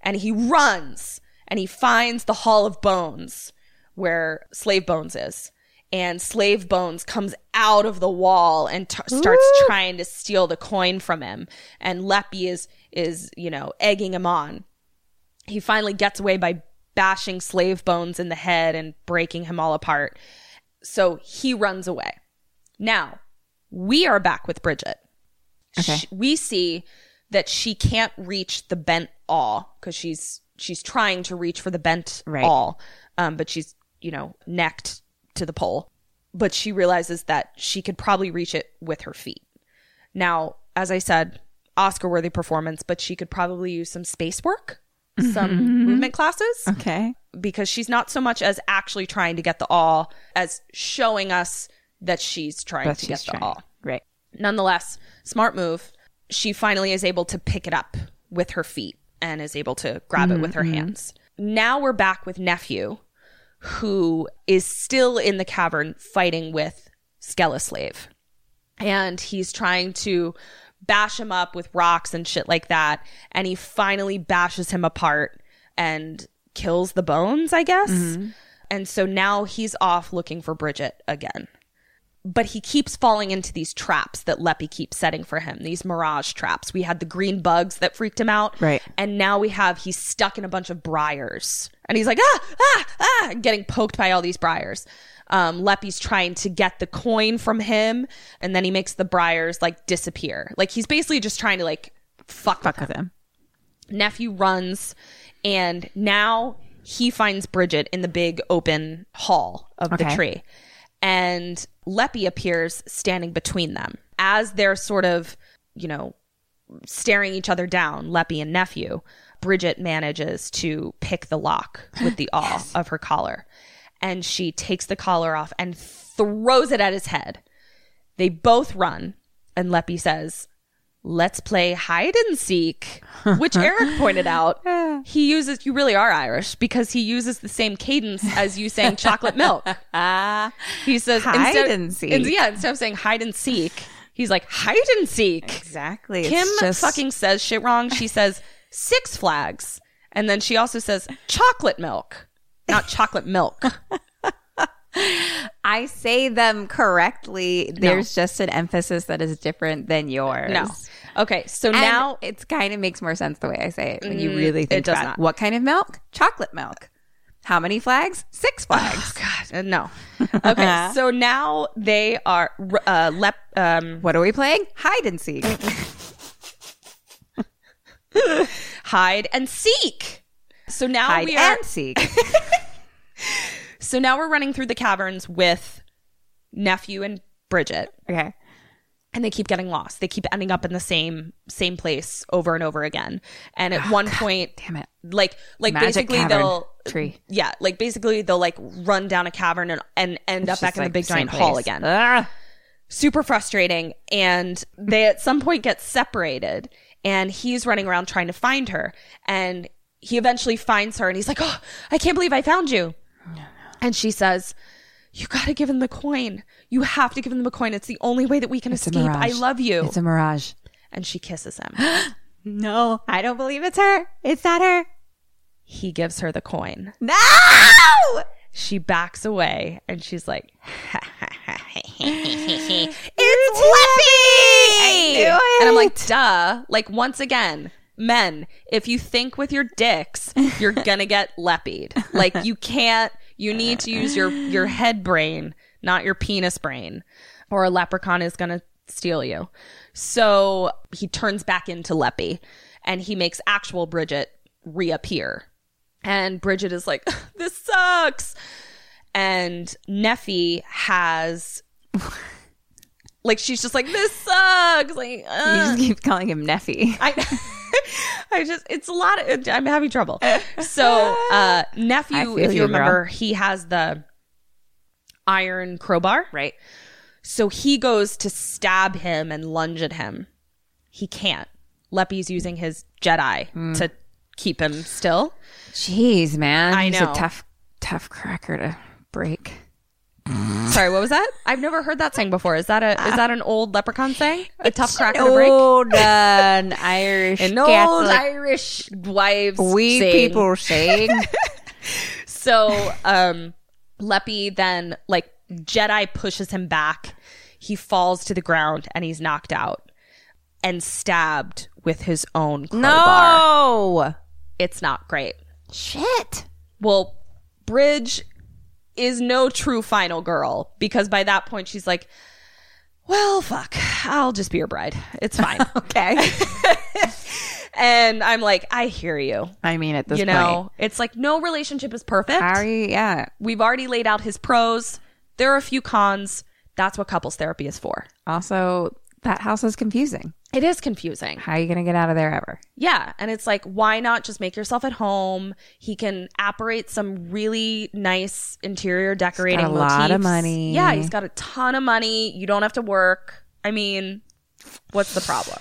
Speaker 6: and he runs and he finds the hall of bones where slave bones is and slave bones comes out of the wall and t- starts trying to steal the coin from him and leppy is is you know egging him on he finally gets away by bashing slave bones in the head and breaking him all apart so he runs away now we are back with bridget
Speaker 5: Okay.
Speaker 6: Sh- we see that she can't reach the bent awl because she's she's trying to reach for the bent
Speaker 5: Right.
Speaker 6: awl um, but she's you know necked to the pole but she realizes that she could probably reach it with her feet now as i said oscar worthy performance but she could probably use some space work
Speaker 5: Mm-hmm.
Speaker 6: some movement classes
Speaker 5: Okay.
Speaker 6: because she's not so much as actually trying to get the awl as showing us that she's trying
Speaker 5: But
Speaker 6: to get
Speaker 5: she's
Speaker 6: the
Speaker 5: trying.
Speaker 6: awl.
Speaker 5: Right.
Speaker 6: Nonetheless, smart move. She finally is able to pick it up with her feet and is able to grab it with her hands. Now we're back with nephew, who is still in the cavern fighting with Skeleslave. And he's trying to bash him up with rocks and shit like that. And he finally bashes him apart and kills the bones, I guess. And so now he's off looking for Bridget again but he keeps falling into these traps that Leppy keeps setting for him, these mirage traps. We had the green bugs that freaked him out.
Speaker 5: Right.
Speaker 6: And now we have he's stuck in a bunch of briars. And he's like, ah, ah, ah, and getting poked by all these briars. Um, Leppy's trying to get the coin from him, and then he makes the briars like disappear. Like he's basically just trying to like fuck, fuck
Speaker 5: Fuck with him.
Speaker 6: nephew runs and now he finds Bridget in the big open hall of the
Speaker 5: Okay.
Speaker 6: tree. And Leppy appears standing between them. As they're sort of, you know, staring each other down, Leppy and nephew, Bridget manages to pick the lock with the awl of her collar. And she takes the collar off and throws it at his head. They both run, and Leppy says, Let's play hide and seek, which Eric pointed out. He uses, you really are Irish because he uses the same cadence as you saying chocolate milk. He says,
Speaker 5: Hide
Speaker 6: instead-
Speaker 5: and seek.
Speaker 6: in- yeah, instead of saying hide and seek, he's like, hide and seek.
Speaker 5: Exactly.
Speaker 6: Kim fucking says shit wrong. She says Six Flags, and then she also says chocolate milk, not chocolate milk.
Speaker 5: I say them correctly. There's just an emphasis that is different than yours.
Speaker 6: No. Okay, so
Speaker 5: And
Speaker 6: now Mm,
Speaker 5: now it's kind of makes more sense the way I say it when you really think
Speaker 6: does
Speaker 5: about
Speaker 6: not.
Speaker 5: what kind of milk? Chocolate milk. How many flags? Six flags.
Speaker 6: God, uh, no. Okay, so now they are uh, lep, um,
Speaker 5: What are we playing? Hide and seek.
Speaker 6: hide and seek. So now
Speaker 5: Hide
Speaker 6: we are
Speaker 5: and seek.
Speaker 6: so now we're running through the caverns with nephew and Bridget.
Speaker 5: Okay.
Speaker 6: and they keep getting lost. They keep ending up in the same same place over and over again. And at one point,
Speaker 5: Oh, damn it.
Speaker 6: like like
Speaker 5: Magic
Speaker 6: basically
Speaker 5: cavern
Speaker 6: they'll
Speaker 5: tree.
Speaker 6: yeah, like basically they'll like run down a cavern and and end up
Speaker 5: Just
Speaker 6: back in
Speaker 5: like
Speaker 6: the big
Speaker 5: same
Speaker 6: giant hall
Speaker 5: place. Ah.
Speaker 6: again.
Speaker 5: Ugh.
Speaker 6: Super frustrating. And they at some point get separated, and he's running around trying to find her, and he eventually finds her, and he's like, "Oh, I can't believe I found you." And she says, "You got to give him the coin. You have to give him the coin. It's the only way that we can
Speaker 5: It's a
Speaker 6: escape. I
Speaker 5: mirage.
Speaker 6: love you."
Speaker 5: It's a mirage.
Speaker 6: and she kisses him.
Speaker 5: No, I don't believe it's her. It's not her.
Speaker 6: he gives her the coin.
Speaker 5: No.
Speaker 6: She backs away and she's like,
Speaker 5: It's Leppy. I knew it.
Speaker 6: and I'm like, duh. Like, once again, men, if you think with your dicks, you're gonna get leppied. Like, you can't, you need to use your, your head brain, not your penis brain, or a leprechaun is gonna steal you. So he turns back into Leppy and he makes actual Bridget reappear. And Bridget is like, this sucks. And Neffy has. Like she's just like this sucks. Like
Speaker 5: you
Speaker 6: uh. ugh.
Speaker 5: just keep calling him Neffy.
Speaker 6: I, I just it's a lot of I'm having trouble. So uh nephew,
Speaker 5: feel
Speaker 6: if you
Speaker 5: you,
Speaker 6: remember, he has the iron crowbar. Right. So he goes to stab him and lunge at him. He can't. Leppy's using his Jedi to keep him still.
Speaker 5: Jeez, man.
Speaker 6: I
Speaker 5: He's
Speaker 6: know.
Speaker 5: a tough, tough cracker to break.
Speaker 6: Sorry, what was that? I've never heard that saying before. Is that a is that an old leprechaun saying? A tough crack and a break.
Speaker 5: Old uh, an Irish
Speaker 6: An old Irish wives
Speaker 5: we
Speaker 6: saying.
Speaker 5: people saying
Speaker 6: So um Leppy then like Jedi pushes him back. He falls to the ground and he's knocked out and stabbed with his own crowbar.
Speaker 5: no
Speaker 6: It's not great.
Speaker 5: shit.
Speaker 6: Well, Bridge is no true final girl because by that point she's like, well, fuck, I'll just be your bride. It's fine.
Speaker 5: Okay,
Speaker 6: and I'm like, I hear you.
Speaker 5: I mean at this
Speaker 6: You know, it's like no relationship is perfect.
Speaker 5: point, Ari, yeah,
Speaker 6: We've already laid out his pros. There are a few cons. That's what couples therapy is for.
Speaker 5: Also, that house is confusing.
Speaker 6: It is confusing.
Speaker 5: How are you going to get out of there ever?
Speaker 6: Yeah. And it's like, why not just make yourself at home? He can apparate some really nice interior decorating.
Speaker 5: a lot of
Speaker 6: motifs.
Speaker 5: money.
Speaker 6: Yeah. He's got a ton of money. You don't have to work. I mean, what's the problem?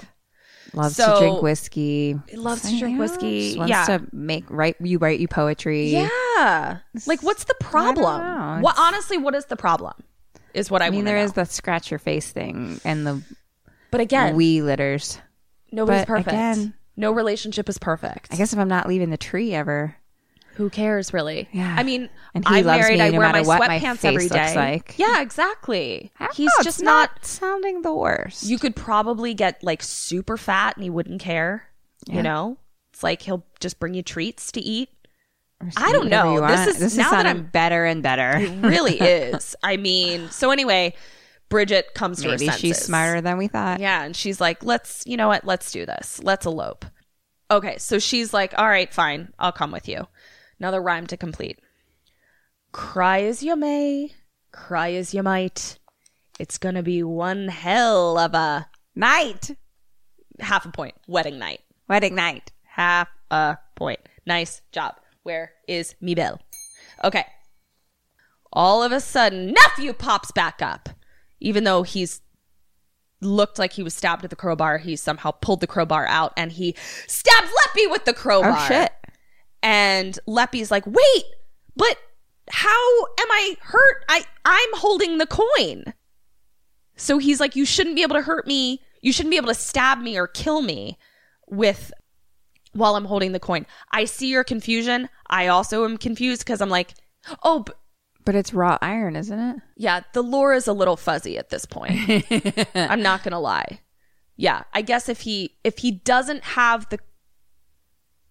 Speaker 5: Loves
Speaker 6: So-
Speaker 5: to drink whiskey.
Speaker 6: loves to
Speaker 5: Something
Speaker 6: drink
Speaker 5: else.
Speaker 6: whiskey.
Speaker 5: Wants
Speaker 6: Yeah.
Speaker 5: to make write you write you poetry.
Speaker 6: Yeah. Like, what's the
Speaker 5: know.
Speaker 6: problem? What honestly, what is the problem? Is what I,
Speaker 5: I mean,
Speaker 6: wanna
Speaker 5: there
Speaker 6: know.
Speaker 5: is the scratch your face thing and the
Speaker 6: But again,
Speaker 5: wee litters.
Speaker 6: nobody's
Speaker 5: but
Speaker 6: perfect.
Speaker 5: again-
Speaker 6: no relationship is perfect.
Speaker 5: I guess if I'm not leaving the tree ever,
Speaker 6: Who cares, really?
Speaker 5: Yeah.
Speaker 6: I mean,
Speaker 5: And he
Speaker 6: I'm
Speaker 5: loves
Speaker 6: married.
Speaker 5: me
Speaker 6: I
Speaker 5: no
Speaker 6: wear my
Speaker 5: matter what my
Speaker 6: sweatpants
Speaker 5: face
Speaker 6: every
Speaker 5: looks
Speaker 6: day.
Speaker 5: like.
Speaker 6: Yeah, exactly.
Speaker 5: I don't
Speaker 6: He's
Speaker 5: know, it's
Speaker 6: just not,
Speaker 5: sounding the worst.
Speaker 6: You could probably get like super fat, and he wouldn't care. You know, it's like he'll just bring you treats to eat.
Speaker 5: Or just
Speaker 6: I
Speaker 5: eat
Speaker 6: don't
Speaker 5: whatever
Speaker 6: know.
Speaker 5: you
Speaker 6: This
Speaker 5: want.
Speaker 6: is-
Speaker 5: this
Speaker 6: now
Speaker 5: is
Speaker 6: that
Speaker 5: sounding
Speaker 6: I'm-
Speaker 5: better and better.
Speaker 6: It really is. I mean, so anyway, Bridget comes to
Speaker 5: Maybe
Speaker 6: her senses.
Speaker 5: she's smarter than we thought.
Speaker 6: Yeah, and she's like, "Let's, you know what? Let's do this. Let's elope." Okay, so she's like, "All right, fine. I'll come with you." Another rhyme to complete. Cry as you may, cry as you might. It's going to be one hell of a
Speaker 5: Night,
Speaker 6: half a point wedding night.
Speaker 5: wedding night.
Speaker 6: Half a point. Nice job. Where is Mibel? Okay. All of a sudden, nephew pops back up. Even though he's looked like he was stabbed with the crowbar, he somehow pulled the crowbar out and he stabs Leppy with the crowbar.
Speaker 5: Oh shit!
Speaker 6: And Leppy's like, wait, but how am I hurt? I, I'm holding the coin. So he's like, you shouldn't be able to hurt me. You shouldn't be able to stab me or kill me with while I'm holding the coin. I see your confusion. I also am confused because I'm like, oh, b-
Speaker 5: But it's raw iron, isn't it?
Speaker 6: yeah, the lore is a little fuzzy at this point. I'm not gonna lie. Yeah, I guess if he if he doesn't have the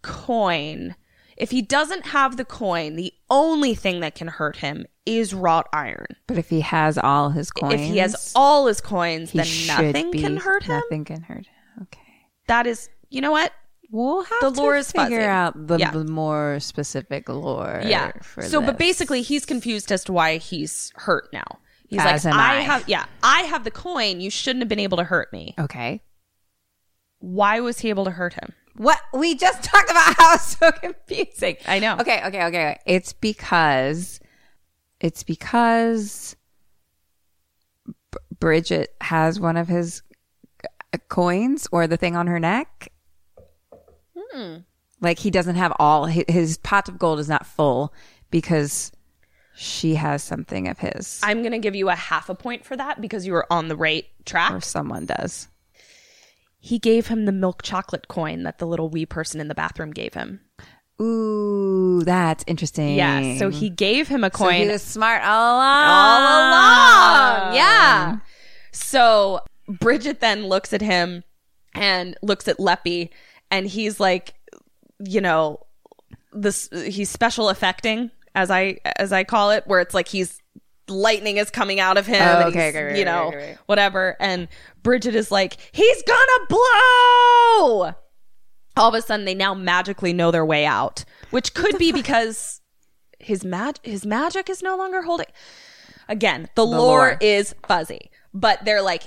Speaker 6: coin, if he doesn't have the coin, the only thing that can hurt him is wrought iron.
Speaker 5: But if he has all his coins,
Speaker 6: If he has all his coins,
Speaker 5: he
Speaker 6: then
Speaker 5: should
Speaker 6: nothing
Speaker 5: be-
Speaker 6: can hurt him.
Speaker 5: Nothing can hurt him. Okay.
Speaker 6: That is, you know what?
Speaker 5: We'll have
Speaker 6: The
Speaker 5: to
Speaker 6: lore is
Speaker 5: figure
Speaker 6: fuzzy.
Speaker 5: out the,
Speaker 6: Yeah.
Speaker 5: the more specific lore.
Speaker 6: yeah.
Speaker 5: For
Speaker 6: so,
Speaker 5: this.
Speaker 6: but basically, he's confused as to why he's hurt now. He's
Speaker 5: As
Speaker 6: like,
Speaker 5: am I.
Speaker 6: have, yeah, I have the coin. You shouldn't have been able to hurt me.
Speaker 5: okay.
Speaker 6: Why was he able to hurt him?
Speaker 5: What we just talked about how it's so confusing.
Speaker 6: I know.
Speaker 5: Okay, okay, okay. Oh. It's because it's because Br- Bridget has one of his c- coins or the thing on her neck. Hmm. Like he doesn't have all hi- his pot of gold is not full because she has something of his
Speaker 6: I'm going to give you a half a point for that because you were on the right
Speaker 5: or
Speaker 6: track.
Speaker 5: someone does.
Speaker 6: He gave him the milk chocolate coin that the little wee person in the bathroom gave him.
Speaker 5: Ooh, that's interesting.
Speaker 6: Yeah, so he gave him a
Speaker 5: So
Speaker 6: coin
Speaker 5: he was smart all along.
Speaker 6: all along. Yeah. So Bridget then looks at him and looks at Leppy, and he's like, you know, this he's special affecting as I as I call it, where it's like he's lightning is coming out of him. and
Speaker 5: Oh, okay,
Speaker 6: he's,
Speaker 5: okay, right,
Speaker 6: you
Speaker 5: right,
Speaker 6: know,
Speaker 5: right, right.
Speaker 6: whatever. And Bridget is like, he's gonna blow. All of a sudden, they now magically know their way out, which could be because his mag his magic is no longer holding. Again, the, lore,
Speaker 5: lore.
Speaker 6: is fuzzy, but they're like,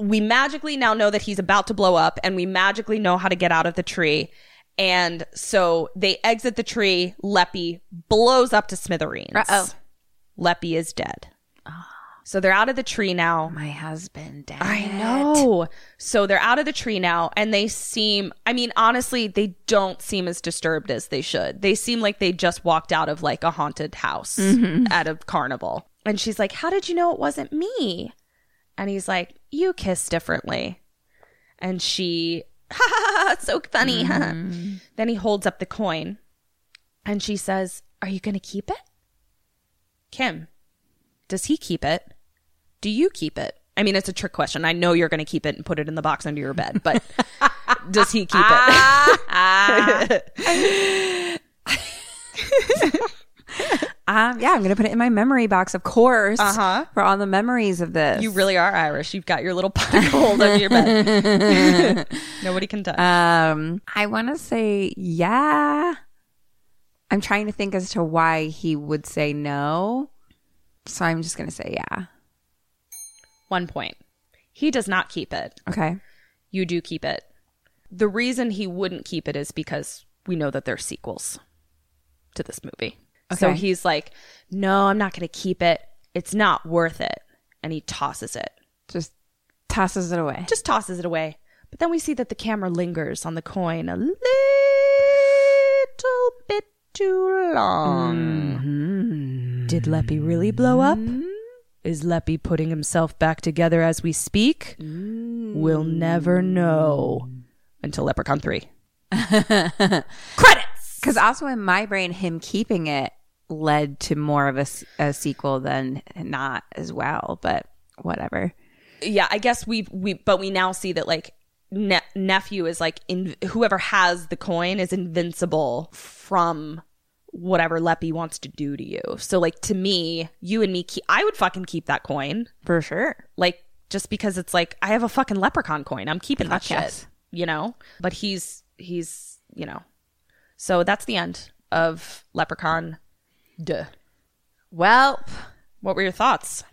Speaker 6: we magically now know that he's about to blow up, and we magically know how to get out of the tree. And so they exit the tree. Leppy blows up to smithereens.
Speaker 5: Uh-oh.
Speaker 6: Leppy is dead. So they're out of the tree now.
Speaker 5: My husband died.
Speaker 6: I know. So they're out of the tree now and they seem, I mean, honestly, they don't seem as Mm-hmm. disturbed as they should. They seem like they just walked out of like a haunted house at a carnival. And she's like, How did you know it wasn't me? And he's like, You kiss differently. And she, ha ha ha, it's so funny. ha, ha." Then he holds up the coin and she says, Are you going to keep it? Kim, does he keep it? Do you keep it? I mean, it's a trick question. I know you're going to keep it and put it in the box under your bed, but does he keep it?
Speaker 5: Um, yeah, I'm going to put it in my memory box, of course. Uh huh. For all the memories of this.
Speaker 6: you really are Irish. You've got your little pie hole under your bed. Nobody can touch.
Speaker 5: Um, I want to say, yeah. I'm trying to think as to why he would say no. So I'm just going to say, yeah.
Speaker 6: One point. He does not keep it.
Speaker 5: Okay.
Speaker 6: you do keep it. The reason he wouldn't keep it is because we know that there's sequels to this movie. So
Speaker 5: Okay.
Speaker 6: he's like, "No, I'm not going to keep it. It's not worth it." And he tosses it.
Speaker 5: Just tosses it away.
Speaker 6: Just tosses it away. But then we see that the camera lingers on the coin a little bit too long. Did Leppy really blow up? Is Leppy putting himself back together as we speak? We'll never know until Leprechaun 3.
Speaker 5: Because also in my brain, him keeping it led to more of a, s- a sequel than not as well, but whatever.
Speaker 6: yeah i guess we we but we now see that like ne- nephew is like in whoever has the coin is invincible from whatever leppy wants to do to you so like to me you and me keep, i would fucking keep that coin
Speaker 5: For sure.
Speaker 6: like just because it's like i have a fucking leprechaun coin i'm keeping that shit you know but he's he's you know so that's the end of leprechaun duh
Speaker 5: Well,
Speaker 6: what were your thoughts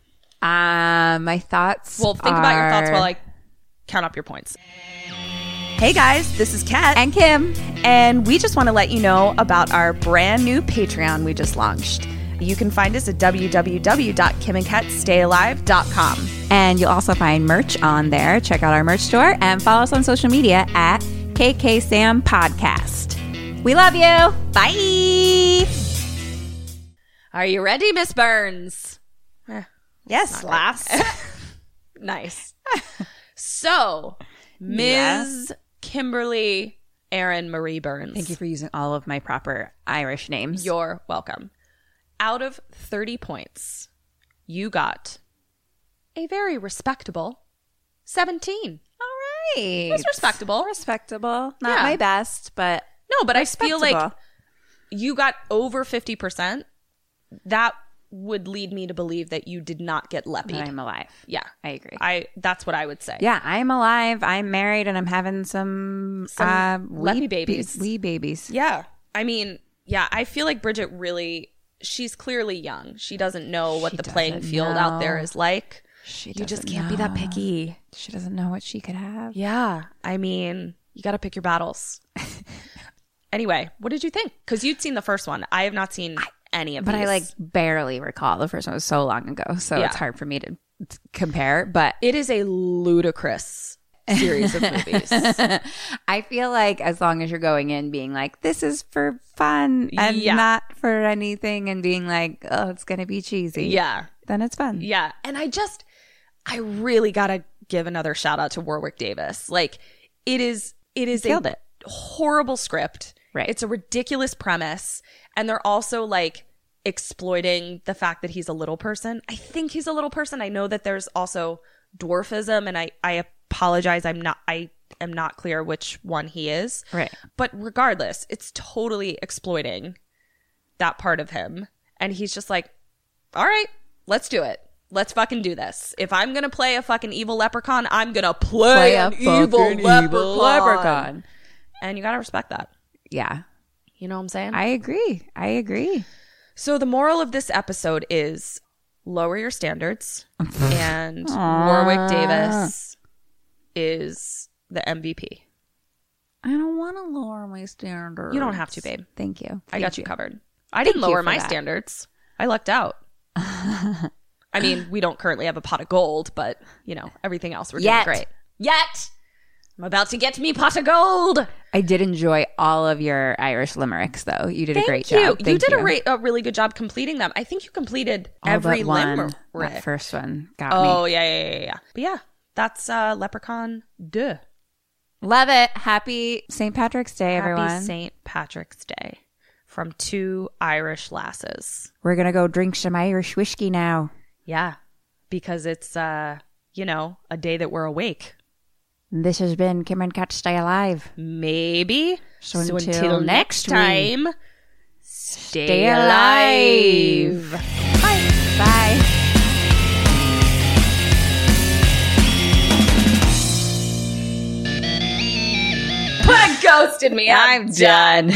Speaker 5: um, my thoughts.
Speaker 6: well think about your thoughts
Speaker 5: are-
Speaker 6: while i count up your points
Speaker 5: Hey guys, this is Kat and Kim.
Speaker 6: And we just want to let you know about our brand new Patreon we just launched. You can find us at www.kimandkatstayalive.com.
Speaker 5: And you'll also find merch on there. Check out our merch store and follow us on social media at KK Sam Podcast. We love you. Bye.
Speaker 6: Are you ready, Miss Burns?
Speaker 5: Yes.
Speaker 6: Last. nice. So, Ms. Kimberly Aaron Marie Burns.
Speaker 5: Thank you for using all of my proper Irish names.
Speaker 6: You're welcome. Out of 30 points, you got a very respectable 17.
Speaker 5: all right.
Speaker 6: That's respectable.
Speaker 5: Respectable. Not
Speaker 6: Yeah.
Speaker 5: my best, but
Speaker 6: No, but I feel like
Speaker 5: respectable.
Speaker 6: you got over 50%. That would lead me to believe that you did not get
Speaker 5: But
Speaker 6: leppy.
Speaker 5: I'm alive.
Speaker 6: Yeah.
Speaker 5: I agree.
Speaker 6: I that's what I would say.
Speaker 5: yeah, I'm alive. I'm married, and I'm having some,
Speaker 6: Some
Speaker 5: uh,
Speaker 6: leppy
Speaker 5: wee
Speaker 6: babies.
Speaker 5: Wee babies.
Speaker 6: Yeah. I mean, yeah, I feel like Bridget really she's clearly young. She doesn't know what the playing
Speaker 5: doesn't
Speaker 6: field out there
Speaker 5: know.
Speaker 6: is like.
Speaker 5: She
Speaker 6: You just
Speaker 5: doesn't
Speaker 6: can't be that
Speaker 5: know.
Speaker 6: picky.
Speaker 5: She doesn't know what she could have.
Speaker 6: Yeah. I mean, you got to pick your battles. anyway, what did you think? Cuz you'd seen the first one. I have not seen any of
Speaker 5: But I
Speaker 6: these.
Speaker 5: like barely recall. The first one was so long ago, so
Speaker 6: Yeah.
Speaker 5: it's hard for me to to compare. But
Speaker 6: it is a ludicrous series of movies.
Speaker 5: I feel like as long as you're going in being like, this is for fun and
Speaker 6: Yeah.
Speaker 5: not for anything, and being like, oh, it's going to be cheesy.
Speaker 6: Yeah.
Speaker 5: Then it's fun.
Speaker 6: Yeah. And I just, I really got to give another shout out to Warwick Davis. Like, it is, it is
Speaker 5: Killed
Speaker 6: a
Speaker 5: it.
Speaker 6: horrible script.
Speaker 5: Right.
Speaker 6: It's a ridiculous premise. And they're also like exploiting the fact that he's a little person. I think he's a little person. I know that there's also dwarfism and I, I apologize. I'm not, I am not clear which one he is.
Speaker 5: Right.
Speaker 6: But regardless, it's totally exploiting that part of him. And he's just like, all right, let's do it. Let's fucking do this. If I'm gonna play a fucking evil leprechaun, I'm gonna play, an evil leprechaun. And you gotta respect that.
Speaker 5: Yeah,
Speaker 6: You know what I'm saying?
Speaker 5: I agree. I agree.
Speaker 6: so the moral of this episode is lower your standards. and Warwick Davis is the MVP.
Speaker 5: I don't want to lower my standards.
Speaker 6: You don't have to, babe.
Speaker 5: Thank you.
Speaker 6: I got you, covered. I
Speaker 5: Thank
Speaker 6: didn't
Speaker 5: you
Speaker 6: lower
Speaker 5: for
Speaker 6: my
Speaker 5: that.
Speaker 6: standards. I lucked out. I mean, we don't currently have a pot of gold, but you know, everything else we're
Speaker 5: Yet.
Speaker 6: doing great. Yet, I'm about to get me pot of gold.
Speaker 5: I I did enjoy all of your Irish limericks, though. You did a great
Speaker 6: you.
Speaker 5: job.
Speaker 6: You
Speaker 5: Thank
Speaker 6: did A, re- a really good job completing them. I think you completed
Speaker 5: All
Speaker 6: every
Speaker 5: but one.
Speaker 6: limerick.
Speaker 5: That first one got
Speaker 6: oh
Speaker 5: me.
Speaker 6: yeah, yeah, yeah, yeah. But yeah, that's uh, Leprechaun Deux.
Speaker 5: Love it. Happy St. Patrick's Day,
Speaker 6: Happy
Speaker 5: everyone.
Speaker 6: St. Patrick's Day from two Irish lasses.
Speaker 5: We're gonna go drink some Irish whiskey now.
Speaker 6: Yeah, because it's uh, you know a day that we're awake.
Speaker 5: This has been Cameron Catch Stay Alive.
Speaker 6: Maybe.
Speaker 5: So until next
Speaker 6: time, stay,
Speaker 5: Stay
Speaker 6: alive.
Speaker 5: alive. Bye. Bye.
Speaker 6: Put a ghost in me. I'm done.